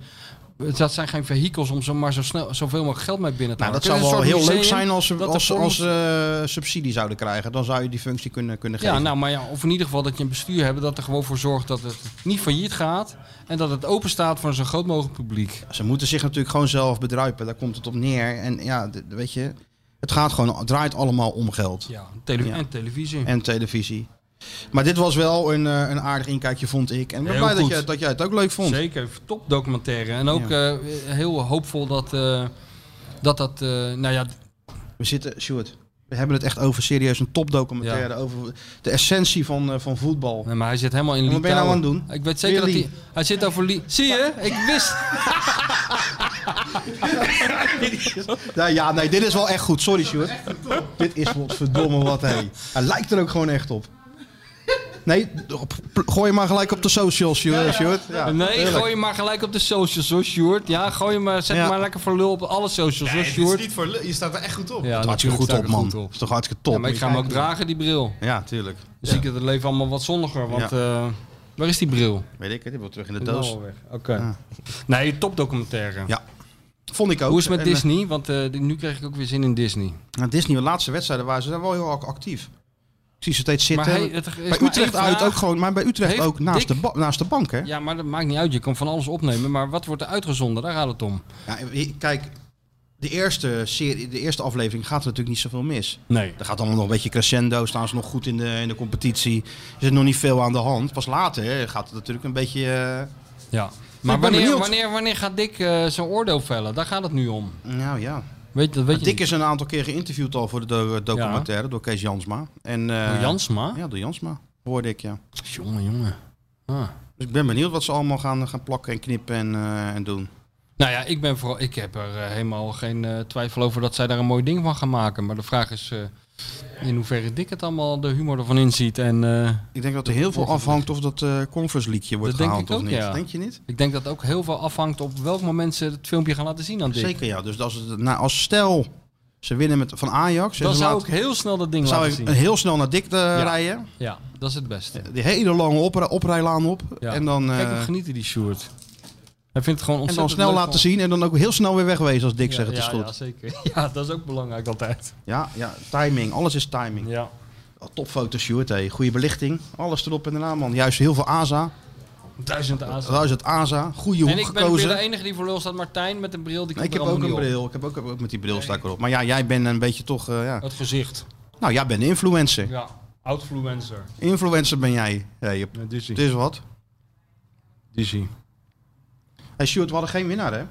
Dat zijn geen vehikels om zomaar zo snel, zoveel mogelijk geld mee binnen te
Nou, dat
halen.
zou
Het is
wel
een soort
heel leuk
museum
zijn als ze
dat de
als,
vorm-
als ze, eh, subsidie zouden krijgen. Dan zou je die functie kunnen, kunnen geven.
ja, nou, maar ja, of in ieder geval dat je een bestuur hebt dat er gewoon voor zorgt dat het niet failliet gaat. En dat het open staat voor een zo groot mogelijk publiek.
Ze moeten zich natuurlijk gewoon zelf bedruipen. Daar komt het op neer. En ja, d- weet je. Het gaat gewoon, het draait allemaal om geld.
Ja, tele- en televisie.
En televisie. Maar dit was wel een, eh, een aardig inkijkje, vond ik. En ik ben
Heel
blij dat
goed.
jij, dat jij het ook leuk vond.
Zeker, top documentaire. En ook eh, heel hoopvol dat eh, dat, dat eh, nou ja,
We zitten, Sjoerd, we hebben het echt over serieus een topdocumentaire. Over de essentie van, eh, van voetbal.
Nee, maar hij zit helemaal in
Wat ben je nou aan het
Litouwen.
doen?
Ik weet zeker dat
Weer
hij... Hij zit over... Li- Zie je? Ik wist...
Nou ja, nee, dit is wel echt goed. Sorry, Sjoerd. Dit is wat verdomme wat, hé. Hij lijkt er ook gewoon echt op. Nee, op- pl- gooi hem maar gelijk op de socials, Sjoerd. Sjoerd. Ja,
nee,
tuurlijk.
gooi je maar gelijk op de socials, hoor, Sjoerd. Ja, gooi je maar... Zet
Ja.
maar lekker voor lul op alle socials, hoor,
Nee, dit is
Sjoerd.
niet voor lul. Je staat er echt goed op.
Ja,
Hartstikke
natuurlijk
goed
sta ik
op,
er
man.
goed op.
is toch hartstikke top.
Ja, maar ik ga hem ook dragen, die bril.
Ja, tuurlijk.
Dan zie ik het leven allemaal wat zonniger, want... eh, waar is die bril?
Weet ik het, die wil terug in de
Ik ben
doos.
alweer weg. Oké. Nee, topdocumentaire.
Ja. Vond ik ook.
Hoe is het met
En, eh,
Disney? Want eh, die- nu krijg ik ook weer zin in Disney.
Nou, Disney, de laatste wedstrijden waren ze daar wel heel ac- actief. Ik zie ze steeds
Maar
zitten.
hey, het is
bij
maar
Utrecht
één
uit
vraag.
ook gewoon, maar bij Utrecht
Heeft
ook naast,
Dick-
de ba- naast de bank, hè?
Ja, maar dat maakt niet uit. Je kan van alles opnemen. Maar wat wordt er uitgezonden? Daar gaat het om.
Ja, kijk, de eerste, serie, de eerste aflevering gaat er natuurlijk niet zoveel mis.
Nee.
Er gaat allemaal nog een beetje crescendo, staan ze nog goed in de, in de competitie. Er zit nog niet veel aan de hand. Pas later hè, gaat het natuurlijk een beetje... eh,
Ja.
ben
Maar wanneer,
benieuwd.
wanneer, wanneer gaat Dick eh, zijn oordeel vellen? Daar gaat het nu om.
nou ja.
Weet, dat weet je
Dick is een aantal keer geïnterviewd al voor de do- documentaire door Kees Jansma. En, eh,
niet. Oh, Jansma?
Ja, door Jansma. Hoorde ik, ja.
Jongen, jongen. Ah.
Dus ik ben benieuwd wat ze allemaal gaan, gaan plakken en knippen en, eh, en doen.
Nou ja, ik, ben vooral, ik heb er eh, helemaal geen eh, twijfel over dat zij daar een mooi ding van gaan maken. Maar de vraag is eh, in hoeverre Dick het allemaal de humor ervan inziet. En eh,
Ik denk dat er heel veel afhangt of dat eh Conference League wordt
Dat denk
gehaald
ik
of
ook,
niet.
ja.
Denk je niet?
ik denk dat het ook heel veel afhangt op welk moment ze het filmpje gaan laten zien aan Dick.
Zeker ja. Dus als, het, nou, als stel ze winnen met, van Ajax, en
Dan
ze
zou ik
laten-
heel snel dat ding
Dus zou
laten
ik
zien.
heel snel naar Dick eh, rijden.
Ja, dat is het beste.
Die hele lange opri- oprijlaan op.
Ja.
En dan, eh,
Kijk, hem genieten die Sjoerd. Hij vindt het gewoon
en dan
ontzettend
snel
leuk
laten
om-
zien. En dan ook heel snel weer wegwezen als Dick
Ja,
zegt het
ja,
is goed.
Ja, zeker. Ja, dat is ook belangrijk altijd.
Ja, ja, timing. Alles is timing.
Ja.
Oh, Topfoto shoot, hé. goede belichting. Alles erop en eraan, man. Juist heel veel ASA.
Duizend a's.
Daar is het ASA. Goede hoek
En ik ben weer
Eh, gekozen.
de enige die voor lul staat. Martijn met een bril. Die
Nee, ik
komt
heb
er
ook
allemaal
een
niet
bril. Ik heb ook, ook met die bril sta ik erop. Maar ja, jij bent een beetje toch... eh, ja.
op. Het gezicht.
Nou, jij bent een influencer.
Ja. Outfluencer.
Influencer ben jij. Hé, je- het is wat.
Dizzy.
Hey, Sjoerd, we hadden geen winnaar, hè?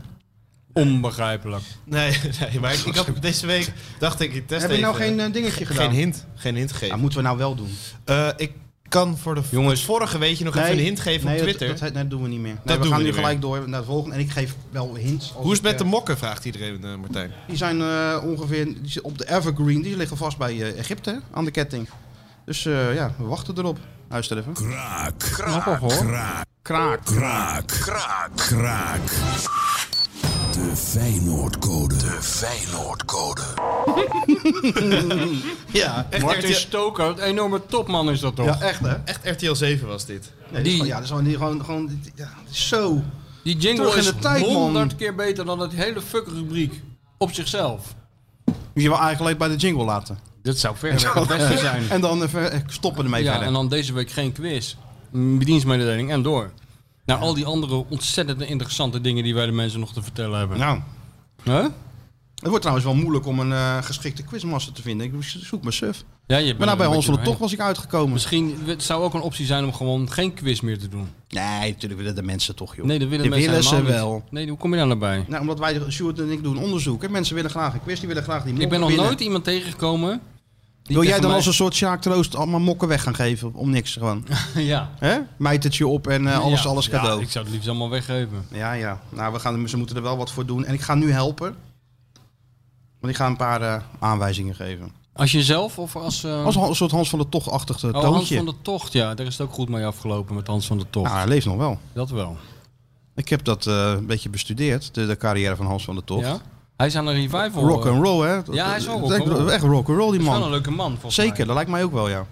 Onbegrijpelijk.
Nee, nee, maar ik, ik had deze week dacht ik, ik test
Heb je nou
even.
geen eh, dingetje gedaan?
Geen hint. Geen hint
Ja,
geven.
moeten we nou wel doen.
Eh, ik kan voor de Jongens. vorige weet je nog even een hint geven
nee,
op Twitter.
Dat, dat, nee, dat doen we niet meer. Nee,
doen
we gaan
we
nu
niet
gelijk door naar de volgende. En ik geef wel hints. als
Hoe is het
ik,
met de
eh,
mokken, vraagt iedereen, eh, Martijn.
Die zijn eh, ongeveer die zitten op de Evergreen. Die liggen vast bij eh, Egypte hè, aan de ketting. Dus eh, ja, we wachten erop. Luister even.
Grappig hoor.
Kraak.
Kraak. Kraak. Kraak. De Feyenoordcode. De Feyenoordcode.
Ja,
Martin Stoker. Een enorme topman is dat toch?
ja echt hè?
Echt RTL 7 was dit.
Nee,
Die-
die... Gewoon, ja, dat is gewoon, die, gewoon, gewoon ja, dat is zo.
Die jingle
Terug in
is
de tijd, man.
honderd keer beter dan dat hele fuck rubriek. Op zichzelf.
Moet je wel eigenlijk bij de jingle laten.
Dat zou verder het beste zijn.
En dan even eh, stoppen ermee
Ja,
verder.
en dan deze week geen quiz. Mm, Dienstmededeling en door. Naar al die andere ontzettend interessante dingen die wij de mensen nog te vertellen hebben.
Nou,
Huh?
het wordt trouwens wel moeilijk om een eh, geschikte quizmaster te vinden. Ik zoek mijn suf.
Ja, je bent
Maar nou,
er
bij
een
Hans
beetje
van der Toch
doorheen.
was ik uitgekomen.
Misschien het zou ook een optie zijn om gewoon geen quiz meer te doen.
Nee, natuurlijk willen de mensen toch, joh.
Nee, dat willen
Die
mensen
willen ze
helemaal
wel.
niet. Nee, hoe kom je daar nou bij?
Nou, omdat wij, Sjoerd en ik, doen onderzoek. Hè? Mensen willen graag een quiz, die willen graag die mokken
Ik ben nog
winnen.
nooit iemand tegengekomen. die
Wil jij
tegen
dan
mij-
als een soort Sjaak Troost allemaal mokken weg gaan geven? Om niks gewoon.
ja.
Hè? Mijtertje op en eh, nou, alles,
Ja.
alles cadeau.
Ja, ik zou het liefst allemaal weggeven.
Ja, ja. Nou, we gaan, ze moeten er wel wat voor doen. En ik ga nu helpen. Want ik ga een paar eh, aanwijzingen geven.
Als jezelf of als... eh,
Als een, een soort Hans van der Toch-achtig eh,
oh,
toontje.
Hans van de Tocht, ja. Daar is het ook goed mee afgelopen met Hans van de Tocht.
Nou, hij leeft nog wel.
Dat wel.
Ik heb dat eh, een beetje bestudeerd, de, de carrière van Hans van der Tocht.
Ja? Hij is aan een revival.
Rock
eh,
and roll, hè?
Ja, hij is wel
Dat- dat-
rock'n'roll.
Echt rock and roll, die
is wel
man.
een leuke man, volgens mij.
Zeker, dat lijkt mij ook wel, ja.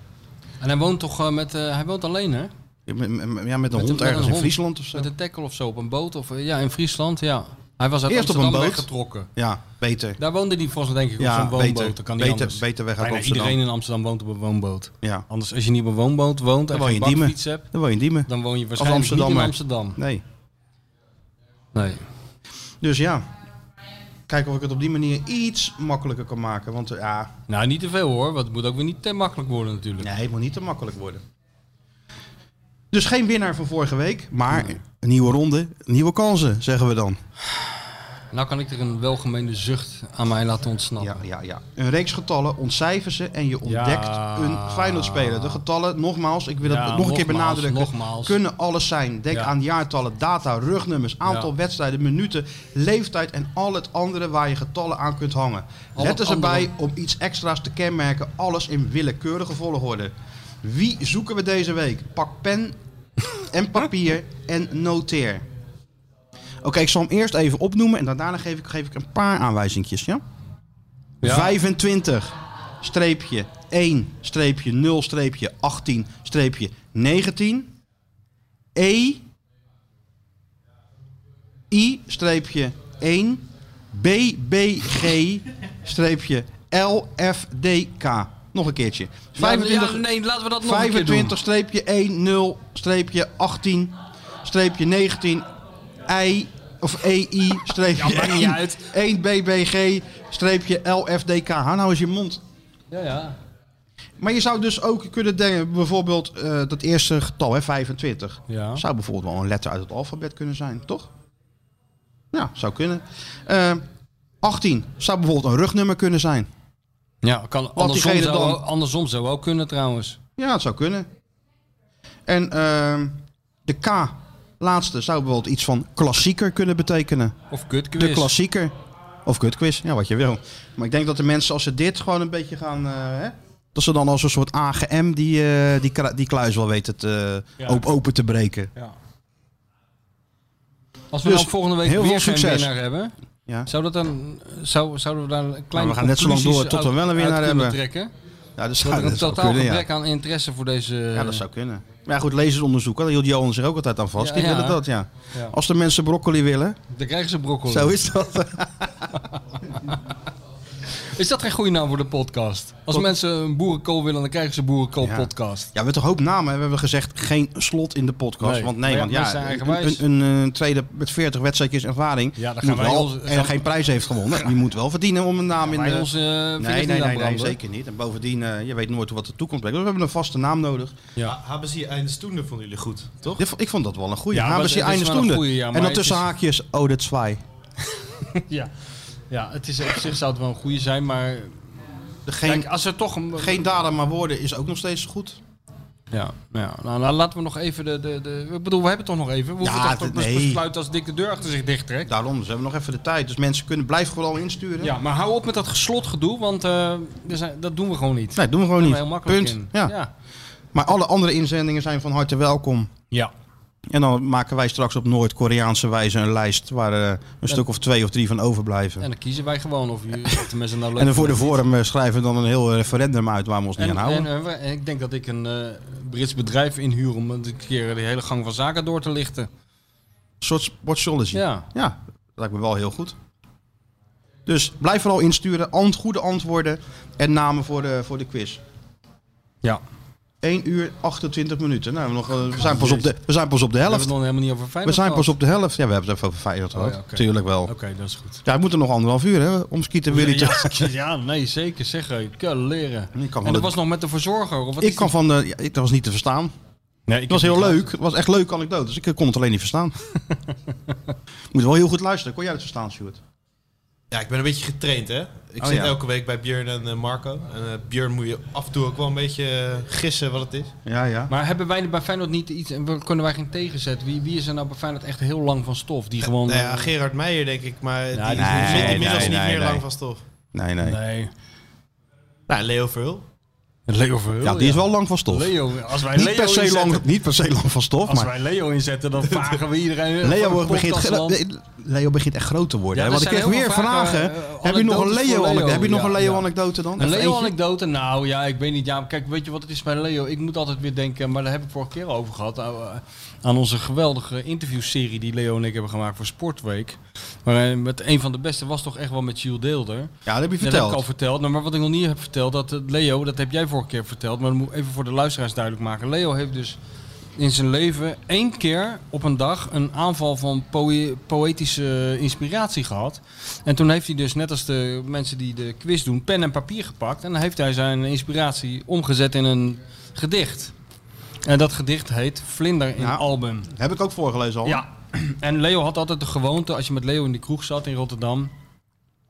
En hij woont toch eh, met, eh, hij woont alleen hè?
Ja, met, met- met- ja, met een
Met
hond
een- met
ergens
een
in
hond.
Friesland of zo.
Met een tackle of zo op een boot of eh, ja in Friesland ja. Hij was uit
Eerst op een
Amsterdam
boot.
weggetrokken.
Ja, beter.
Daar woonde hij volgens mij denk ik
Ja,
op zo'n woonboot.
beter.
Dat kan niet
Beter-
anders.
beter weg uit
Bijna
Amsterdam.
Iedereen in Amsterdam woont op een woonboot.
Ja.
Anders als je niet op een woonboot woont en
Dan woon je
geen
in Diemen.
bakfiets hebt,
Dan woon je in Diemen.
dan woon je waarschijnlijk niet in
Amsterdammer.
Amsterdam.
Nee.
Nee.
Dus ja. kijken of ik het op die manier iets makkelijker kan maken. Want eh, ja,
Nou, niet te veel hoor, want het moet ook weer niet te makkelijk worden natuurlijk.
Nee, het moet niet te makkelijk worden. dus geen winnaar van vorige week. Maar een nieuwe ronde, nieuwe kansen, zeggen we dan.
Nou kan ik er een welgemeende zucht aan mij laten ontsnappen.
Ja, ja, ja. Een reeks getallen ontcijfer ze en je ontdekt
Ja.
een final speler. De getallen, nogmaals, ik wil het
Ja,
nog een keer
nogmaals,
benadrukken,
nogmaals.
kunnen alles zijn. Denk
Ja.
aan jaartallen, data, rugnummers, aantal
Ja.
wedstrijden, minuten, leeftijd en al het andere waar je getallen aan kunt hangen.
Al
Let
het
eens erbij om iets extra's te kenmerken, alles in willekeurige volgorde. Wie zoeken we deze week? Pak pen en papier en noteer. Oké, ik zal hem eerst even opnoemen en daarna geef ik, geef ik een paar aanwijzingjes, ja?
Ja.
25 streepje 1 streepje 0 streepje 18 streepje 19 E I streepje 1 BBG streepje LFDK. Nog een keertje.
ja, nee, laten we dat nog een keer
25 streepje 1 0 streepje 18 streepje 19 I of EI streepje E
Ja, maakt niet
1,
uit.
1 BBG streepje LFDK. Hou nou eens je mond.
Ja, ja.
Maar je zou dus ook kunnen denken, bijvoorbeeld eh, dat eerste getal, hè, 25.
Ja.
Zou bijvoorbeeld wel een letter uit het alfabet kunnen zijn, toch? Ja, zou kunnen. Eh, 18 zou bijvoorbeeld een rugnummer kunnen zijn.
Ja, kan andersom
diegene
zou,
dan-
ook- andersom zou ook kunnen trouwens.
Ja, het zou kunnen. En ehm, de K, laatste, zou bijvoorbeeld iets van klassieker kunnen betekenen.
Of kutquiz.
De klassieker. Of kutquiz, ja, wat je wil. Maar ik denk dat de mensen als ze dit gewoon een beetje gaan... eh, hè, dat ze dan als een soort AGM die, eh, die, kru- die kluis wel weten te,
Ja.
op- open te breken.
Als we
Dus,
nou volgende week
heel
weer
veel
geen
succes.
winnaar hebben,
Ja.
zou dat dan, zou, zouden we daar een kleine
we gaan net zo lang
conclusies
door tot we
uit-
wel een winnaar
uit kunnen
hebben.
Trekken?
Ja, dat
Dat
zou,
er een
dat zou
totaal
kunnen, ja.
gebrek aan eh, interesse voor deze...
Ja, dat zou kunnen. Maar ja, goed, lezersonderzoek, daar hield Johan zich ook altijd aan vast.
Ja,
Die
ja.
willen dat, ja.
Ja.
Als de mensen broccoli willen,
Dan krijgen ze broccoli.
zo is dat.
Is dat geen goede naam voor de podcast? Als mensen een boerenkool willen, dan krijgen ze een boerenkoolpodcast.
Ja, met een hoop namen hebben we gezegd geen slot in de podcast.
Nee.
Want nee,
Maar ja,
want ja,
mensen zijn
een,
eigenwijs.
een, een, een trader met 40 wedstrijdjes ervaring
Ja, dan
moet
gaan wij
wel-
ons-
en dan geen prijs heeft gewonnen. Die moet wel verdienen om een naam in
wij
de...
ons, eh, vingers
dus- nee,
niet
nee,
aan
nee, nee,
branden.
zeker niet. En bovendien, eh, je weet nooit wat de toekomst brengt. Dus we hebben een vaste naam nodig.
Ja. HBC Eindstoende vonden jullie goed, toch?
Dit vo- Ik vond dat wel een goede.
Ja,
Ja,
maar
maar
het is wel een goeie, ja, maar
en dan
het
tussen
is-
haakjes, oh, dat zwaai.
Ja, ja het is, op zich zou het wel een goede zijn, maar...
Geen,
Kijk, oh. als er toch een...
geen daden maar woorden is ook nog steeds goed.
Ja, ja nou, nou, laten we nog even de, de, de... Ik bedoel, we hebben het toch nog even. We hoeven
Ja,
het toch
dit-
bes-
nee.
besluiten als dik de deur achter zich dicht trekt.
Daarom, dus we hebben nog even de tijd. Dus mensen kunnen blijven gewoon insturen.
Ja, maar hou op met dat geslotgedoe, want eh, er zijn- dat doen we gewoon niet.
Nee, doen we gewoon
Daar
niet.
zijn we heel makkelijk
Punt.
in.
Ja.
Ja.
Maar alle andere inzendingen zijn van harte welkom.
Ja.
En dan maken wij straks op Noord-Koreaanse wijze een lijst waar eh, een stuk of twee of drie van overblijven.
En
En,
dan kiezen wij gewoon of je of de mensen nou leuk
dan voor de
vinden.
vorm eh, schrijven we dan een heel referendum uit waar we ons niet aan
En,
houden.
en, eh, we- en ik denk dat ik een eh, Brits bedrijf inhuur om een keer de hele gang van zaken door te lichten.
Een soort sportsology.
Ja.
ja, dat lijkt me wel heel goed. Dus blijf vooral insturen, ant goede antwoorden en namen voor de, voor de quiz.
Ja.
1 uur 28 minuten. Nou, we, nog, eh, we, zijn pas op de, we zijn pas op de
We hebben
helft.
het nog helemaal niet over
We
Feyenoord
zijn pas
gehad. Oh
op de helft. Ja, we hebben het even over Feyenoord gehad.
ja, oké.
Tuurlijk wel.
Oké, dat is goed.
Ja, we moeten nog anderhalf uur hè, om Skeeter Willy te...
Ja, ja, nee, zeker. Zeg, ik kan leren.
Ik kan
en
van
dat
de-
was nog met de verzorger? Of wat
Ik
is
kan
dat?
van de... ja, ik- dat was niet te verstaan.
Nee, ik
Het was
heb
heel
niet
leuk. Het was echt leuk anekdote. Dus ik kon het alleen niet verstaan. Moet wel heel goed luisteren. Kon jij het verstaan, Stuart?
Ja, ik ben een beetje getraind, hè? Ik
Oh,
zit
ja.
elke week bij Björn en eh, Marco. En eh Björn moet je af en toe ook wel een beetje eh, gissen wat het is.
Ja, ja.
Maar hebben wij bij Feyenoord niet iets... En we- kunnen wij geen tegenzet? Wie, wie is er nou bij Feyenoord echt heel lang van stof? Die gewoon...
Nou
eh,
ja, Gerard Meijer, denk ik, maar
Ja,
die
die is
is
niet-
inmiddels
nee,
niet
nee,
meer
nee.
lang van stof.
Nee, nee.
nee.
Nou, Leo Verhul.
Leo Verheul,
Ja, die is wel lang van stof.
Leo, als wij
Niet
Leo
per, se
inzetten-
lang, niet per se lang van stof,
Als
maar
wij eh, Leo inzetten, dan vragen we iedereen...
Leo
van het
wordt- begint,
podcastland.
ge- Leo begint echt groot te worden.
Ja,
hè,
er
Want ik
zijn
kreeg weer
heel veel
vragen.
vragen, eh,
heb je nog een
anekdotes voor
Leo,
Leo?
Heb je nog
Ja,
een Leo
ja.
anekdote dan?
Een
Even eentje?
Leo-anekdote? Nou ja, ik weet niet. Ja, maar kijk, weet je wat het is bij Leo? Ik moet altijd weer denken, maar daar heb ik vorige keer al over gehad. nou, eh, Aan onze geweldige interviewserie die Leo en ik hebben gemaakt voor Sportweek. Maar eh, met een van de beste was toch echt wel met Jules Deelder.
Ja, dat heb je
Dat heb ik al
verteld.
verteld. Nou, maar wat ik nog niet heb verteld, dat eh, Leo, dat heb jij vorige keer verteld. Maar dat moet ik even voor de luisteraars duidelijk maken. Leo heeft dus in zijn leven één keer op een dag een aanval van poë- poëtische inspiratie gehad. En toen heeft hij dus, net als de mensen die de quiz doen, pen en papier gepakt. En dan heeft hij zijn inspiratie omgezet in een gedicht. En dat gedicht heet Vlinder
Nou,
in Album.
Heb ik ook voorgelezen al.
Ja. En Leo had altijd de gewoonte, als je met Leo in die kroeg zat in Rotterdam,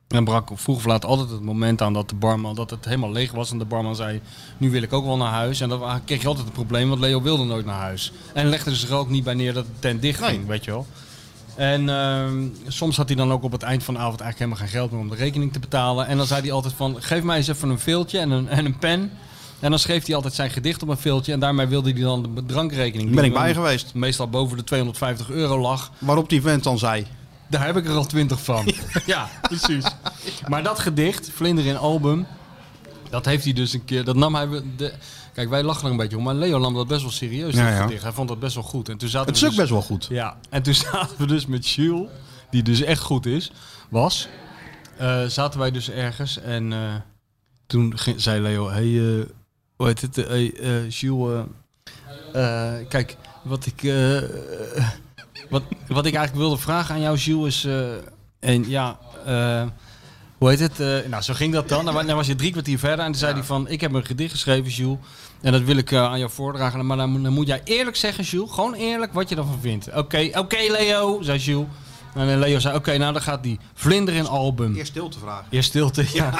en brak vroeg of laat altijd het moment aan dat de barman dat het helemaal leeg was en de barman zei: nu wil ik ook wel naar huis. En dan kreeg je altijd het probleem, want Leo wilde nooit naar huis en legde zich er ook niet bij neer dat de tent dicht ging, weet je wel. En ehm, soms had hij dan ook op het eind van de avond eigenlijk helemaal geen geld meer om de rekening te betalen. En dan zei hij altijd van, geef mij eens even een veeltje en een, en een pen. En dan schreef hij altijd zijn gedicht op een veeltje. En daarmee wilde hij dan de drankrekening. die
Ben ik
hem
bij geweest.
Meestal boven de 250 euro lag.
Waarop die vent dan zei...
Daar heb ik er al 20 van. ja, precies. Maar dat gedicht, Vlinder in Album, dat heeft hij dus een keer. Dat nam hij. De, kijk, wij lachen er een beetje om, maar Leo nam dat best wel serieus.
Ja,
dat
ja.
gedicht. Hij vond dat best wel goed. En toen zaten
Het is
we
ook
dus,
best wel goed.
Ja, en toen zaten we dus met Jules, die dus echt goed is, was. eh, zaten wij dus ergens en eh, toen ging- zei Leo: Hey, eh, hoe heet het? eh, hey, eh, Jules, eh, eh, kijk, wat ik. eh, eh, wat, wat ik eigenlijk wilde vragen aan jou, Jules, is. eh, en ja, eh, hoe heet het? Eh, nou, zo ging dat dan. Dan wa- dan was je drie kwartier verder en toen zei hij van... Ik heb een gedicht geschreven, Jules. En dat wil ik eh, aan jou voordragen. Maar dan, moet- dan moet jij eerlijk zeggen, Jules. Gewoon eerlijk wat je ervan vindt. Oké, oké Leo, zei Jules. En eh, Leo zei, oké, nou dan gaat die. Vlinder in album.
Eerst stil te vragen.
Eerst stilte, ja.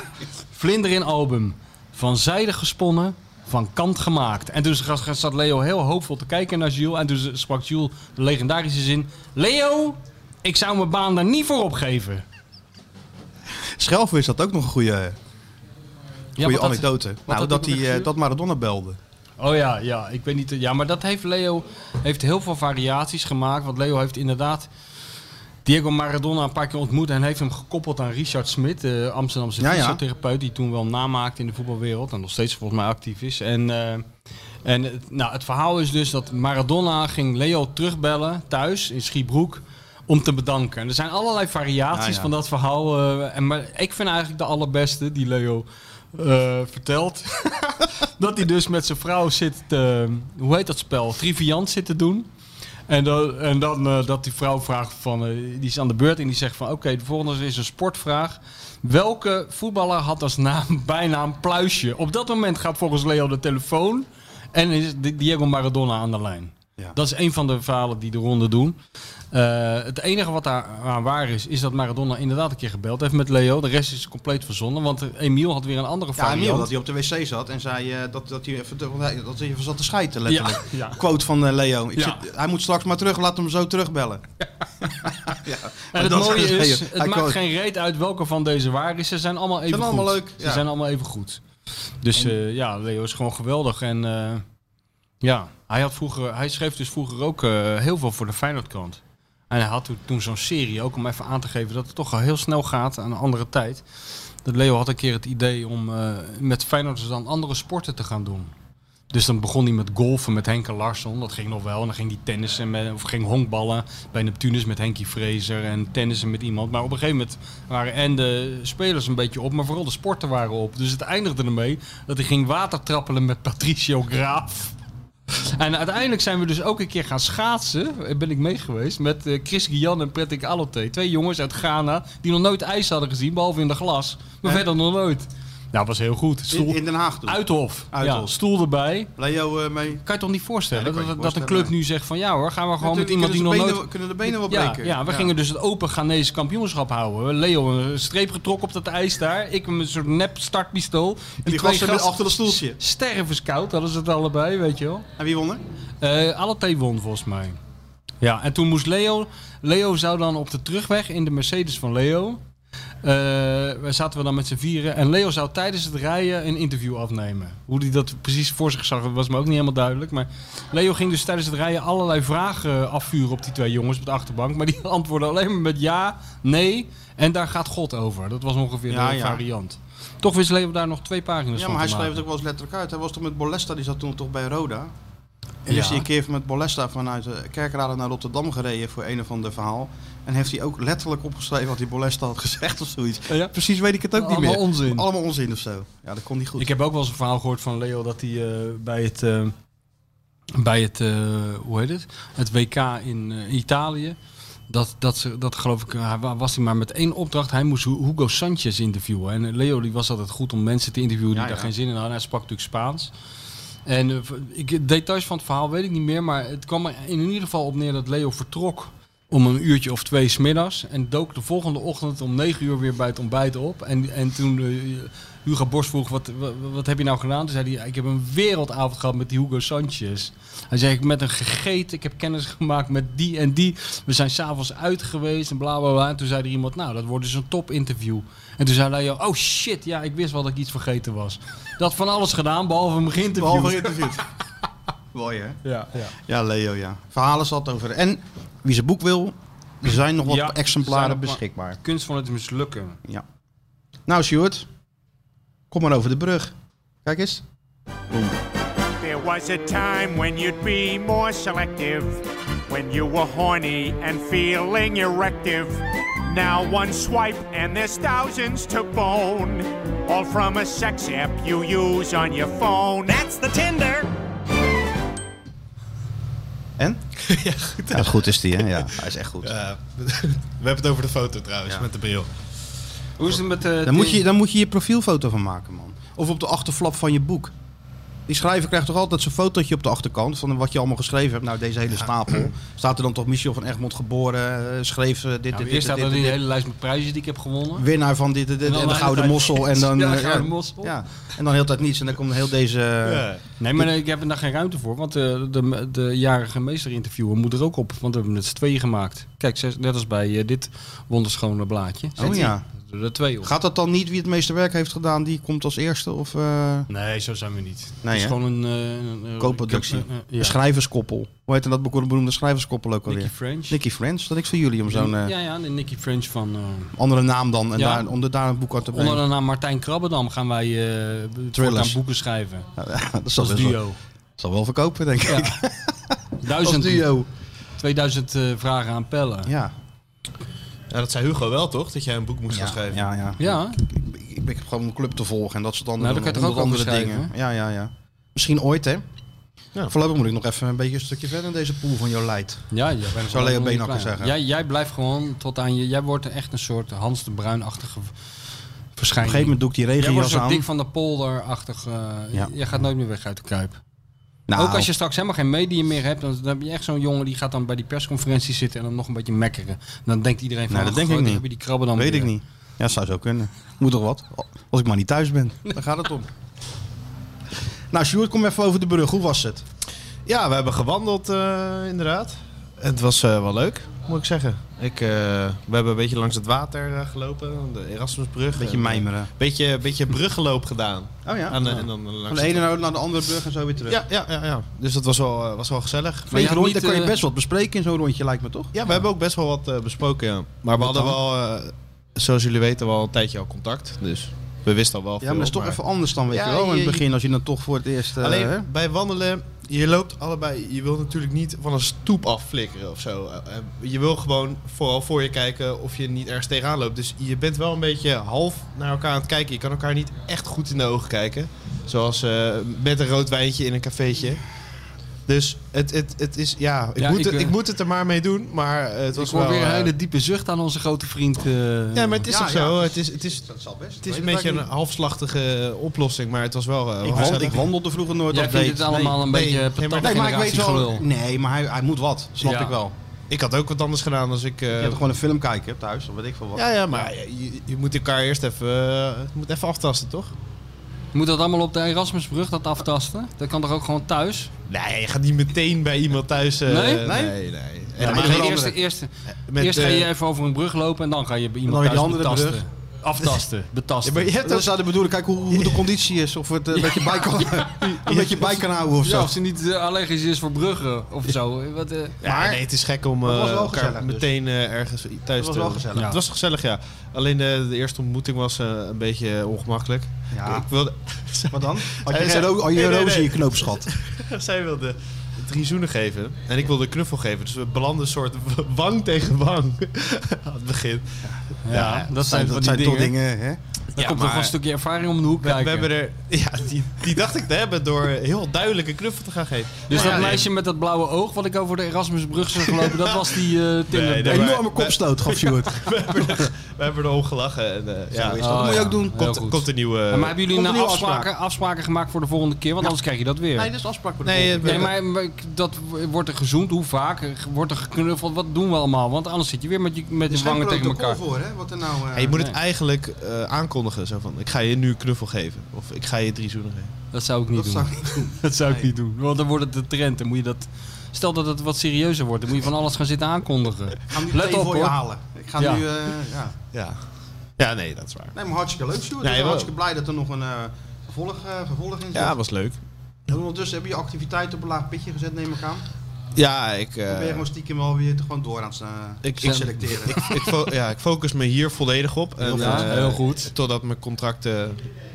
Vlinder in album. Van zijde gesponnen, van kant gemaakt. En toen zag- zat Leo heel hoopvol te kijken naar Jules. En toen sprak Jules de legendarische zin... Leo, ik zou mijn baan daar niet voor opgeven.
Schelven is dat ook nog een goede, goede
want dat-
anekdote.
want
nou,
dat
dat,
doet
die,
met
eh,
Guus.
dat Maradona belde.
Oh ja, ja, ik weet niet. eh, Ja, maar dat heeft Leo heeft heel veel variaties gemaakt. Want Leo heeft inderdaad Diego Maradona een paar keer ontmoet en heeft hem gekoppeld aan Richard Smit, de Amsterdamse
Ja, ja.
fysiotherapeut, die toen wel namaakte in de voetbalwereld en nog steeds volgens mij actief is. En, eh, en het- nou, het verhaal is dus dat Maradona ging Leo terugbellen thuis in Schiebroek om te bedanken. En er zijn allerlei variaties
Ja, ja.
van dat verhaal. eh, en, maar ik vind eigenlijk de allerbeste die Leo eh, vertelt. dat hij dus met zijn vrouw zit, eh, hoe heet dat spel? Triviant zit te doen. En dan, en dan eh, dat die vrouw vraagt van, eh, die is aan de beurt en die zegt van, oké, de volgende is een sportvraag. Welke voetballer had als naam bijnaam Pluisje? Op dat moment gaat volgens Leo de telefoon en is Di- Diego Maradona aan de lijn. Dat is een van de verhalen die de ronde doen. Eh, het enige wat daar aan waar is, is dat Maradona inderdaad een keer gebeld heeft met Leo. De rest is compleet verzonnen, want eh, Emiel had weer een andere
Ja,
variant.
Emiel, dat hij op de wc zat en zei eh, dat, dat, hij even, dat hij even zat te schijten, letterlijk.
Ja, ja.
Quote van eh, Leo. Ik
Ja.
zit- hij moet straks maar terug, laat hem zo terugbellen. ja.
En
Maar
het
dat
mooie
Leo.
is,
Hij
het maakt
quote.
geen reet uit welke van deze waar is. Ze zijn allemaal even
zijn allemaal
goed.
leuk,
Ze
ja.
zijn allemaal even goed. Dus eh, ja, Leo is gewoon geweldig. En eh, ja, hij, had vroeger, hij schreef dus vroeger ook eh, heel veel voor de Feyenoordkrant. En hij had toen- toen zo'n serie, ook om even aan te geven dat het toch al heel snel gaat aan een andere tijd. Dat Leo had een keer het idee om eh, met Feyenoorders dan andere sporten te gaan doen. Dus dan begon hij met golfen met Henke Larsson. Dat ging nog wel. En dan ging hij tennissen met, of ging honkballen bij Neptunus met Henkie Fraser. En tennissen met iemand. Maar op een gegeven moment waren en de spelers een beetje op. Maar vooral de sporten waren op. Dus het eindigde ermee dat hij ging watertrappelen met Patricio Graaf. En uiteindelijk zijn we dus ook een keer gaan schaatsen. Daar Ben ik mee geweest. Met eh, Chris Gian en Prettik Alote. Twee jongens uit Ghana. Die nog nooit ijs hadden gezien. Behalve in de glas. Maar verder nog nooit. Nou, was heel goed. Stoel-
In, in Den Haag toen.
Uithof.
Uithof.
Ja, stoel erbij.
Leo eh, mee.
Kan je toch niet voorstellen
Ja, dat
dat,
kan je
dat een
voorstellen,
club nu zegt van ja hoor, gaan we gewoon
Natuurlijk
met iemand die nog
kunnen ze benen-
nooit...
kunnen de benen wel
Ja,
breken.
Ja, we
Ja.
gingen dus het open Ghanese kampioenschap houden. Leo een streep getrokken op dat ijs daar. Ik met een soort nep startpistool. Die,
die
twee
gasten
gasten-
achter dat stoeltje.
Stervenskoud hadden ze het allebei, weet je wel.
En wie won er?
Eh alle twee won volgens mij. Ja, en toen moest Leo... Leo zou dan op de terugweg in de Mercedes van Leo... eh, zaten we dan met z'n vieren. En Leo zou tijdens het rijden een interview afnemen. Hoe hij dat precies voor zich zag, was me ook niet helemaal duidelijk. Maar Leo ging dus tijdens het rijden allerlei vragen afvuren op die twee jongens op de achterbank. Maar die antwoordden alleen maar met ja, nee. En daar gaat God over. Dat was ongeveer
Ja,
de
ja.
variant. Toch wist Leo daar nog twee pagina's
Ja,
van
maar
te
hij
maken.
schreef het ook wel eens letterlijk uit. Hij was toch met Bolesta, die zat toen toch bij Roda. En
Ja.
is hij een keer met Bolesta vanuit eh, Kerkrade naar Rotterdam gereden voor een of ander verhaal. En heeft hij ook letterlijk opgeschreven wat die Bolesta had gezegd of zoiets.
ja?
Precies weet ik het ook niet
Allemaal
meer.
onzin.
Allemaal onzin of zo. Ja, dat kon niet goed.
Ik heb ook wel eens een verhaal gehoord van Leo dat hij eh, bij het eh, bij het, eh, hoe heet het? het WK in eh, Italië. Dat, dat, ze, dat geloof ik, hij wa- was hij maar met één opdracht. Hij moest Hu- Hugo Sanchez interviewen. En eh, Leo die was altijd goed om mensen te interviewen die
Ja,
daar
ja.
geen zin in hadden. Hij sprak natuurlijk Spaans. En eh, v- ik, details van het verhaal weet ik niet meer. Maar het kwam er in ieder geval op neer dat Leo vertrok om een uurtje of twee smiddags. En dook de volgende ochtend om negen uur weer bij het ontbijt op. En, en toen eh, Hugo Borst vroeg, wat, wat, wat heb je nou gedaan? Toen zei hij, ik heb een wereldavond gehad met die Hugo Sanchez. Hij zei, ik met hem gegeten, ik heb kennis gemaakt met die en die. We zijn s'avonds uit geweest en bla bla bla. En toen zei er iemand, nou, dat wordt dus een top interview. En toen zei Leo, oh shit, ja, ik wist wel dat ik iets vergeten was. Dat van alles gedaan, behalve hem geïnterviewd.
Behalve geïnterviewd. Mooi hè?
Ja, ja.
Ja, Leo, ja. Verhalen zat over. En wie zijn boek wil, er zijn nog wat
Ja,
exemplaren
zijn er-
beschikbaar.
Kunst van het mislukken.
Ja. Nou, Stuart, kom maar over de brug. Kijk eens. Boom.
There was a time when you'd be more selective, when you were horny and feeling erective. Now one swipe and there's thousands to bone, all from a sex app you use on your phone. That's the Tinder.
En? ja, goed. goed is die, hè? Ja, hij is echt goed.
Ja, Eh, we hebben het over de foto trouwens, met de bril.
Hoe is het met eh, de...
Dan moet, je, dan moet je je profielfoto van maken, man. Of op de achterflap van je boek. Die schrijver krijgt toch altijd zijn fotootje op de achterkant van wat je allemaal geschreven hebt. Nou, deze hele stapel. Staat er dan toch Michel van Egmond geboren, eh, schreef eh,
Nou,
dit, dit,
eerst
dit,
staat
dit,
er
dit,
die
dit.
hele lijst met prijzen die ik heb gewonnen.
Winnaar van dit, dit, dit,
En
en,
dan
de
de
Gouden
hele
Mossel.
tijd-
En dan,
Ja, de
eh,
Gouden Mossel.
Ja. En dan heel de tijd niets. En dan komt heel deze...
Ja. Nee, maar ik heb er daar geen ruimte voor. Want eh, de, de jarige meesterinterviewer moet er ook op. Want we hebben het z'n tweeën gemaakt. Kijk, zes- net als bij eh, dit wonderschone blaadje.
Oh ja.
Er doen er twee op.
Gaat dat dan niet wie het meeste werk heeft gedaan, die komt als eerste? Of, eh,
Nee, zo zijn we niet.
Nee,
het is
hè?
gewoon een... eh, een- een-
Co-productie. Dus
eh, eh, ja.
Een schrijverskoppel. Hoe heet dat beroemde schrijverskoppel ook alweer?
Nicky French.
Nicky French. Dat ik voor jullie om zo'n eh,
Ja, ja, de Nicky French van... eh,
andere naam dan. En
Ja.
daar, onder daar een boek uit te brengen.
onder de naam Martijn Krabbendam gaan wij eh voortaan boeken schrijven.
dat zal
Als
best wel-
duo.
zal wel verkopen, denk ik.
Duizend,
Als duo.
2000 eh, vragen aan pellen.
Ja.
Ja, Nou, dat zei Hugo wel, toch? Dat jij een boek moest gaan schrijven.
Ja, ja.
Ja.
Ik, ik, ik heb gewoon een club te volgen en dat soort andere,
Nou, dat kan je toch
honderd
ook
andere
anders
dingen.
schrijven,
Ja, ja, ja. Misschien ooit, hè? Voorlopig moet ik nog even een beetje een stukje verder in deze pool van jou leidt.
Ja, jij bent
Zou Leo
gewoon
Beenhakker
klein.
zeggen.
Jij, jij blijft gewoon tot aan je. Jij wordt echt een soort Hans de Bruin-achtige verschijning.
Op een gegeven moment doe ik die regenjas
Jij wordt een soort
aan.
dik van de polder-achtig. eh,
Ja.
Jij gaat nooit meer weg uit de kuip.
Nou.
Ook als je straks helemaal geen media meer hebt, dan, dan heb je echt zo'n jongen die gaat dan bij die persconferentie zitten en dan nog een beetje mekkeren. En dan denkt iedereen van,
Nou, dat
"Oh,
denk ik
groot,
niet.
heb je die krabben dan
Weet
weer."
ik niet. Ja, zou zo kunnen. Moet toch wat? Als ik maar niet thuis ben. Daar gaat het om. Nou, Sjoerd, kom even over de brug. Hoe was het?
Ja, we hebben gewandeld eh, inderdaad. En het was eh, wel leuk, moet ik zeggen. Ik, eh, we hebben een beetje langs het water eh, gelopen, de Erasmusbrug.
Beetje
En, eh,
mijmeren.
Beetje, beetje bruggeloop gedaan.
Oh ja?
Aan de-
Ja.
En dan eh, langs
Van de ene naar- naar de andere brug en zo weer terug.
Ja, ja, ja, ja. Dus dat was wel, eh, was wel gezellig.
Vlees rond, daar kan je
eh,
best wat bespreken in zo'n rondje, lijkt me toch?
eh, Ja, we hebben ook best wel wat eh, besproken, ja. Maar we
Wat
hadden
dan?
wel, eh, zoals jullie weten, wel een tijdje al contact. Dus we wisten al wel
Ja, maar dat is toch even anders dan, weet
Ja,
je wel, in
je-
het begin als je dan toch voor het eerst... eh,
Alleen
hè?
bij wandelen, je loopt allebei. Je wilt natuurlijk niet van een stoep afflikkeren of zo. Eh, eh, Je wil gewoon vooral voor je kijken of je niet ergens tegenaan loopt. Dus je bent wel een beetje half naar elkaar aan het kijken. Je kan elkaar niet echt goed in de ogen kijken. Zoals eh, met een rood wijntje in een cafeetje. Dus het, het, het is, ja, ik,
Ja,
moet
ik,
het,
eh,
ik moet het er maar mee doen. Maar eh, het
Ik
was
hoor
wel...
weer een
eh,
hele diepe zucht aan onze grote vriend. eh.
ja, maar het is
Ja,
toch
ja,
zo.
dat
Het is, het is,
dat zal best.
het is een beetje een halfslachtige oplossing, maar het was wel... eh,
Ik,
wel
wand, ik
gezellig.
wandelde vroeger nooit
Jij
op
vindt
date.
het allemaal een
Nee,
beetje
nee,
patat
maar-
Nee, maar ik weet wel...
generatiegelul.
Nee, maar hij, hij moet wat, snap
Ja.
ik
Eh,
wel.
Ik had ook wat anders gedaan als ik...
Je
eh,
hebt gewoon een film kijken thuis, of weet ik veel wat.
Ja, ja, maar je, je moet elkaar eerst even, eh, het moet even aftasten, toch?
Moet dat allemaal op de Erasmusbrug, dat aftasten? Dat kan toch ook gewoon thuis?
Nee, je gaat niet meteen bij iemand thuis. eh,
Nee?
nee, nee.
Ja,
En
maar
dan ga je
eerst,
eerst-
eerst,
Met,
eerst ga je
eh,
even over een brug lopen en dan ga je bij iemand
dan
thuis
weer die andere
betasten. Aftasten,
Ja,
betasten.
maar je hebt
Dat
ook-
zou de bedoeling, kijk hoe, hoe de conditie is, of het eh, een beetje bij kan, een beetje bij kan houden of zo.
Ja, of ze niet eh, allergisch is voor bruggen of zo. Wat, eh,
Ja, nee, het is gek om
het was
eh,
wel
elkaar
gezellig dus.
meteen eh, ergens thuis
Het was
te...
wel gezellig.
Het was gezellig, ja. Alleen de, de eerste ontmoeting was eh, een beetje ongemakkelijk.
Ja.
Ik wilde...
Wat dan? Had je
Hij
geen
zei-
ro- had je
Eh, nee, nee,
rozen in je
nee.
knoopsgat?
Zij wilde drie zoenen geven en ik wilde een knuffel geven. Dus we belanden soort wang tegen wang aan het begin.
ja,
Ja,
dat zijn, van
dat
die
zijn toch
dingen.
dingen, hè?
Daar
Ja,
komt toch
maar-
een stukje ervaring om de hoek
We, we
kijken.
hebben er Ja, die, die dacht ik te hebben door heel duidelijke knuffel te gaan geven.
Dus
Maar
dat
ja,
meisje met dat blauwe oog wat ik over de Erasmusbrug zag lopen, dat was die eh Tinder.
Nee, nee,
Een
maar-
enorme kopstoot gaf Sjoerd.
We hebben erom gelachen. En, eh, ja.
is dat. Dat moet je ook doen. Oh, Heel
Komt,
goed.
komt een nieuwe.
Ja, maar hebben jullie
eh, komt een
nou
nieuwe
afspraken, afspraken gemaakt voor de volgende keer? Want anders krijg je dat weer.
Nee, dat is afspraak voor de
nee,
eh,
volgende keer.
nee, maar maar ik- dat w- wordt er gezoend. Hoe vaak? Eh, Wordt er geknuffeld? Wat doen we allemaal? Want anders zit je weer met, je, met
Er is
de
geen
wangen tegen
protocol
elkaar.
voor, hè? Wat er nou... eh,
Ja, je moet het
nee.
eigenlijk eh, aankondigen. Zo van, ik ga je nu een knuffel geven. Of ik ga je drie zoenen geven.
Dat zou ik niet doen.
zou ik niet doen.
dat zou ik
Nee.
niet doen. Want dan wordt het de trend. Dan moet je dat... Stel dat het wat serieuzer wordt. Dan moet je van alles gaan zitten aankondigen.
Ik ga hem nu
Let
meteen
op
voor je
hoor.
halen. Ik ga
Ja.
nu... eh, ja.
Ja. ja, nee, dat is waar.
Nee, maar hartstikke leuk,
Nee,
Sjoerd. ik ben
wel.
hartstikke blij dat er nog een eh, gevolg, eh, gevolg in zit.
Ja, was leuk.
En ondertussen heb je je activiteit op een laag pitje gezet, neem ik aan.
Ja, ik...
Dan
eh,
ben je gewoon stiekem wel weer te- gewoon door aan het eh, selecteren.
Ik, ik, fo- ja, ik focus me hier volledig op. En,
Heel goed.
eh,
Heel
Totdat mijn contract eh,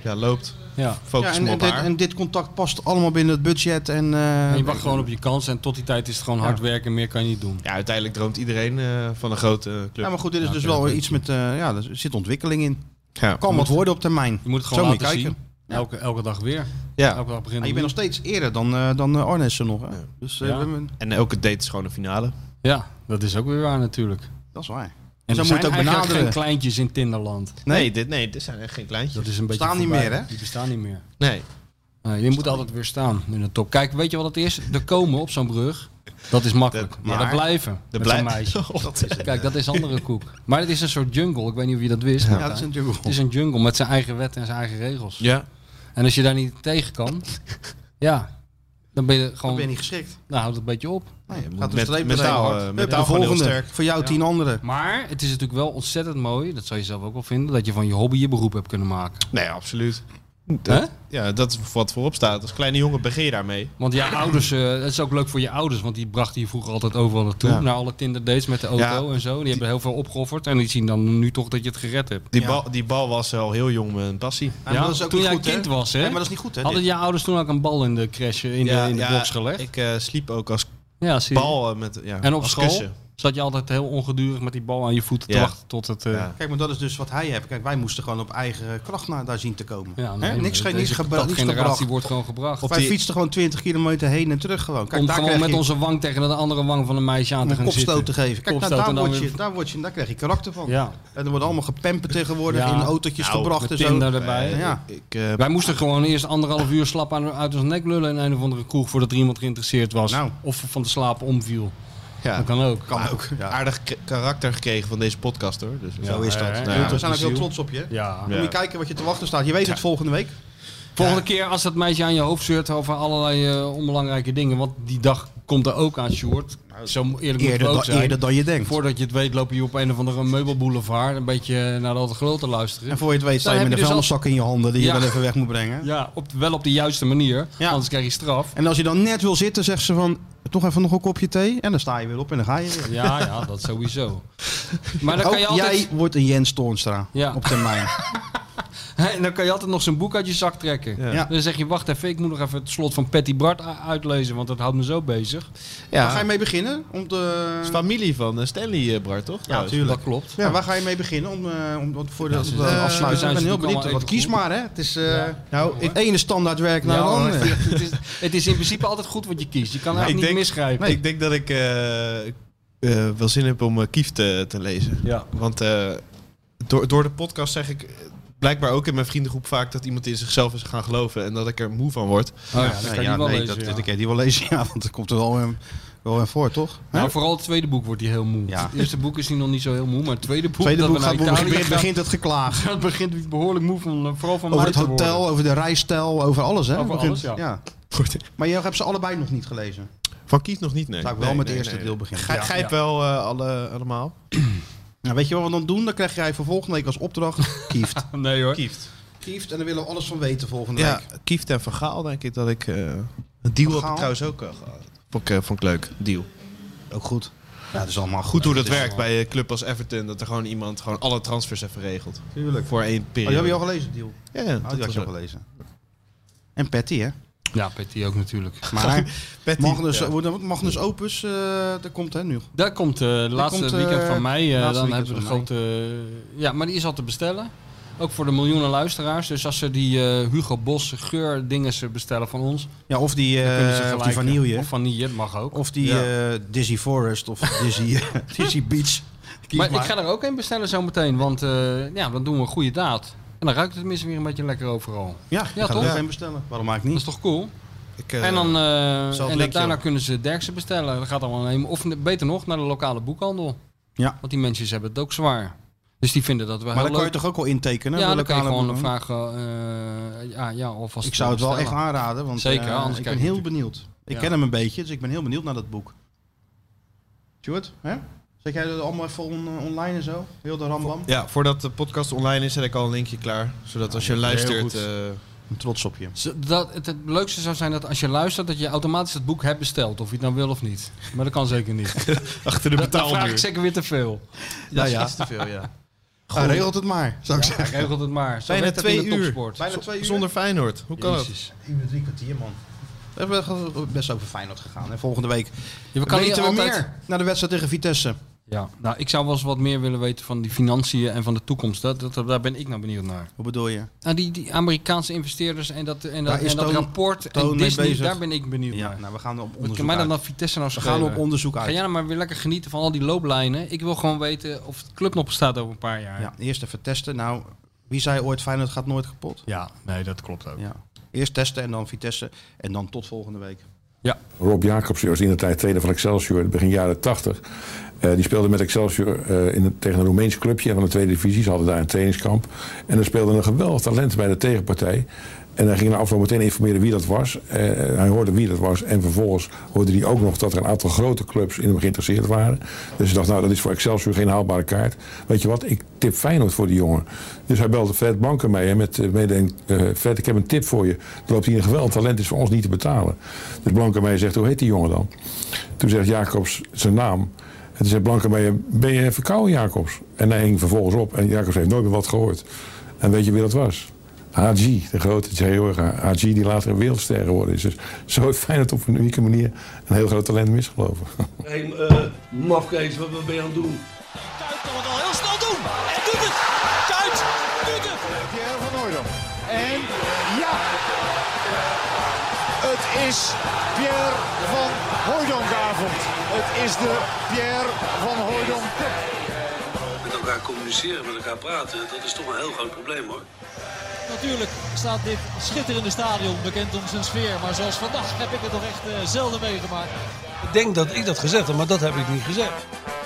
ja, loopt.
Ja.
Focus
Ja, en,
me
en
op
dit,
haar.
en dit contact past allemaal binnen het budget. En, eh,
En je wacht gewoon op je kans. En tot die tijd is het gewoon hard
Ja.
werken. Meer kan je niet doen.
Ja, uiteindelijk droomt iedereen eh, van een grote club.
Ja, maar goed, dit is dus wel iets met... eh, ja, er zit ontwikkeling in.
Ja.
Kan wat worden op termijn.
Je moet het
Zo
gewoon
je
laten zien.
kijken.
Elke, elke dag weer.
Ja.
Elke dag
Maar
beginnen
je
we
bent nog steeds eerder dan, eh dan eh, Arnessen nog. Hè? Dus eh,
Ja.
we hebben-
En elke date is gewoon een finale.
Ja, dat is ook weer waar natuurlijk.
dat is waar.
En
Zo
er
moet
zijn
het ook
eigenlijk
benaderen.
geen kleintjes in Tinderland.
Nee, dit, nee, dit zijn echt geen kleintjes.
Dat is een beetje
Staan niet
voorbij.
meer, hè?
Die bestaan niet meer.
Nee.
Nee, Eh, je moet altijd weer staan in de top. Kijk, weet je wat het is? Er komen op zo'n brug, dat is makkelijk. maar er
maar-
blijven
De
met zo'n
blij-
meisje.
Oh, dat is
Kijk, dat is andere koek. Maar het is een soort jungle. Ik weet niet of je dat wist.
Ja, dat is een jungle.
Het is een jungle met zijn eigen wetten en zijn eigen regels.
Ja.
En als je daar niet tegen kan, ja, dan ben je gewoon...
ben je niet geschikt.
Nou, houdt het een beetje op.
Nee, je gaat er
met-
streep
mentaal,
doorheen.
eh,
Hup,
mentaal
de
gewoon heel
volgende.
sterk.
Voor jou tien anderen.
Maar het is natuurlijk wel ontzettend mooi, dat zou je zelf ook wel vinden, dat je van je hobby je beroep hebt kunnen maken.
Nee, absoluut.
Hè?
Ja, dat is wat voorop staat. Als kleine jongen begin je daarmee.
Want jouw ouders, eh dat is ook leuk voor je ouders, want die brachten je vroeger altijd overal naartoe.
Ja.
Naar alle Tinder dates met de auto
Ja.
en zo. Die, hebben heel veel opgeofferd en die zien dan nu toch dat je het gered hebt.
Die, bal, die bal was al heel jong een passie.
Ja, maar dat is ook
toen
niet
jij
goed, hè?
kind was, hè?
Nee, maar dat is niet goed, hè?
Hadden
dit?
jouw ouders toen ook een bal in de crash, eh, in de, in de box gelegd?
Ik eh, sliep ook als
ja, zie je.
bal eh, met ja,
En op
als
school
kussen.
zat je altijd heel ongedurig met die bal aan je voeten te
Ja.
wachten tot het... eh,
Ja.
Kijk, maar dat is dus wat hij heeft. Kijk, wij moesten gewoon op eigen kracht naar daar zien te komen.
ja,
Hè?
nee,
niks,
maar
geen, niets
deze
gebracht. Niets
generatie
gebracht.
wordt gewoon gebracht.
Wij fietsten gewoon 20 kilometer heen en terug gewoon. Kijk,
om
daar
gewoon
krijg
met
je
onze wang tegen de andere wang van een meisje aan te
een
gaan
kopstoot
zitten.
te geven. Kijk, nou,
Kopstoot
daar,
en dan
word
weer-
je, daar, word je, daar krijg je karakter van.
Ja.
En er worden allemaal gepempen tegenwoordig
Ja.
in autootjes
Nou,
gebracht
met
en zo.
Tinder erbij.
Eh, ja.
Ik, eh,
Wij moesten gewoon eerst anderhalf uur slap aan, uit ons nek lullen in een of andere kroeg voordat er iemand geïnteresseerd was.
Nou.
Of van de slaap omviel.
ja,
Dat kan ook.
Kan ook. Nou, Ja.
aardig k- karakter gekregen van deze podcast hoor. Dus,
Zo is dat.
hè?
Nou,
Ja.
we zijn ook heel trots op je.
Ja.
Dan Moet je kijken wat je te wachten staat. Je weet het volgende week.
Volgende keer als dat meisje aan je hoofd zeurt over allerlei eh, onbelangrijke dingen, want die dag komt er ook aan, Sjoerd. Zo mo- eerlijk moet het ook zijn.
Nou, dan je denkt.
Voordat je het weet loop je op een of andere meubelboulevard een beetje naar dat gelul te luisteren.
En voor je het weet sta je
Dan
met een
heb je dus
vuilniszak in je handen die je
Ja.
wel even weg moet brengen.
Ja, op, wel op de juiste manier,
Ja.
anders krijg je straf.
En als je dan net wil zitten, zegt ze van... Toch even nog een kopje thee. En dan sta je weer op en dan ga je weer.
Ja, ja, dat sowieso. Maar dan kan je
Ook
altijd...
jij wordt een Jens Toornstra
Ja.
op termijn.
Hè, En dan kan je altijd nog zijn boek uit je zak trekken.
Ja.
Dan zeg je, wacht even, ik moet nog even het slot van Patty Bart a- uitlezen, want dat houdt me zo bezig.
Ja.
Waar ga je mee beginnen? Om te...
is familie van eh, Stanley eh Bart, toch?
Ja,
Trouwens.
tuurlijk.
Dat klopt.
Ja, waar ga je mee beginnen? Om, eh, om, om- voor de,
ze-
om de
eh,
afsluiting.
zijn
Ik ben
ze
heel
natuurlijk
benieuwd.
allemaal
Want kies
even
maar, hè. Het is eh,
Nou,
het ene standaardwerk naar het
Ja,
andere.
het, is, het is in principe altijd goed wat je kiest. Je kan
Nou,
ik
eigenlijk
denk-
niet misgrijpen.
Ik denk dat ik eh, eh, wel zin heb om eh, Kieft te, te lezen.
Ja.
Want eh, door, door de podcast zeg ik eh, blijkbaar ook in mijn vriendengroep vaak dat iemand in zichzelf is gaan geloven en dat ik er moe van word.
Oh ja, dat kan je wel
nee,
lezen.
dat,
ja.
dat kan je die wel lezen. Ja, want het komt er wel in, wel in voor, toch? Hè?
Nou, vooral het tweede boek wordt hij heel moe.
Ja.
Het eerste boek is hij nog niet zo heel moe, maar het tweede boek,
Tweede
dat
boek
we naar
gaat,
Italië
begint,
gaan,
begint het geklaag.
dat begint hij behoorlijk moe van, eh, vooral van
Over
mij
het
te worden.
hotel, over de rijstijl, over alles, hè?
Over
Begint-
alles, ja.
Maar je hebt ze allebei nog niet gelezen.
Van Kieft nog niet, nee.
Zou ik wel
Nee,
met
nee,
het eerste
nee.
deel beginnen.
Gij-
Ja.
Gijp wel eh, alle, allemaal.
Nou, weet je wat we dan doen? Dan krijg jij voor volgende week als opdracht kieft. Oh,
Nee hoor.
Kieft.
kieft en dan willen we alles van weten volgende
Ja,
week.
Kieft en Van Gaal denk ik dat ik... eh, een deal
Van
heb ik
Gaal?
trouwens ook eh, gehad. Vond ik, eh, vond ik leuk, deal.
Ook goed. Ja, dat is allemaal goed.
Goed hoe dat
is
werkt bij een club als Everton, dat er gewoon iemand gewoon alle transfers even regelt.
Tuurlijk.
Voor één
Oh, die
periode.
heb je al gelezen, Deal.
Ja, ja, dat
Oh, die had
was
je al
ook.
gelezen. En Patty, hè?
Ja, Patty ook natuurlijk.
Maar dus, eh,
Patty,
Magnus,
ja.
wordt- Magnus Opus, eh dat komt hè nu.
Daar komt eh, de laatste
komt, eh,
weekend van mei. eh,
laatste
dan
weekend
hebben we de eh,
van
grote. ja, maar die is al te bestellen. Ook voor de miljoenen luisteraars. Dus als ze die eh, Hugo Bos geurdingen bestellen van ons.
Ja, of die,
dan kunnen ze
eh, of
gelijk,
die vanille.
eh, Of vanille, dat mag ook.
Of die
Ja.
eh, Dizzy Forest of Dizzy, eh, Dizzy Beach. Kies
maar, ik ga er ook een bestellen zometeen. Want eh, ja, dan doen we een goede daad. En dan ruikt het tenminste weer een beetje lekker overal.
Ja, ik ga er ook een bestellen. Waarom maak ik niet?
Dat is toch cool?
eh,
en dan, eh,
het
en dan
linkje
daarna
op.
kunnen ze Derksen bestellen. Dat gaat allemaal nemen. Of ne- beter nog, naar de lokale boekhandel.
Ja.
Want die mensen hebben het ook zwaar. Dus die vinden dat we
Maar dan kan je toch ook wel intekenen?
Ja,
de
dan kan je
lokale
gewoon
boekhandel?
vragen. eh, ja, ja, alvast eh,
Ik zou het wel echt
bestellen.
aanraden, want
Zeker,
eh,
anders
ik
krijg
ben
je
heel
natuurlijk-
benieuwd. Ik
Ja.
ken hem een beetje, dus ik ben heel benieuwd naar dat boek. Stuart, hè? Zet jij dat allemaal even on- eh, online en zo? Heel de rambam?
Ja, voordat de podcast online is, zet ik al een linkje klaar. Zodat als je
heel
luistert... eh,
goed. trots op je.
Zo- Dat, het, het leukste zou zijn dat als je luistert, dat je automatisch het boek hebt besteld. Of je het nou wil of niet. Maar dat kan zeker niet.
Achter de
Dat- Dat
betaalmuur.
vraag ik zeker weer te veel.
Nou ja.
is te veel, ja.
Goed. Ah, regelt het maar, zou ik
Ja,
zeggen.
regelt het maar. Zo
Bijna
werkt het
twee
in de
uur.
topsport.
Bijna twee uur.
Zonder Feyenoord. Hoe kan dat?
Jezus.
Eén uur, drie kwartier, man. We hebben gewoon best over Feyenoord gegaan. En volgende week
we kan
weten
hier
we
altijd-
meer naar de wedstrijd tegen Vitesse.
Ja, nou, ik zou wel eens wat meer willen weten van die financiën en van de toekomst. Dat, dat, daar ben ik nou benieuwd naar.
Hoe bedoel je?
Nou, die, die Amerikaanse investeerders en dat, en dat,
Daar is
en dat
Toon-
rapport
Toon
en
mee
Disney,
bezig.
daar ben ik benieuwd
Ja,
naar.
nou, we gaan op
Wat
onderzoek
kan mij dan
uit.
naar Vitesse nou
We
schelen?
gaan op onderzoek uit.
Ga jij nou maar weer lekker genieten van al die looplijnen. Ik wil gewoon weten of de club nog bestaat over een paar jaar.
Ja, eerst even testen. Nou, wie zei ooit Feyenoord gaat nooit kapot?
Ja, nee, dat klopt ook.
Ja. Eerst testen en dan Vitesse. En dan tot volgende week.
Rob Jacobsen was in de tijd trainer van Excelsior, begin jaren 80. Eh, die speelde met Excelsior eh, in een- tegen een Roemeens clubje van de tweede divisie. Ze hadden daar een trainingskamp. En er speelde een geweldig talent bij de tegenpartij. En hij ging na afloop meteen informeren wie dat was. Eh, hij hoorde wie dat was. En vervolgens hoorde hij ook nog dat er een aantal grote clubs in hem geïnteresseerd waren. Dus hij dacht, nou dat is voor Excelsior geen haalbare kaart. Weet je wat, ik tip Feyenoord voor die jongen. Dus hij belde Fred Banken mee. En met eh, mededeling, eh, Fred, ik heb een tip voor je. Er loopt hier een geweldig talent, is voor ons niet te betalen. Dus Blankenmeijer zegt, hoe heet die jongen dan? Toen zegt Jacobs zijn naam. En toen zei Blankenmeijer, ben je verkouden Jacobs? En hij hing vervolgens op. En Jacobs heeft nooit meer wat gehoord. En weet je wie dat was? Haji, de grote Georga. Haji die later een wereldster geworden is. Dus zo heeft Feyenoord op een unieke manier een heel groot talent misgelopen.
Hé, eh mafkees, wat, wat ben je aan het doen?
Heel snel doen! En doet het! Kuit! Doet het!
Pierre van Hooydonk. En ja! Het is Pierre van Hooydonkavond. Het is de Pierre van Hooydonk Cup.
Met elkaar communiceren, met elkaar praten, dat is toch een heel groot probleem hoor.
Natuurlijk staat dit schitterende stadion bekend om zijn sfeer. Maar zoals vandaag heb ik het toch echt eh, zelden meegemaakt.
Ik denk dat ik dat gezegd heb, maar dat heb ik niet gezegd.